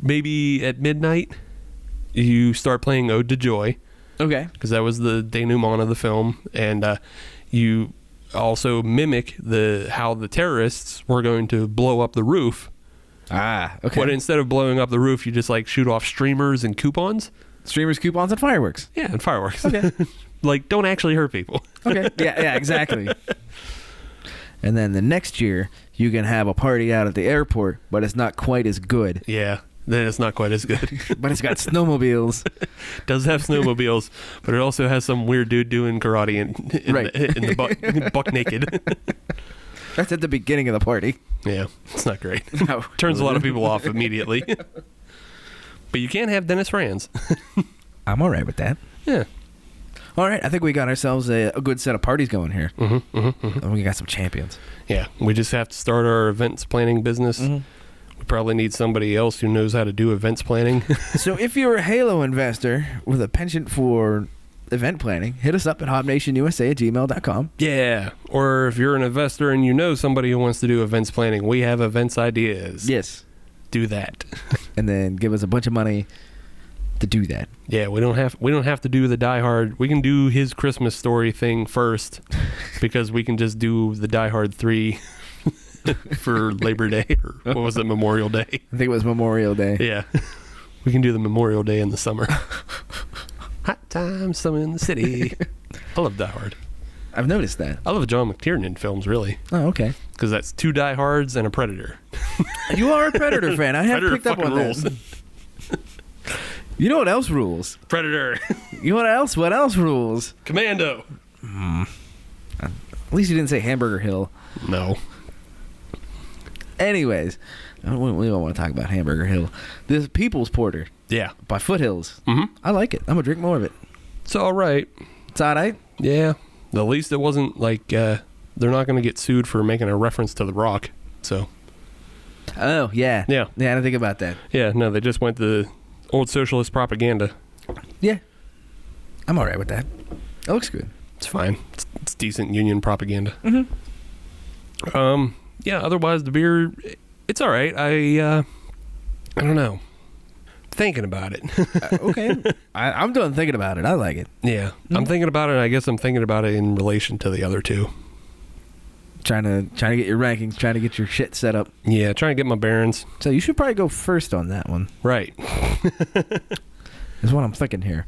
Speaker 5: maybe at midnight you start playing Ode to Joy
Speaker 4: Okay.
Speaker 5: because that was the denouement of the film, and uh, you also mimic the how the terrorists were going to blow up the roof.
Speaker 4: Ah. Okay.
Speaker 5: But instead of blowing up the roof, you just like shoot off streamers and coupons,
Speaker 4: Streamers, coupons, and fireworks.
Speaker 5: yeah, and fireworks.
Speaker 4: Okay.
Speaker 5: like don't actually hurt people.
Speaker 4: Okay. yeah. Yeah. Exactly. And then the next year, you can have a party out at the airport, but it's not quite as good.
Speaker 5: Yeah, then it's not quite as good.
Speaker 4: But it's got snowmobiles.
Speaker 5: Does have snowmobiles, but it also has some weird dude doing karate in, in
Speaker 4: Right.
Speaker 5: the, in the buck, buck naked.
Speaker 4: That's at the beginning of the party.
Speaker 5: yeah, it's not great.
Speaker 4: No.
Speaker 5: Turns a lot of people off immediately. but you can't have Dennis Franz.
Speaker 4: I'm all right with that.
Speaker 5: yeah,
Speaker 4: All right, I think we got ourselves a, a good set of parties going here. Mm-hmm, And we got some champions.
Speaker 5: yeah. We just have to start our events planning business. We probably need somebody else who knows how to do events planning.
Speaker 4: so if you're a Halo investor with a penchant for event planning, hit us up at hobnationusa at gmail.com.
Speaker 5: yeah, or if you're an investor and you know somebody who wants to do events planning, we have events ideas.
Speaker 4: Yes.
Speaker 5: do that.
Speaker 4: and then give us a bunch of money to do that.
Speaker 5: Yeah, we don't have we don't have to do the Die Hard. We can do his Christmas story thing first, because we can just do the Die Hard three for Labor Day or what was it Memorial Day?
Speaker 4: I think it was Memorial Day.
Speaker 5: Yeah, we can do the Memorial Day in the summer. Hot time, summer in the city. I love Die Hard.
Speaker 4: I've noticed that.
Speaker 5: I love John McTiernan films really,
Speaker 4: Oh, okay.
Speaker 5: because that's two Die Hards and a Predator.
Speaker 4: You are a Predator fan. I have
Speaker 5: Predator
Speaker 4: picked up on
Speaker 5: fucking rules.
Speaker 4: that. You know what else rules?
Speaker 5: Predator,
Speaker 4: You know what else? What else rules?
Speaker 5: Commando.
Speaker 4: At least you didn't say Hamburger Hill.
Speaker 5: No,
Speaker 4: Anyways, I don't- we don't want to talk about Hamburger Hill. This People's Porter
Speaker 5: yeah,
Speaker 4: by Foothills.
Speaker 5: Mhm.
Speaker 4: I like it. I'm gonna drink more of it.
Speaker 5: it's all right.
Speaker 4: It's all right.
Speaker 5: Yeah. At least it wasn't like uh, they're not going to get sued for making a reference to The Rock. So
Speaker 4: Oh yeah,
Speaker 5: Yeah.
Speaker 4: yeah. I didn't think about that.
Speaker 5: yeah, no, they just went the old socialist propaganda.
Speaker 4: Yeah, I'm all right with that. It looks good.
Speaker 5: It's fine. It's, it's decent union propaganda. Um. Yeah. Otherwise, the beer, it's all right. I uh, I don't know. Thinking about it.
Speaker 4: Uh, okay, I, I'm done thinking about it. I like it.
Speaker 5: yeah, I'm thinking about it. and I guess I'm thinking about it in relation to the other two.
Speaker 4: Trying to trying to get your rankings, trying to get your shit set up.
Speaker 5: Yeah, trying to get my bearings
Speaker 4: So you should probably go first on that one.
Speaker 5: right.
Speaker 4: is what I'm thinking here.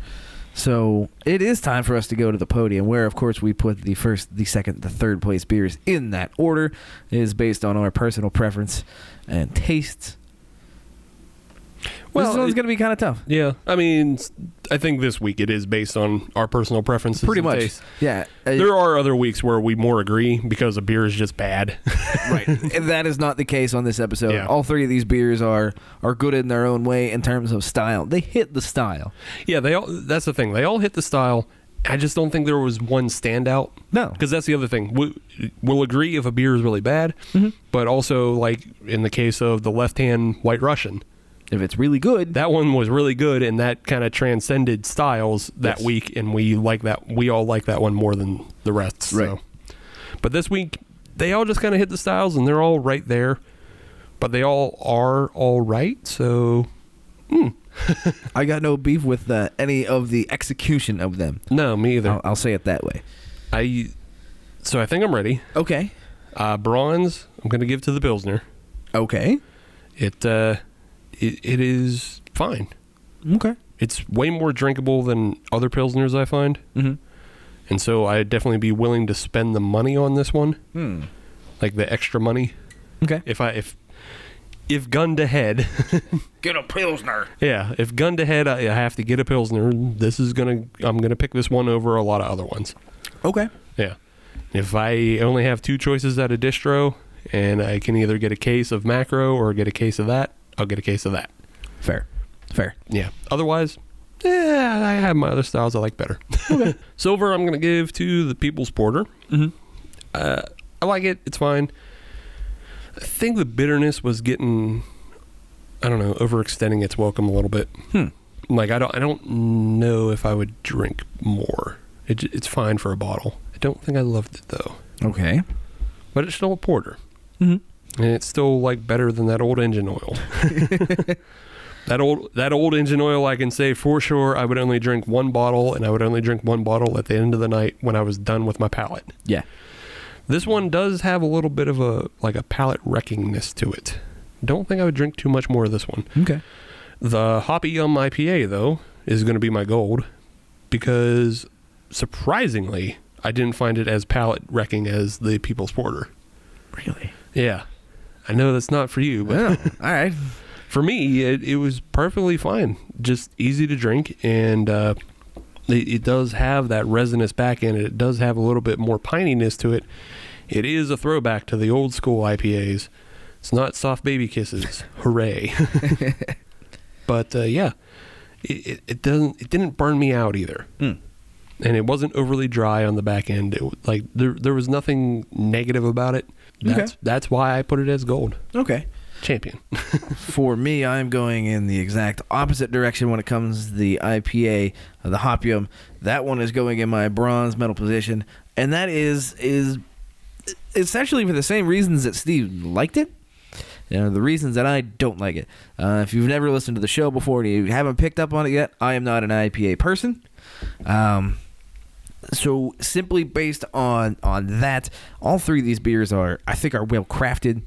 Speaker 4: So it is time for us to go to the podium, where of course we put the first, the second, the third place beers in that order. It is based on our personal preference and tastes. Well,
Speaker 5: Well,
Speaker 4: this one's
Speaker 5: it-
Speaker 4: going to be kind of tough.
Speaker 5: Yeah, I mean, s- I think this week it is based on our personal preferences.
Speaker 4: Pretty
Speaker 5: and
Speaker 4: much,
Speaker 5: tastes.
Speaker 4: yeah. uh,
Speaker 5: There are other weeks where we more agree because a beer is just bad.
Speaker 4: right. And that is not the case on this episode.
Speaker 5: Yeah.
Speaker 4: All three of these beers are are good in their own way in terms of style. They hit the style.
Speaker 5: yeah, they all. That's the thing. They all hit the style. I just don't think there was one standout.
Speaker 4: No.
Speaker 5: because that's the other thing. We, we'll agree if a beer is really bad,
Speaker 4: Mm-hmm.
Speaker 5: but also like in the case of the Left Hand White Russian,
Speaker 4: If it's really good,
Speaker 5: that one was really good, and that kind of transcended styles that
Speaker 4: Yes.
Speaker 5: week, and we like that. We all like that one more than the rest. So.
Speaker 4: Right.
Speaker 5: But this week, they all just kind of hit the styles, and they're all right there. But they all are all right. So
Speaker 4: I got no beef with uh, any of the execution of them.
Speaker 5: no, me either.
Speaker 4: I'll, I'll say it that way.
Speaker 5: I so I think I'm ready.
Speaker 4: Okay.
Speaker 5: Uh, bronze, I'm going to give to the Pilsner.
Speaker 4: Okay.
Speaker 5: It uh, it, it is fine.
Speaker 4: Okay.
Speaker 5: It's way more drinkable than other Pilsners I find,
Speaker 4: Mm-hmm.
Speaker 5: and so I'd definitely be willing to spend the money on this one,
Speaker 4: Hmm.
Speaker 5: like the extra money.
Speaker 4: Okay.
Speaker 5: If I if if gunned ahead,
Speaker 2: Get a Pilsner.
Speaker 5: yeah, if gunned ahead, I, I have to get a Pilsner. This is gonna I'm gonna pick this one over a lot of other ones.
Speaker 4: Okay.
Speaker 5: Yeah. If I only have two choices at a distro and I can either get a case of macro or get a case of that, I'll get a case of that.
Speaker 4: Fair. Fair.
Speaker 5: Yeah. Otherwise, yeah, I have my other styles I like better. Silver, I'm going to give to the People's Porter.
Speaker 4: Mhm.
Speaker 5: Uh, I like it. It's fine. I think the bitterness was getting, I don't know, overextending its welcome a little bit.
Speaker 4: Hmm.
Speaker 5: Like I don't, I don't know if I would drink more. It, j- it's fine for a bottle. I don't think I loved it though
Speaker 4: Okay.
Speaker 5: but it's still a porter,
Speaker 4: Mhm.
Speaker 5: and it's still like better than that old engine oil. that old that old engine oil, I can say for sure, I would only drink one bottle, and I would only drink one bottle at the end of the night when I was done with my palate.
Speaker 4: Yeah.
Speaker 5: This one does have a little bit of a like a palate wreckingness to it. Don't think I would drink too much more of this one.
Speaker 4: Okay.
Speaker 5: The Hoppy Yum IPA though is going to be my gold because surprisingly, I didn't find it as palate wrecking as the People's Porter.
Speaker 4: Really?
Speaker 5: Yeah. I know that's not for you, but
Speaker 4: Well, all right.
Speaker 5: for me, it, it was perfectly fine. Just easy to drink, and uh, it, it does have that resinous back end. It does have a little bit more pininess to it. It is a throwback to the old school IPAs. It's not soft baby kisses. Hooray! but uh, yeah, it, it, it doesn't. It didn't burn me out either,
Speaker 4: Hmm.
Speaker 5: and it wasn't overly dry on the back end. It, w- like there, there was nothing negative about it.
Speaker 4: Okay.
Speaker 5: That's that's why I put it as gold
Speaker 4: Okay.
Speaker 5: champion.
Speaker 4: For me, I'm going in the exact opposite direction when it comes to the IPA, the Hopium. That one is going in my bronze medal position, and that is is essentially for the same reasons that Steve liked it. You know, the reasons that I don't like it. Uh, if you've never listened to the show before and you haven't picked up on it yet, I am not an IPA person. Um, so simply based on on that, all three of these beers are I think are well crafted.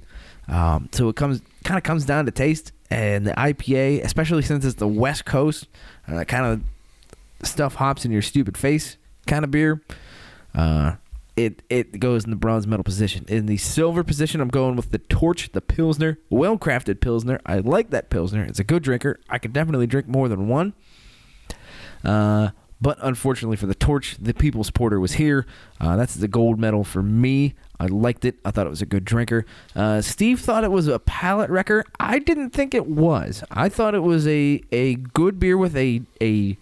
Speaker 4: Um, so it comes kind of comes down to taste and the IPA, especially since it's the West Coast, uh, kind of stuff hops in your stupid face kind of beer. Uh, it it goes in the bronze medal position. In the silver position, I'm going with the Torch, the Pilsner, well crafted Pilsner. I like that Pilsner. It's a good drinker. I could definitely drink more than one. Uh, but unfortunately for the torch, the People's Porter was here. Uh, that's the gold medal for me. I liked it. I thought it was a good drinker. Uh, Steve thought it was a palate wrecker. I didn't think it was. I thought it was a, a good beer with a a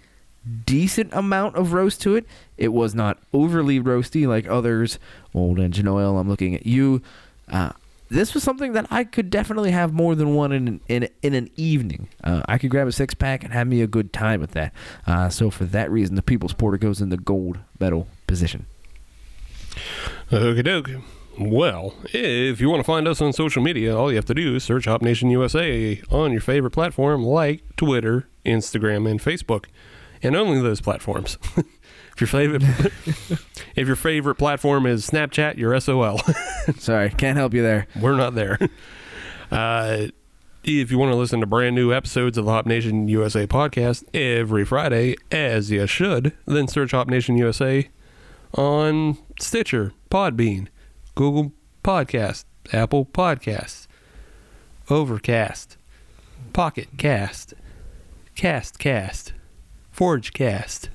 Speaker 4: decent amount of roast to it. It was not overly roasty like others. Old engine oil. I'm looking at you. Uh, this was something that I could definitely have more than one in an, in, in an evening. Uh, I could grab a six pack and have me a good time with that. Uh, so for that reason, the People's Porter goes in the gold medal position.
Speaker 5: Okie doke. Well, if you want to find us on social media, all you have to do is search Hop Nation USA on your favorite platform like Twitter, Instagram, and Facebook, and only those platforms. if your favorite, if your favorite platform is Snapchat, you're SOL.
Speaker 4: Sorry, can't help you there.
Speaker 5: We're not there. Uh, if you want to listen to brand new episodes of the Hop Nation USA podcast every Friday, as you should, then search Hop Nation USA on Stitcher, Podbean, Google Podcast, Apple Podcasts, Overcast, Pocket Cast, Cast Cast, Forge Cast,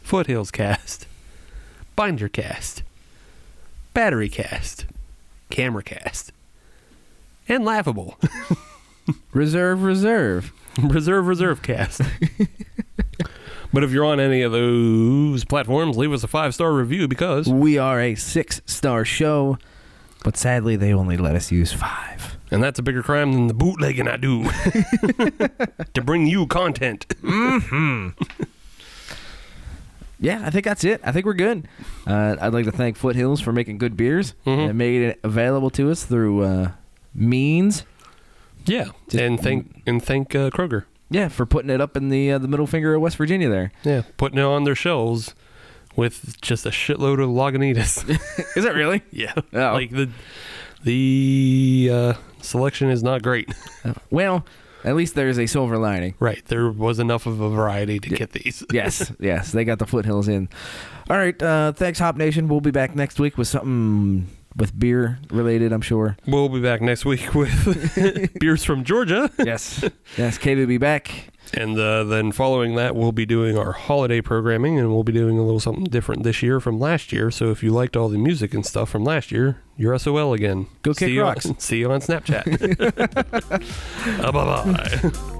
Speaker 5: Foothills Cast, Binder Cast, Battery Cast, Camera Cast, and Laughable.
Speaker 4: Reserve, reserve.
Speaker 5: Reserve Reserve Cast. but if you're on any of those platforms, leave us a five star review because
Speaker 4: We are a six star show, but sadly, they only let us use five.
Speaker 5: And that's a bigger crime than the bootlegging I do to bring you content.
Speaker 4: Yeah, I think that's it. I think we're good. Uh, I'd like to thank Foothills for making good beers
Speaker 5: Mhm.
Speaker 4: and made it available to us through uh, means.
Speaker 5: Yeah,
Speaker 4: Just-
Speaker 5: and thank and thank uh, Kroger.
Speaker 4: Yeah, for putting it up in the uh, the middle finger of West Virginia there.
Speaker 5: Yeah, putting it on their shelves with just a shitload of Lagunitas.
Speaker 4: Is that really?
Speaker 5: yeah,
Speaker 4: Oh.
Speaker 5: like the the uh, selection is not great.
Speaker 4: Well, at least there's a silver lining.
Speaker 5: right, there was enough of a variety to get these.
Speaker 4: Yes, yes, they got the foothills in. All right, uh, thanks, Hop Nation. We'll be back next week with something with beer related, I'm sure.
Speaker 5: We'll be back next week with beers from Georgia.
Speaker 4: Yes, yes, K will be back.
Speaker 5: And uh, then following that, we'll be doing our holiday programming, and we'll be doing a little something different this year from last year. So if you liked all the music and stuff from last year, you're SOL again.
Speaker 4: Go kick
Speaker 5: see you
Speaker 4: rocks.
Speaker 5: On, see you on Snapchat. bye bye.